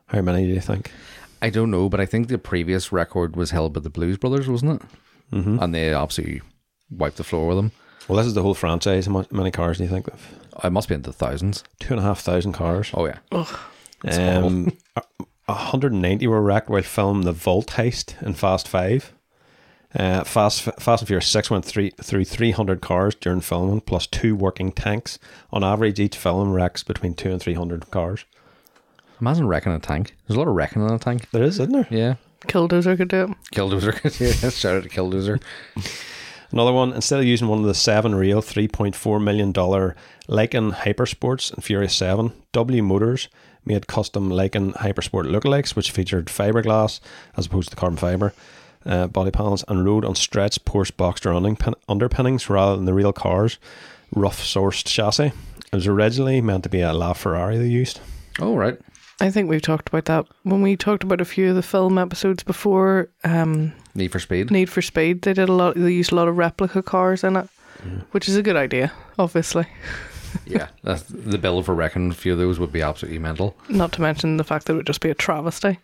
[SPEAKER 2] how many do you think?
[SPEAKER 3] I don't know, but I think the previous record was held by the Blues Brothers, wasn't it? Mm-hmm. And they absolutely wiped the floor with them.
[SPEAKER 2] Well, this is the whole franchise. How mu- many cars do you think? they've-
[SPEAKER 3] I must be into the thousands.
[SPEAKER 2] Two and a half thousand cars.
[SPEAKER 3] Oh yeah,
[SPEAKER 2] Um, a- 190 were wrecked while filming the Vault heist in Fast Five. Uh, Fast Fast and Furious Six went three, through 300 cars during filming, plus two working tanks. On average, each film wrecks between two and 300 cars.
[SPEAKER 3] imagine wrecking a tank. There's a lot of wrecking in a tank.
[SPEAKER 2] There is, isn't there?
[SPEAKER 3] Yeah,
[SPEAKER 1] Killdozer could do it.
[SPEAKER 3] Killdozer. yeah, shout out to Killdozer.
[SPEAKER 2] Another one. Instead of using one of the seven real 3.4 million dollar Lycan Hypersports in Furious Seven, W Motors made custom Lycan Hypersport lookalikes, which featured fiberglass as opposed to carbon fiber uh, body panels, and rode on stretched Porsche Boxster underpin- underpinnings rather than the real cars, rough sourced chassis. It was originally meant to be a LaFerrari they used.
[SPEAKER 3] Oh right.
[SPEAKER 1] I think we've talked about that when we talked about a few of the film episodes before. Um,
[SPEAKER 3] Need for Speed.
[SPEAKER 1] Need for Speed, they did a lot. They used a lot of replica cars in it, which is a good idea. Obviously,
[SPEAKER 3] yeah, that's, the bill for wrecking a few of those would be absolutely mental.
[SPEAKER 1] not to mention the fact that it would just be a travesty.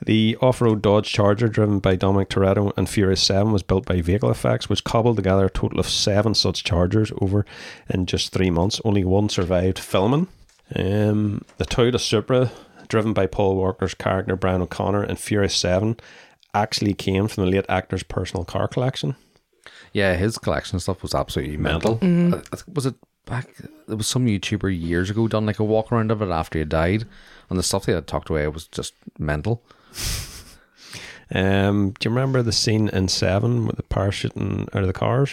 [SPEAKER 2] The off road Dodge Charger, driven by Dominic Toretto and Furious 7, was built by Vehicle Effects, which cobbled together a total of seven such Chargers over in just three months. Only one survived filming. Um, the Toyota Supra, driven by Paul Walker's character Brian O'Connor in Furious 7, actually came from the late actor's personal car collection.
[SPEAKER 3] Yeah, his collection of stuff was absolutely mental. I- I think- was it back? There was some YouTuber years ago done like a walk around of it after he died, and the stuff they had tucked away was just mental.
[SPEAKER 2] Um, do you remember the scene in 7 with the parachuting out of the cars?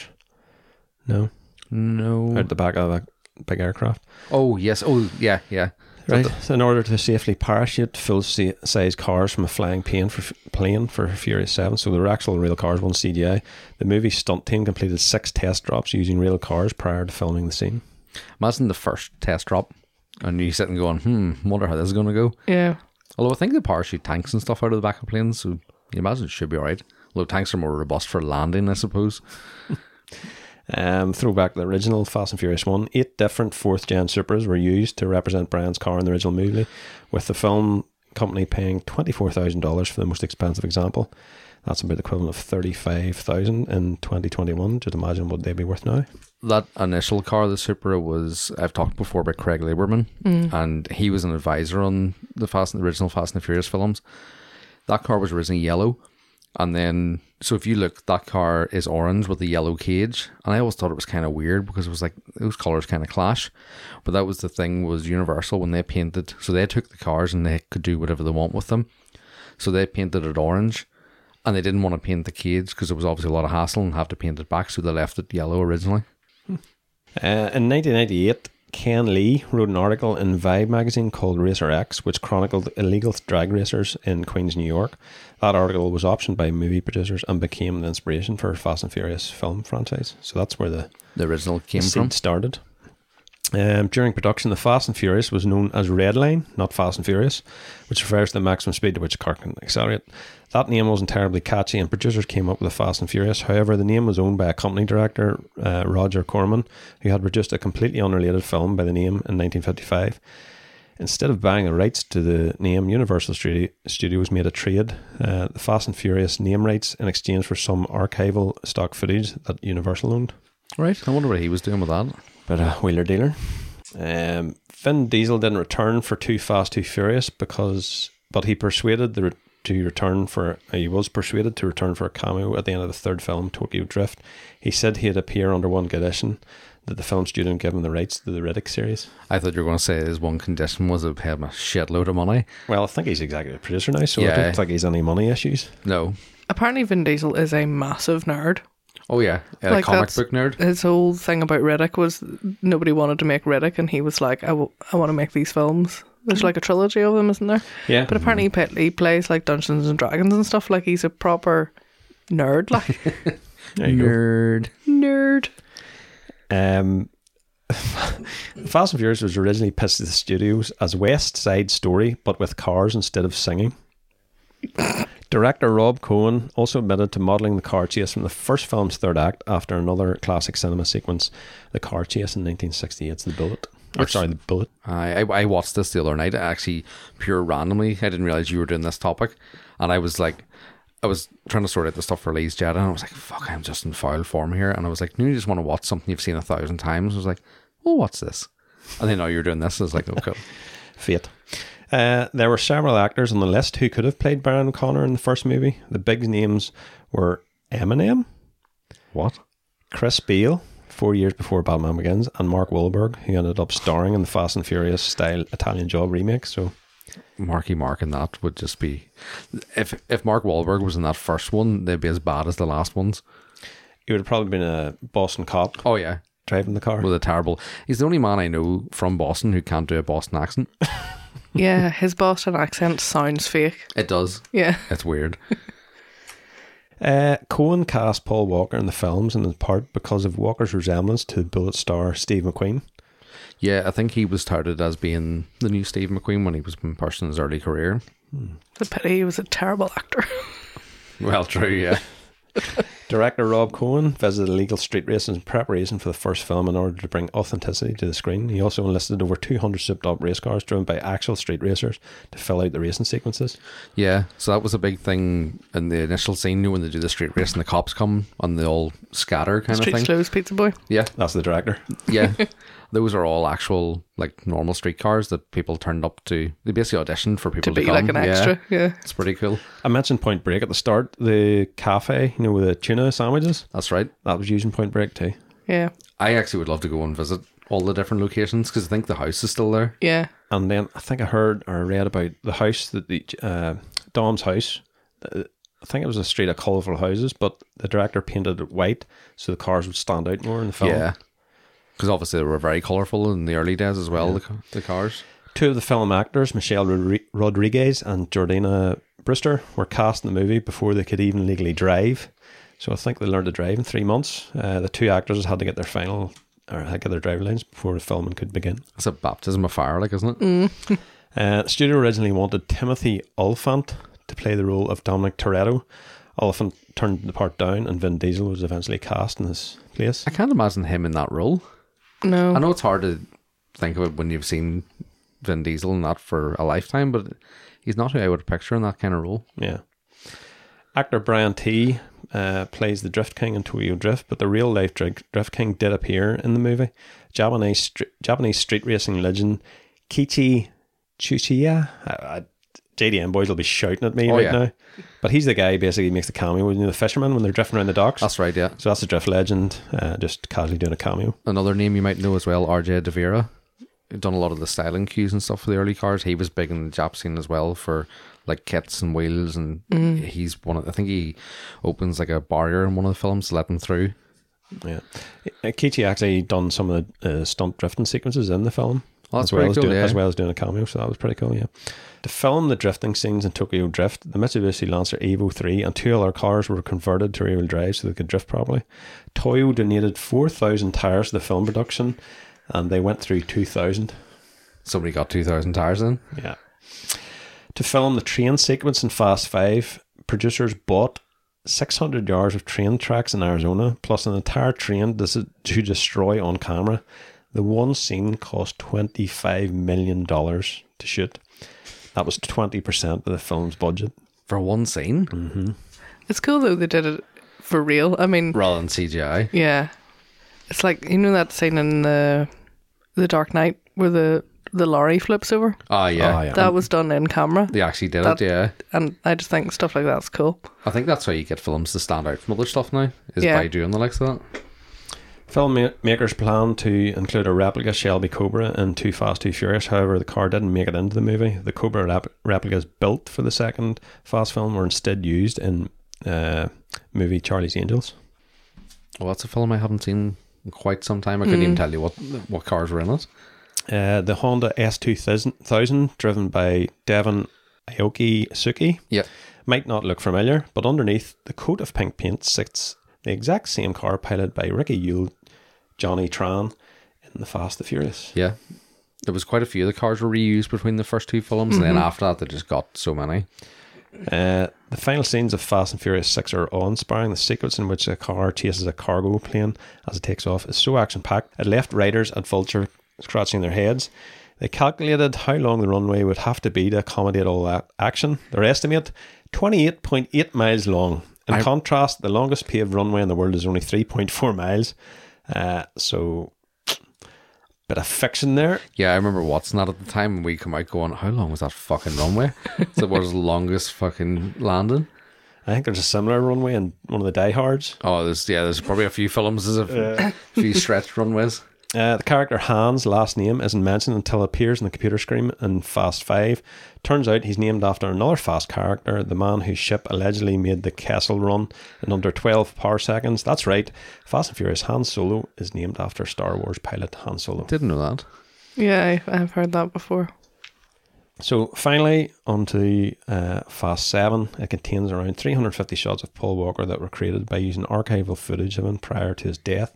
[SPEAKER 2] No?
[SPEAKER 3] No.
[SPEAKER 2] Out the back of a big aircraft?
[SPEAKER 3] Oh yes. Oh yeah. Yeah.
[SPEAKER 2] Right. So in order to safely parachute full sa- size cars from a flying plane for plane for Furious Seven, so they were actual real cars, one CGI. The movie stunt team completed six test drops using real cars prior to filming the scene.
[SPEAKER 3] Imagine the first test drop, and you sitting going, "Hmm, wonder how this is going to go."
[SPEAKER 1] Yeah,
[SPEAKER 3] Although I think the parachute tanks and stuff out of the back of planes, so you imagine it should be all right. Although tanks are more robust for landing, I suppose.
[SPEAKER 2] Um, throwback to the original Fast and Furious One. Eight different fourth gen Supras were used to represent Brian's car in the original movie, with the film company paying twenty four thousand dollars for the most expensive example. That's about the equivalent of thirty five thousand in twenty twenty one. Just imagine what they'd be worth now.
[SPEAKER 3] that initial car, the Supra, was I've talked before about Craig Lieberman, and he was an advisor on the Fast the original Fast and the Furious films. That car was originally yellow, and then so if you look, that car is orange with the yellow cage, and I always thought it was kind of weird because it was like those colors kind of clash. But that was the thing was Universal when they painted, so they took the cars and they could do whatever they want with them. So they painted it orange, and they didn't want to paint the cage because it was obviously a lot of hassle and have to paint it back, so they left it yellow originally.
[SPEAKER 2] Uh, in 1998, Ken Lee wrote an article in Vibe magazine called Racer X, which chronicled illegal drag racers in Queens, New York. That article was optioned by movie producers and became the inspiration for Fast and Furious film franchise. So that's where the
[SPEAKER 3] the original came from.
[SPEAKER 2] seed started. Um, during production, the Fast and Furious was known as Red Line, not Fast and Furious, which refers to the maximum speed to which a car can accelerate. That name wasn't terribly catchy, and producers came up with the Fast and Furious. However, the name was owned by a company director, uh, Roger Corman, who had produced a completely unrelated film by the name in 1955. Instead of buying the rights to the name, Universal Studio- Studios made a trade, uh, the Fast and Furious name rights, in exchange for some archival stock footage that Universal owned.
[SPEAKER 3] Right. I wonder what he was doing with that.
[SPEAKER 2] But a wheeler dealer. Um, Vin Diesel didn't return for Too Fast, Too Furious because, but he persuaded the re- to return for. uh, He was persuaded to return for a cameo at the end of the third film, Tokyo Drift. He said he'd appear under one condition that the film studio would give him the rights to the Riddick series.
[SPEAKER 3] I thought you were going to say his one condition was it paid him a shitload of money.
[SPEAKER 2] Well, I think he's executive producer now, so I
[SPEAKER 3] Yeah.
[SPEAKER 2] don't think he's any money issues.
[SPEAKER 3] No.
[SPEAKER 1] apparently Vin Diesel is a massive nerd.
[SPEAKER 3] Oh yeah, a
[SPEAKER 1] Like
[SPEAKER 3] comic
[SPEAKER 1] that's-
[SPEAKER 3] book nerd.
[SPEAKER 1] His whole thing about Riddick was nobody wanted to make Riddick, and he was like, "I want to make these films." There's
[SPEAKER 3] Mm.
[SPEAKER 1] like a trilogy of them, isn't there?
[SPEAKER 2] Yeah,
[SPEAKER 1] But apparently, he pla- he plays like Dungeons and Dragons and stuff. Like he's a proper nerd, like
[SPEAKER 2] there you go.
[SPEAKER 3] nerd.
[SPEAKER 1] nerd.
[SPEAKER 2] Um, Fast and Furious was originally pitched to the studios as West Side Story, but with cars instead of singing. Director Rob Cohen also admitted to modelling the car chase from the first film's third act after another classic cinema sequence, the car chase in 1968's The Bullet. Or,
[SPEAKER 3] Which-
[SPEAKER 2] sorry, The Bullet.
[SPEAKER 3] I, I I watched this the other night actually pure randomly. I didn't realize you were doing this topic, and I was like, I was trying to sort out the stuff for Lee's Jedi, and I was like, fuck, I'm just in foul form here. And I was like, no, you just want to watch something you've seen a thousand times. I was like, well, what's this? And then now you're doing this. I was like, okay,
[SPEAKER 2] Fate. Uh, there were several actors on the list who could have played Baron Connor in the first movie. The big names were Eminem,
[SPEAKER 3] what?
[SPEAKER 2] Chris Beale, four years before Batman Begins, and Mark Wahlberg, who ended up starring in the Fast and Furious style Italian Job remake. So
[SPEAKER 3] Marky Mark in that would just be if if Mark Wahlberg was in that first one, they'd be as bad as the last ones.
[SPEAKER 2] he would have probably been a Boston cop
[SPEAKER 3] Oh yeah,
[SPEAKER 2] driving the car.
[SPEAKER 3] with a terrible. He's the only man I know from Boston who can't do a Boston accent.
[SPEAKER 1] Yeah, his Boston accent sounds fake.
[SPEAKER 3] It does.
[SPEAKER 1] Yeah.
[SPEAKER 3] It's weird.
[SPEAKER 2] Uh, Cohen cast Paul Walker in the films in part because of Walker's resemblance to Bullet star Steve McQueen.
[SPEAKER 3] Yeah, I think he was touted as being the new Steve McQueen when he was in person in his early career.
[SPEAKER 1] It's a pity he was a terrible actor.
[SPEAKER 3] Well, true, yeah.
[SPEAKER 2] Director Rob Cohen visited illegal street races in preparation for the first film in order to bring authenticity to the screen. He also enlisted over 200 souped up race cars driven by actual street racers to fill out the racing sequences.
[SPEAKER 3] yeah, so that was a big thing in the initial scene you know, when they do the street race and the cops come and they all scatter kind
[SPEAKER 1] Street
[SPEAKER 3] of thing.
[SPEAKER 1] Slows Pizza Boy.
[SPEAKER 3] Yeah,
[SPEAKER 2] That's the director.
[SPEAKER 3] yeah. Those are all actual, like, normal street cars that people turned up to. They basically auditioned for
[SPEAKER 1] To
[SPEAKER 3] people to,
[SPEAKER 1] be
[SPEAKER 3] come.
[SPEAKER 1] like an
[SPEAKER 3] Yeah,
[SPEAKER 1] extra. Yeah.
[SPEAKER 3] it's pretty cool.
[SPEAKER 2] I mentioned Point Break at the start. The cafe, you know, with the tuna sandwiches,
[SPEAKER 3] That's right.
[SPEAKER 2] that was using Point Break too.
[SPEAKER 1] Yeah.
[SPEAKER 3] I actually would love to go and visit all the different locations because I think the house is still there.
[SPEAKER 1] Yeah.
[SPEAKER 2] And then I think I heard or read about the house that the uh, Dom's house. uh, I think it was a street of colourful houses, but the director painted it white so the cars would stand out more in the film.
[SPEAKER 3] Yeah. Because obviously they were very colourful in the early days as well, the, ca- the cars.
[SPEAKER 2] Two of the film actors, Michelle Rodri- Rodriguez and Jordana Brewster, were cast in the movie before they could even legally drive. So I think they learned to drive in three months. Uh, the two actors had to get their final or had to get their driver lines before the filming could begin.
[SPEAKER 3] It's a baptism of fire, like, isn't it?
[SPEAKER 1] Mm.
[SPEAKER 2] Uh, the studio originally wanted Timothy Oliphant to play the role of Dominic Toretto. Oliphant turned the part down, and Vin Diesel was eventually cast in his place.
[SPEAKER 3] I can't imagine him in that role.
[SPEAKER 1] No.
[SPEAKER 3] I know it's hard to think of it when you've seen Vin Diesel in that for a lifetime, but he's not who I would picture in that kind of role.
[SPEAKER 2] Yeah. Actor Brian T uh, plays the Drift King in Tokyo Drift, but the real life Drift, Drift King did appear in the movie. Japanese str- Japanese street racing legend Kichi Chuchiya. Uh, JDM boys will be shouting at me
[SPEAKER 3] Oh,
[SPEAKER 2] right
[SPEAKER 3] yeah.
[SPEAKER 2] now. But he's the guy who basically makes the cameo with you know, the fishermen when they're drifting around the docks.
[SPEAKER 3] That's right, yeah.
[SPEAKER 2] So that's a drift legend, uh, just casually doing a cameo.
[SPEAKER 3] Another name you might know as well, RJ De Vera. He'd Done a lot of the styling cues and stuff for the early cars. He was big in the Jap scene as well for like kits and wheels, and
[SPEAKER 1] Mm.
[SPEAKER 3] he's one. Of, I think he opens like a barrier in one of the films, to let them through.
[SPEAKER 2] Yeah, Uh, Kichi actually done some of the uh, stunt drifting sequences in the film.
[SPEAKER 3] Oh, that's
[SPEAKER 2] as well
[SPEAKER 3] pretty
[SPEAKER 2] as
[SPEAKER 3] cool,
[SPEAKER 2] doing,
[SPEAKER 3] yeah.
[SPEAKER 2] as well as doing a cameo, so that was pretty cool. Yeah, to film the drifting scenes in Tokyo Drift, the Mitsubishi Lancer Evo three and two other cars were converted to rear-wheel drive so they could drift properly. Toyo donated four thousand tires to the film production, and they went through two thousand.
[SPEAKER 3] Somebody got two thousand tires in.
[SPEAKER 2] Yeah. To film the train sequence in Fast Five, producers bought 600 yards of train tracks in Arizona, plus an entire train dis- to destroy on camera. The one scene cost $25 million to shoot. That was 20% of the film's budget.
[SPEAKER 3] for one scene
[SPEAKER 1] It's cool though they did it for real. I mean,
[SPEAKER 3] rather than CGI.
[SPEAKER 1] yeah. It's like you know that scene in the the Dark Knight where the the lorry flips over.
[SPEAKER 3] Oh yeah.
[SPEAKER 2] Oh, yeah.
[SPEAKER 1] That was done in camera,
[SPEAKER 3] They actually did
[SPEAKER 1] That-
[SPEAKER 3] it, yeah.
[SPEAKER 1] and I just think stuff like that's cool.
[SPEAKER 3] I think that's how you get films to stand out from other stuff now, is
[SPEAKER 1] Yeah.
[SPEAKER 3] by doing the likes of that.
[SPEAKER 2] Filmmakers planned to include a replica Shelby Cobra in Too Fast, Too Furious. However, the car didn't make it into the movie. The Cobra rep- replicas built for the second Fast film were instead used in uh, movie Charlie's Angels.
[SPEAKER 3] Well, that's a film I haven't seen in quite some time. I couldn't
[SPEAKER 1] Mm.
[SPEAKER 3] even tell you what what cars were in it.
[SPEAKER 2] Uh, the Honda S2000, driven by Devon Aoki Suki,
[SPEAKER 3] Yeah.
[SPEAKER 2] might not look familiar, but underneath the coat of pink paint sits the exact same car piloted by Ricky Yule, Johnny Tran, in The Fast, and Furious.
[SPEAKER 3] Yeah. There was quite a few of the cars were reused between the first two films, and then after that, they just got so many.
[SPEAKER 2] Uh, the final scenes of Fast and Furious 6 are awe inspiring. The sequence in which a car chases a cargo plane as it takes off is so action packed, it left riders at Vulture scratching their heads. They calculated how long the runway would have to be to accommodate all that action. Their estimate 28.8 miles long. In
[SPEAKER 3] I-
[SPEAKER 2] contrast, the longest paved runway in the world is only 3.4 miles. Uh, so, bit of fiction there.
[SPEAKER 3] Yeah, I remember watching that at the time, and we come out going, "How long was that fucking runway?" it's the world's longest fucking landing.
[SPEAKER 2] I think there's a similar runway in one of the diehards.
[SPEAKER 3] Oh, there's yeah, there's probably a few films as a few stretched runways.
[SPEAKER 2] Uh, the character Hans' last name isn't mentioned until it appears on the computer screen in Fast 5. Turns out he's named after another Fast character, the man whose ship allegedly made the Kessel run in under 12 power seconds. That's right, Fast and Furious Han Solo is named after Star Wars pilot Han Solo.
[SPEAKER 3] Didn't know that.
[SPEAKER 1] Yeah, I, I've heard that before.
[SPEAKER 2] So finally, onto uh, Fast 7. It contains around 350 shots of Paul Walker that were created by using archival footage of him prior to his death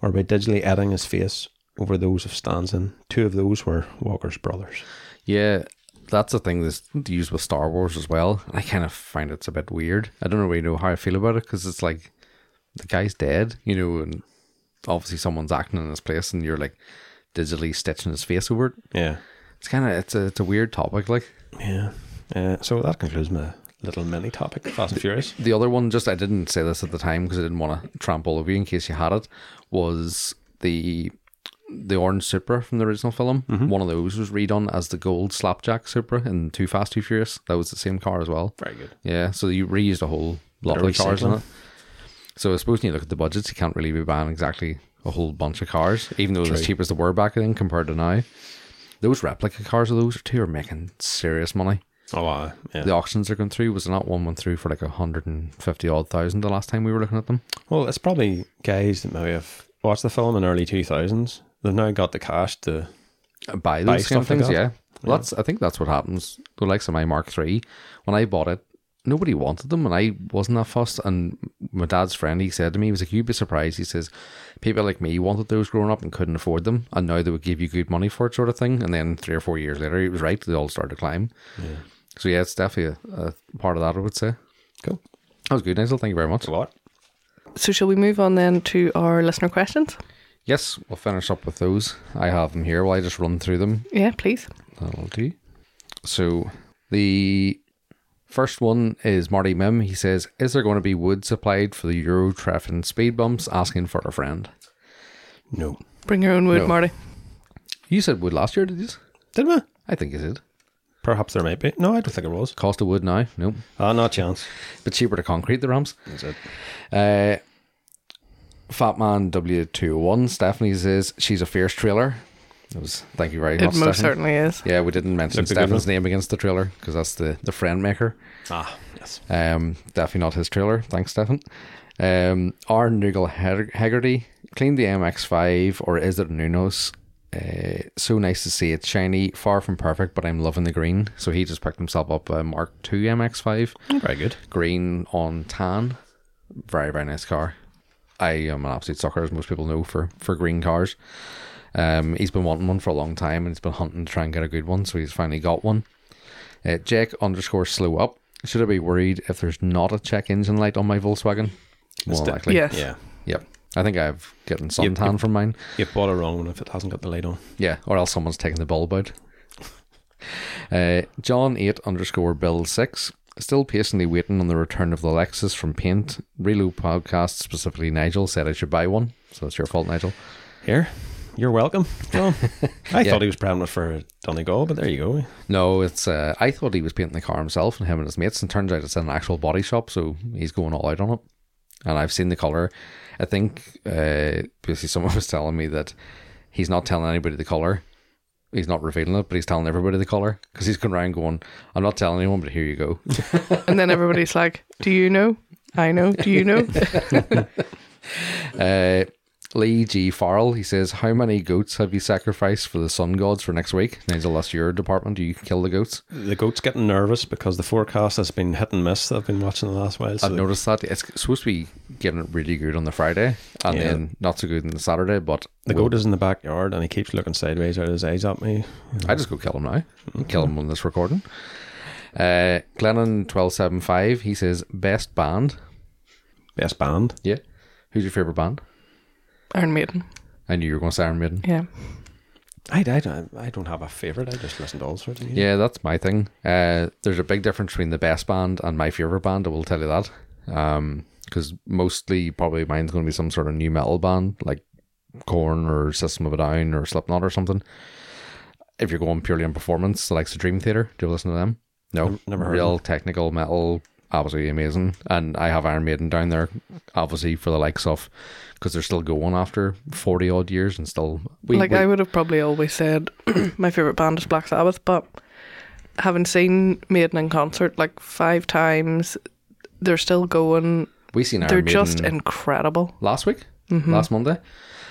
[SPEAKER 2] or by digitally editing his face over those of Stanson. Two of those were Walker's brothers.
[SPEAKER 3] Yeah, that's the thing that's used with Star Wars as well. And I kind of find it's a bit weird. I don't really know how I feel about it because it's like the guy's dead, you know, and obviously someone's acting in his place, and you're like digitally stitching his face over it.
[SPEAKER 2] Yeah.
[SPEAKER 3] It's kind of it's a it's a weird topic. Like
[SPEAKER 2] Yeah. Uh, so that concludes my little mini topic, Fast and Furious.
[SPEAKER 3] the other one, just I didn't say this at the time because I didn't want to tramp all over you in case you had it. Was the the orange Supra from the original film? One of those was redone as the gold slapjack Supra in Too Fast Too Furious. That was the same car as well.
[SPEAKER 2] Very good.
[SPEAKER 3] Yeah, so you reused a whole lot
[SPEAKER 2] Bit of
[SPEAKER 3] of the cars in
[SPEAKER 2] recycling.
[SPEAKER 3] it. So I suppose when you look at the budgets, you can't really be buying exactly a whole bunch of cars, even though it was
[SPEAKER 2] True.
[SPEAKER 3] cheap as they were back then compared to now. Those replica cars of those two are making serious money.
[SPEAKER 2] Oh, wow. Yeah.
[SPEAKER 3] The auctions they're going through was not one went through for like a hundred and fifty odd thousand the last time we were looking at them.
[SPEAKER 2] Well, it's probably guys that maybe have watched the film in early 2000s. They've now got the cash to.
[SPEAKER 3] Uh, Buy those
[SPEAKER 2] Buy
[SPEAKER 3] kind of
[SPEAKER 2] stuff like
[SPEAKER 3] things,
[SPEAKER 2] that.
[SPEAKER 3] yeah. Well, that's I think that's what happens. The likes of my Mark Three, when I bought it, nobody wanted them, and I wasn't that fussed. And my dad's friend, he said to me, he was like, "You'd be surprised." He says, "People like me wanted those growing up and couldn't afford them, and now they would give you good money for it, sort of thing." And then three or four years later, he was right; they all started to climb. So yeah, it's definitely a, a part of that. I would say
[SPEAKER 2] Cool.
[SPEAKER 3] that was good, Nigel. Thank you very much.
[SPEAKER 2] So what?
[SPEAKER 1] So, shall we move on then to our listener questions?
[SPEAKER 3] Yes, we'll finish up with those. I have them here. Will I just run through them?
[SPEAKER 1] Yeah, please.
[SPEAKER 3] That'll do. So the first one is Marty Mim. He says, "Is there going to be wood supplied for the Euro traffic speed bumps?" Asking for a friend.
[SPEAKER 2] No.
[SPEAKER 1] Bring your own wood,
[SPEAKER 3] No.
[SPEAKER 1] Marty.
[SPEAKER 3] You said wood last year, did you?
[SPEAKER 2] Did we?
[SPEAKER 3] I think you did.
[SPEAKER 2] Perhaps there might be. No, I don't think it was.
[SPEAKER 3] Cost of wood now? Nope.
[SPEAKER 2] Ah, no chance.
[SPEAKER 3] But cheaper to concrete the ramps.
[SPEAKER 2] That's it.
[SPEAKER 3] Uh, Fat Man W201. Stephanie says she's a fierce trailer. That was thank you very
[SPEAKER 1] It
[SPEAKER 3] much.
[SPEAKER 1] most
[SPEAKER 3] Stephanie.
[SPEAKER 1] certainly is.
[SPEAKER 3] Yeah, we didn't mention
[SPEAKER 2] Looked a good
[SPEAKER 3] Stephen's name against the trailer because that's the, the friend maker.
[SPEAKER 2] Ah, yes.
[SPEAKER 3] Um, definitely not his trailer. Thanks, Stephen. Um, R. Nugel Hag- Haggerty cleaned the MX5 or is it a Nunos? Uh, so nice to see it shiny, far from perfect, but I'm loving the green. So he just picked himself up a Mark II MX5
[SPEAKER 2] Mm, Very good.
[SPEAKER 3] green on tan. Very, very nice car. I am an absolute sucker, as most people know, for, for green cars. Um, he's been wanting one for a long time and he's been hunting to try and get a good one, so he's finally got one. Uh, Jake underscore slow up. Should I be worried if there's not a check engine light on my Volkswagen? More
[SPEAKER 2] It's
[SPEAKER 3] than
[SPEAKER 2] de-
[SPEAKER 3] likely.
[SPEAKER 1] Yes.
[SPEAKER 2] Yeah.
[SPEAKER 3] Yep. I think I've gotten
[SPEAKER 2] Yep,
[SPEAKER 3] suntan
[SPEAKER 2] yep.
[SPEAKER 3] from mine.
[SPEAKER 2] You bought a wrong one if it hasn't got the light on.
[SPEAKER 3] Yeah, or else someone's taking the bulb out. Uh, John eight underscore Bill six. Still patiently waiting on the return of the Lexus from Paint. Reload podcast specifically. Nigel said I should buy one, so it's your fault, Nigel.
[SPEAKER 2] Here. You're welcome. John. I
[SPEAKER 3] Yeah.
[SPEAKER 2] thought he was planning it for Donegal, but there you go.
[SPEAKER 3] No, it's. Uh, I thought he was painting the car himself and him and his mates, and turns out it's in an actual body shop, so he's going all out on it. And I've seen the color. I think uh, basically someone was telling me that he's not telling anybody the color. He's not revealing it, but he's telling everybody the color because he's going around going, "I'm not telling anyone, but here you go."
[SPEAKER 1] And then everybody's like, Do you know? I know. Do you know?
[SPEAKER 3] Uh, Lee G. Farrell, he says, How many goats have you sacrificed for the sun gods for next week? Nigel, that's your department. Do you kill the goats?
[SPEAKER 2] The goat's getting nervous because the forecast has been hit and miss that I've been watching the last while. So
[SPEAKER 3] I've noticed that. It's supposed to be giving it really good on the Friday and
[SPEAKER 2] Yeah.
[SPEAKER 3] then not so good on the Saturday, but
[SPEAKER 2] the
[SPEAKER 3] we'll-
[SPEAKER 2] goat is in the backyard and he keeps looking sideways out of his eyes at me. Mm-hmm.
[SPEAKER 3] I just go kill him now. Kill him on this recording. Uh, Glennon twelve seven five. He says best band.
[SPEAKER 2] Best band.
[SPEAKER 3] Yeah. Who's your favorite band?
[SPEAKER 1] Iron Maiden.
[SPEAKER 3] I knew you were going to say Iron Maiden.
[SPEAKER 1] Yeah.
[SPEAKER 2] I, I, don't- I don't have a favorite. I just listen to all sorts of music.
[SPEAKER 3] Yeah, that's my thing. Uh, there's a big difference between the best band and my favorite band. I will tell you that. Because mostly, probably mine's going to be some sort of new metal band like Korn or System of a Down or Slipknot or something. If you're going purely on performance, the likes of Dream Theater, do you listen to them? No,
[SPEAKER 2] never heard
[SPEAKER 3] Real technical metal, absolutely amazing. And I have Iron Maiden down there, obviously for the likes of because they're still going after forty odd years and still. We,
[SPEAKER 1] like
[SPEAKER 3] we-
[SPEAKER 1] I would have probably always said my favorite band is Black Sabbath, but having seen Maiden in concert like five times, they're still going.
[SPEAKER 3] we seen Iron
[SPEAKER 1] they're
[SPEAKER 3] Maiden.
[SPEAKER 1] just incredible.
[SPEAKER 3] last week,
[SPEAKER 2] Mm-hmm.
[SPEAKER 3] last Monday,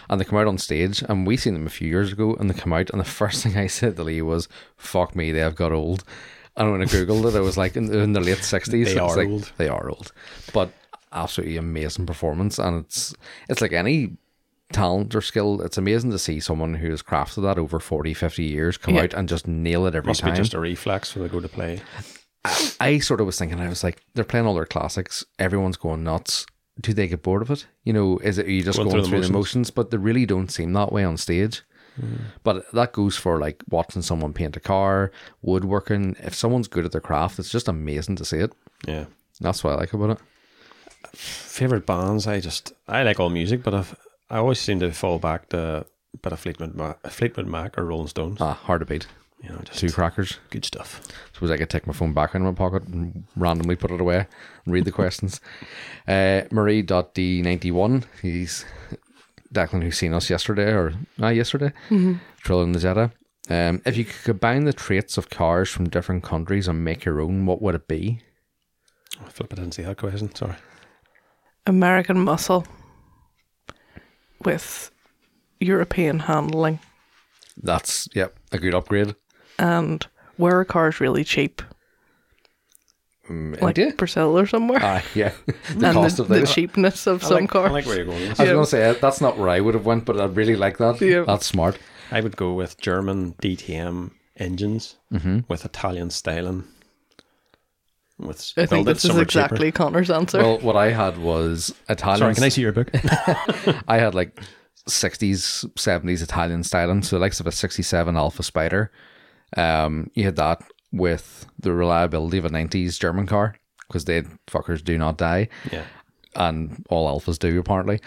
[SPEAKER 3] and they come out on stage, and we seen them a few years ago, and they come out, and the first thing I said to Lee was, "Fuck me, they have got old." And when I googled it, I was like, in, in the late sixties.
[SPEAKER 2] They are
[SPEAKER 3] like,
[SPEAKER 2] old.
[SPEAKER 3] They are old, but absolutely amazing performance, and it's it's like any talent or skill it's amazing to see someone who has crafted that over 40 50 years come
[SPEAKER 1] Yeah.
[SPEAKER 3] out and just nail it every
[SPEAKER 2] Must
[SPEAKER 3] time
[SPEAKER 2] be just a reflex when I go to play.
[SPEAKER 3] I sort of was thinking, I was like, they're playing all their classics. Everyone's going nuts. Do they get bored of it? You know, is it are you just
[SPEAKER 2] Going
[SPEAKER 3] going
[SPEAKER 2] through
[SPEAKER 3] through,
[SPEAKER 2] the
[SPEAKER 3] the motions? But they really don't seem that way on stage.
[SPEAKER 2] Hmm.
[SPEAKER 3] But that goes for like watching someone paint a car, woodworking. If someone's good at their craft, it's just amazing to see it.
[SPEAKER 2] Yeah.
[SPEAKER 3] That's what I like about it.
[SPEAKER 2] Favorite bands. I just I like all music, but I've, I always seem to fall back to a bit of Fleetwood Mac, Fleetwood Mac or Rolling Stones.
[SPEAKER 3] Ah, hard to beat.
[SPEAKER 2] You know, just
[SPEAKER 3] Two crackers.
[SPEAKER 2] good stuff.
[SPEAKER 3] Suppose I could take my phone back in my pocket and randomly put it away and read the questions. Uh, Marie.d91, he's Declan who's seen us yesterday or ah, yesterday, Trilling the Zeta. Um, if you could combine the traits of cars from different countries and make your own, what would it be?
[SPEAKER 2] Oh, Flip, I didn't see that question. Sorry.
[SPEAKER 1] American muscle with European handling,
[SPEAKER 3] That's, yep, a good upgrade.
[SPEAKER 1] and where are cars really cheap?
[SPEAKER 3] Mm,
[SPEAKER 1] Like
[SPEAKER 3] India?
[SPEAKER 1] Brazil or somewhere.
[SPEAKER 3] Ah, yeah. the
[SPEAKER 1] and
[SPEAKER 3] cost
[SPEAKER 1] the,
[SPEAKER 3] of the,
[SPEAKER 1] the cheapness of some
[SPEAKER 2] like,
[SPEAKER 1] cars.
[SPEAKER 2] I like where you're going. With
[SPEAKER 3] I
[SPEAKER 2] this.
[SPEAKER 3] was going to say, uh, that's not where I would have went, but I really like that.
[SPEAKER 1] Yeah.
[SPEAKER 3] That's smart.
[SPEAKER 2] I would go with German DTM engines with Italian styling. With
[SPEAKER 1] I think
[SPEAKER 2] build it
[SPEAKER 1] this is
[SPEAKER 2] somewhere cheaper.
[SPEAKER 1] exactly Connor's answer.
[SPEAKER 3] Well, what I had was Italian.
[SPEAKER 2] Sorry, can I see your book?
[SPEAKER 3] I had like 60s, 70s Italian styling. So the likes of a 67 Alpha Spider. Um, you had that with the reliability of a 90s German car because they fuckers do not die
[SPEAKER 2] yeah.
[SPEAKER 3] and all alphas do apparently.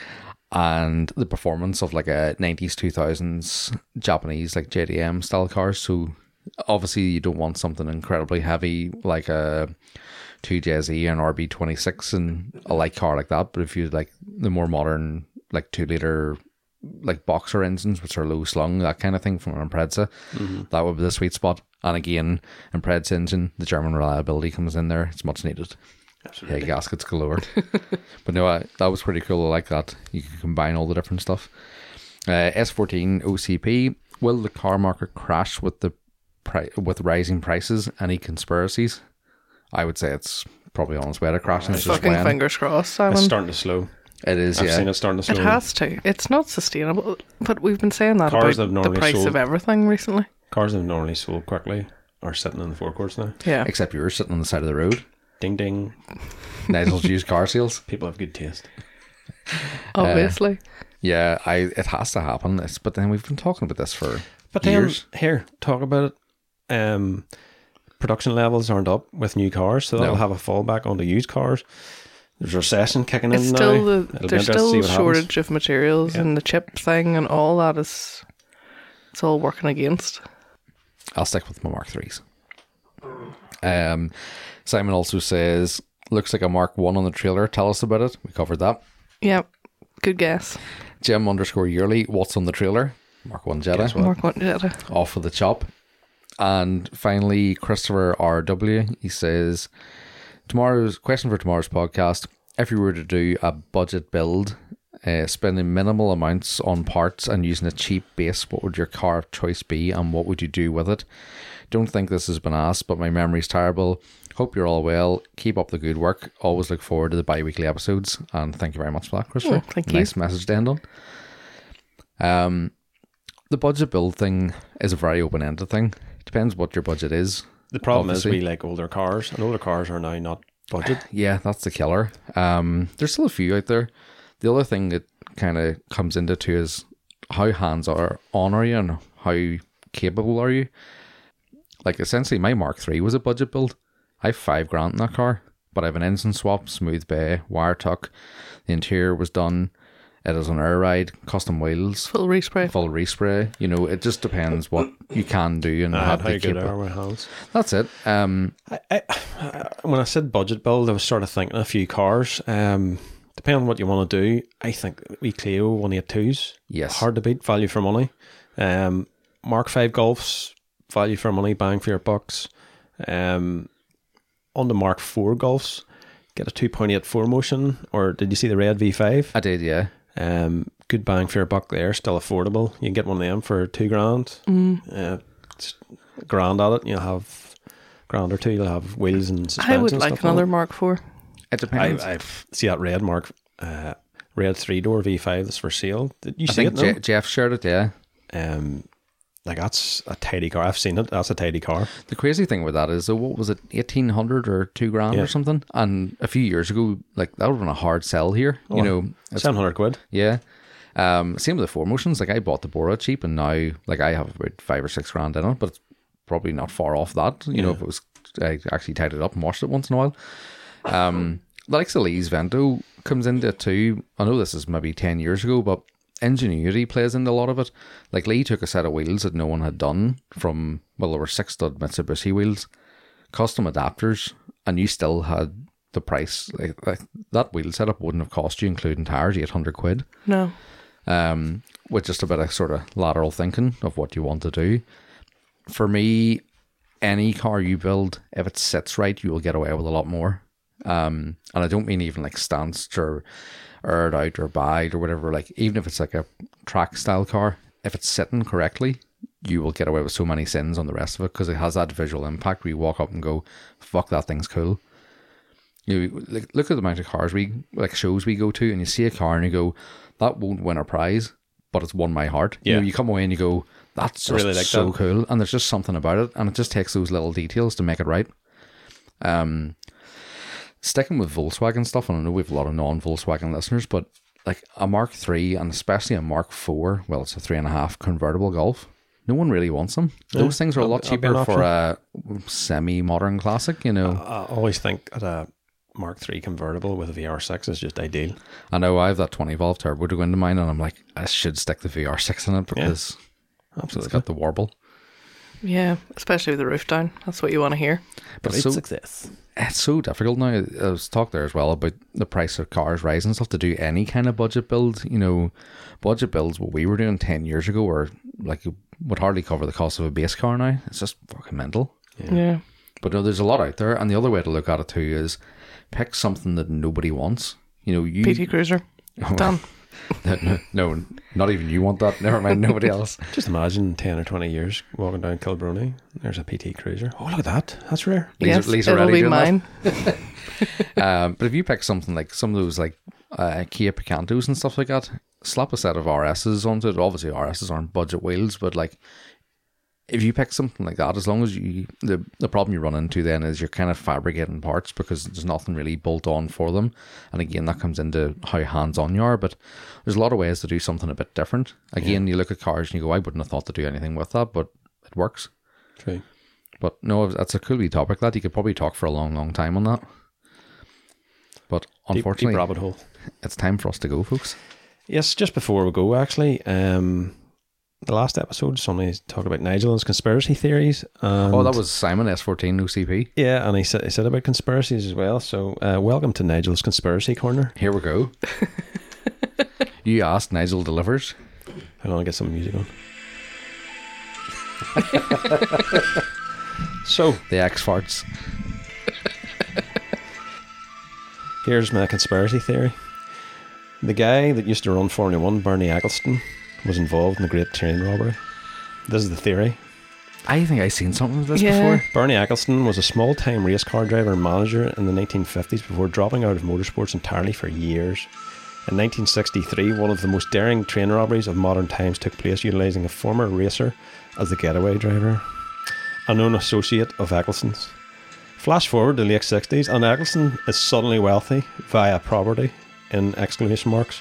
[SPEAKER 3] And the performance of like a 90s, 2000s Japanese like JDM style cars. So obviously you don't want something incredibly heavy like a 2JZ and RB26 and a light car like that. But if you like the more modern like two liter like boxer engines which are low slung that kind of thing from an Impreza
[SPEAKER 2] Mm-hmm.
[SPEAKER 3] that would be the sweet spot and again Impreza engine the German reliability comes in there it's much needed yeah gaskets galore but no, I, that was pretty cool. I like that. You can combine all the different stuff. Uh, S14 OCP. Will the car market crash with the pri- with rising prices? Any conspiracies? I would say it's probably on its way to crashing. It's just
[SPEAKER 1] Fucking
[SPEAKER 3] when.
[SPEAKER 1] fingers crossed,
[SPEAKER 2] It's
[SPEAKER 1] Simon.
[SPEAKER 2] starting to slow.
[SPEAKER 3] It is,
[SPEAKER 2] I've
[SPEAKER 3] yeah.
[SPEAKER 2] seen it starting to slow.
[SPEAKER 1] It has to. It's not sustainable. But we've been saying that
[SPEAKER 2] Cars have
[SPEAKER 1] about the
[SPEAKER 2] normally
[SPEAKER 1] price
[SPEAKER 2] sold-
[SPEAKER 1] of everything recently.
[SPEAKER 2] Cars that normally sold quickly are sitting in the forecourts now.
[SPEAKER 1] Yeah.
[SPEAKER 3] Except you're sitting on the side of the road.
[SPEAKER 2] Ding ding.
[SPEAKER 3] Nigel's used car sales.
[SPEAKER 2] People have good taste.
[SPEAKER 1] Obviously.
[SPEAKER 3] Yeah, I. It has to happen. It's, but then we've been talking about this for
[SPEAKER 2] But then
[SPEAKER 3] years.
[SPEAKER 2] here, talk about it. Um, production levels aren't up with new cars, so that'll
[SPEAKER 3] No.
[SPEAKER 2] have a fallback onto used cars. There's a recession kicking
[SPEAKER 1] It's
[SPEAKER 2] in now.
[SPEAKER 1] still the
[SPEAKER 2] It'll be
[SPEAKER 1] there's
[SPEAKER 2] interesting to
[SPEAKER 1] still
[SPEAKER 2] see what
[SPEAKER 1] shortage
[SPEAKER 2] happens.
[SPEAKER 1] of materials
[SPEAKER 2] Yeah.
[SPEAKER 1] and the chip thing and all that is it's all working against.
[SPEAKER 3] I'll stick with my Mark threes. Um, Simon also says, "Looks like a Mark one on the trailer. Tell us about it. We covered that."
[SPEAKER 1] Yeah. Good guess.
[SPEAKER 3] Jim underscore yearly. What's on the trailer? Mark one Jedi
[SPEAKER 1] Mark one Jedi.
[SPEAKER 3] off of the chop. And finally, Christopher RW. He says, "Tomorrow's question for tomorrow's podcast: If you were to do a budget build, uh, spending minimal amounts on parts and using a cheap base, what would your car of choice be, and what would you do with it?" Don't think this has been asked, but my memory's terrible. Hope you're all well. Keep up the good work. Always look forward to the bi weekly episodes. And thank you very much for that, Christopher.
[SPEAKER 1] Oh, thank you.
[SPEAKER 3] nice message to end on. Um, the budget build thing is a very open ended thing. Depends what your budget is.
[SPEAKER 2] The problem
[SPEAKER 3] Obviously.
[SPEAKER 2] is we like older cars, and older cars are now not budget.
[SPEAKER 3] Yeah, that's the killer. Um, there's still a few out there. The other thing that kind of comes into too is how hands are on are you and how capable are you. Like essentially, my Mark Three was a budget build. I have five grand in that car, but I have an engine swap, smooth bay, wire tuck. The interior was done. It is an air ride, custom wheels,
[SPEAKER 1] Full respray.
[SPEAKER 3] full respray. You know, it just depends what you can do and
[SPEAKER 2] I
[SPEAKER 3] have
[SPEAKER 2] had Uh, how
[SPEAKER 3] the
[SPEAKER 2] good
[SPEAKER 3] capability.
[SPEAKER 2] are my hands.
[SPEAKER 3] That's it. Um,
[SPEAKER 2] When I said budget build, I was sort of thinking a few cars. Um, depending on what you want to do, I think we Clio 182s.
[SPEAKER 3] Yes.
[SPEAKER 2] Hard to beat, value for money. Um, Mark 5 Golfs, value for money, bang for your bucks. Um, on the Mark 4 Golfs, get a 2.84 motion, or did you see the red V5?
[SPEAKER 3] I did, yeah.
[SPEAKER 2] Um, good bang for your buck there, still affordable. You can get one of them for two grand.
[SPEAKER 1] Mm.
[SPEAKER 2] Uh, it's grand at it, you'll have grand or two, you'll have wheels and suspension.
[SPEAKER 1] I would
[SPEAKER 2] and
[SPEAKER 1] like
[SPEAKER 2] stuff on it.
[SPEAKER 1] another Mark IV.
[SPEAKER 3] It
[SPEAKER 2] I,
[SPEAKER 3] depends.
[SPEAKER 2] I see that red mark, uh, red three door V5 that's for sale. Did you
[SPEAKER 3] I
[SPEAKER 2] see it?
[SPEAKER 3] think
[SPEAKER 2] No?
[SPEAKER 3] Je- Jeff shared it, yeah.
[SPEAKER 2] um, like that's a tidy car. I've seen it. That's a tidy car.
[SPEAKER 3] The crazy thing with that is, though, what was it, 1800 or two grand
[SPEAKER 2] Yeah.
[SPEAKER 3] or something? And a few years ago, like, that would have been a hard sell here,
[SPEAKER 2] Oh.
[SPEAKER 3] you know?
[SPEAKER 2] Seven hundred quid.
[SPEAKER 3] Yeah. Um, same with the four motions. Like, I bought the Bora cheap, and now, like, I have about five or six grand in it, but it's probably not far off that, you know, if it was, I actually tied it up and watched it once in a while. Um, the likes of Lee's Vento comes into it too. I know this is maybe 10 years ago, but ingenuity plays into a lot of it. Like Lee took a set of wheels that no one had done from, well, there were six stud Mitsubishi wheels, custom adapters, and you still had the price. Like, like that wheel setup wouldn't have cost you, including tires, 800 quid
[SPEAKER 1] No.
[SPEAKER 3] um, with just a bit of sort of lateral thinking of what you want to do. For me, any car you build, if it sits right, you will get away with a lot more. Um, and I don't mean even like stanced or aired out or bide or whatever. Like even if it's like a track style car, if it's sitting correctly, you will get away with so many sins on the rest of it because it has that visual impact where you walk up and go, "Fuck that thing's cool." you like, look at the amount of cars we like shows we go to and you see a car and you go that won't win a prize but it's won my heart you, know,
[SPEAKER 2] Yeah.
[SPEAKER 3] you come away and you go that's just
[SPEAKER 2] really like
[SPEAKER 3] so
[SPEAKER 2] that.
[SPEAKER 3] cool and there's just something about it and it just takes those little details to make it right um sticking with volkswagen stuff and i know we have a lot of non-volkswagen listeners but like a mark 3 and especially a mark 4 well it's a three and a half convertible golf no one really wants them those things are a lot
[SPEAKER 2] I'll be an Uh,
[SPEAKER 3] cheaper for a semi-modern classic you know
[SPEAKER 2] I always think that a Mark three convertible with a VR6 is just ideal.
[SPEAKER 3] I know I have that 20 valve turbo to go into mine, and I'm like, I should stick the VR6 in it because it's
[SPEAKER 2] Absolutely.
[SPEAKER 3] got the warble.
[SPEAKER 1] Yeah, especially with the roof down. That's what you want to hear.
[SPEAKER 3] But it's
[SPEAKER 2] Great
[SPEAKER 3] so,
[SPEAKER 2] success.
[SPEAKER 3] it's so difficult now. I was talked there as well about the price of cars rising and stuff to do any kind of budget build. You know, budget builds, what we were doing 10 years ago, were like would hardly cover the cost of a base car now. It's just fucking mental.
[SPEAKER 1] Yeah.
[SPEAKER 3] But no, there's a lot out there. And the other way to look at it too is pick something that nobody wants. You know, you
[SPEAKER 1] PT Cruiser.
[SPEAKER 2] Oh,
[SPEAKER 1] Done.
[SPEAKER 3] no, no, not even you want that. Never mind, nobody else.
[SPEAKER 2] Just imagine ten or twenty years walking down Kilbrony. There's a PT Cruiser. Oh look at that. That's rare.
[SPEAKER 3] Lee's-
[SPEAKER 1] yes,
[SPEAKER 3] Lee's
[SPEAKER 1] it'll
[SPEAKER 3] already
[SPEAKER 1] be
[SPEAKER 3] doing that.
[SPEAKER 1] mine.
[SPEAKER 3] Um, but if you pick something like some of those like uh, Kia Picantos and stuff like that, slap a set of RSs onto it. Obviously, RSs aren't budget wheels, but like if you pick something like that, as long as you the the problem you run into then is you're kind of fabricating parts because there's nothing really bolt on for them. And again, that comes into how hands on you are. But there's a lot of ways to do something a bit different. Again, you look at cars and you go, I wouldn't have thought to do anything with that, but it works.
[SPEAKER 2] True.
[SPEAKER 3] But no, that's a cool wee topic. That you could probably talk for a long, long time on that. But
[SPEAKER 2] Deep,
[SPEAKER 3] unfortunately,
[SPEAKER 2] deep rabbit hole.
[SPEAKER 3] it's time for us to go, folks.
[SPEAKER 2] Yes, just before we go, actually, um, the last episode, somebody talked about Nigel and his conspiracy theories. And
[SPEAKER 3] Oh, that was Simon S14 OCP.
[SPEAKER 2] Yeah, and he said he said about conspiracies as well. So, uh, welcome to Nigel's conspiracy corner.
[SPEAKER 3] Here we go. you asked, Nigel delivers.
[SPEAKER 2] Hold on, I'll get some music on. so
[SPEAKER 3] The X farts.
[SPEAKER 2] here's my conspiracy theory: the guy that used to run Formula One, Bernie Ecclestone, was involved in the Great Train Robbery. This is the theory.
[SPEAKER 3] I think I seen something of this
[SPEAKER 1] Yeah.
[SPEAKER 3] before.
[SPEAKER 2] Bernie Ecclestone was a small-time race car driver and manager in the 1950s before dropping out of motorsports entirely for years. In 1963, one of the most daring train robberies of modern times took place, utilizing a former racer as the getaway driver. a known associate of Eccleston's. Flash forward to the late 60s, and Eccleston is suddenly wealthy via property, in exclamation marks.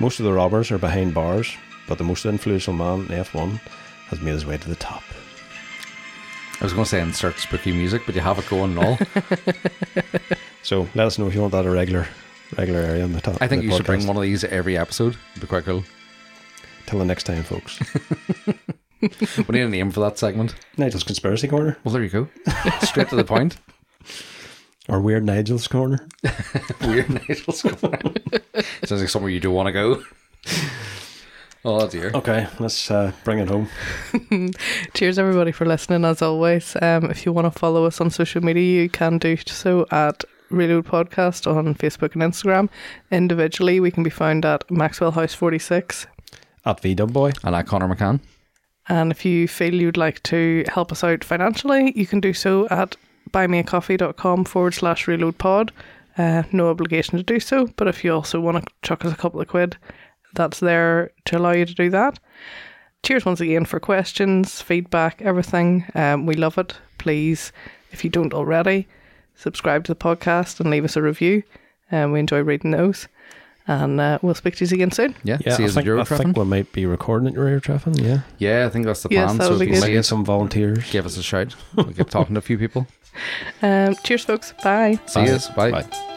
[SPEAKER 2] Most of the robbers are behind bars, but the most influential man in F1 has made his way to the top.
[SPEAKER 3] I was going to say insert spooky music, but you have it going and all.
[SPEAKER 2] So let us know if you want that a regular regular area on the top.
[SPEAKER 3] I think
[SPEAKER 2] the
[SPEAKER 3] you should bring
[SPEAKER 2] podcast.
[SPEAKER 3] one of these every episode. It'd be quite cool.
[SPEAKER 2] Till the next time, folks.
[SPEAKER 3] We need a name for that segment.
[SPEAKER 2] Nigel's Conspiracy Corner,
[SPEAKER 3] Well, there you go. Straight to the point.
[SPEAKER 2] or Weird Nigel's Corner.
[SPEAKER 3] Weird Nigel's Corner. Sounds like somewhere you do want to go. Oh dear.
[SPEAKER 2] Okay, let's uh, bring it home.
[SPEAKER 1] Cheers, everybody, for listening. As always, um, if you want to follow us on social media, you can do so at Reload Podcast on Facebook and Instagram. Individually, we can be found at Maxwell House 46.
[SPEAKER 2] At V Boy.
[SPEAKER 3] And I, Connor McCann.
[SPEAKER 1] And Um, if you feel you'd like to help us out financially, you can do so at buymeacoffee.com forward slash reload pod. Uh, no obligation to do so, but if you also want to chuck us a couple of quid, that's there to allow you to do that. Cheers once again for questions, feedback, everything. Um, we love it. Please, if you don't already, subscribe to the podcast and leave us a review. Um, we enjoy reading those. And uh, we'll speak to you again soon.
[SPEAKER 3] Yeah.
[SPEAKER 2] Yeah,
[SPEAKER 3] see
[SPEAKER 2] I,
[SPEAKER 3] you at
[SPEAKER 2] think, I
[SPEAKER 3] Euro
[SPEAKER 2] think we might be recording at Euro Traffin, yeah.
[SPEAKER 3] Yeah, I think that's the
[SPEAKER 1] Yes,
[SPEAKER 3] plan.
[SPEAKER 1] that
[SPEAKER 3] so
[SPEAKER 1] would
[SPEAKER 3] if
[SPEAKER 1] be
[SPEAKER 3] you
[SPEAKER 1] good.
[SPEAKER 3] see
[SPEAKER 2] Get
[SPEAKER 3] us,
[SPEAKER 2] some volunteers.
[SPEAKER 3] give us a shout. We'll keep talking to a few people.
[SPEAKER 1] Um, cheers, folks. Bye.
[SPEAKER 3] See you. Bye.
[SPEAKER 2] Bye.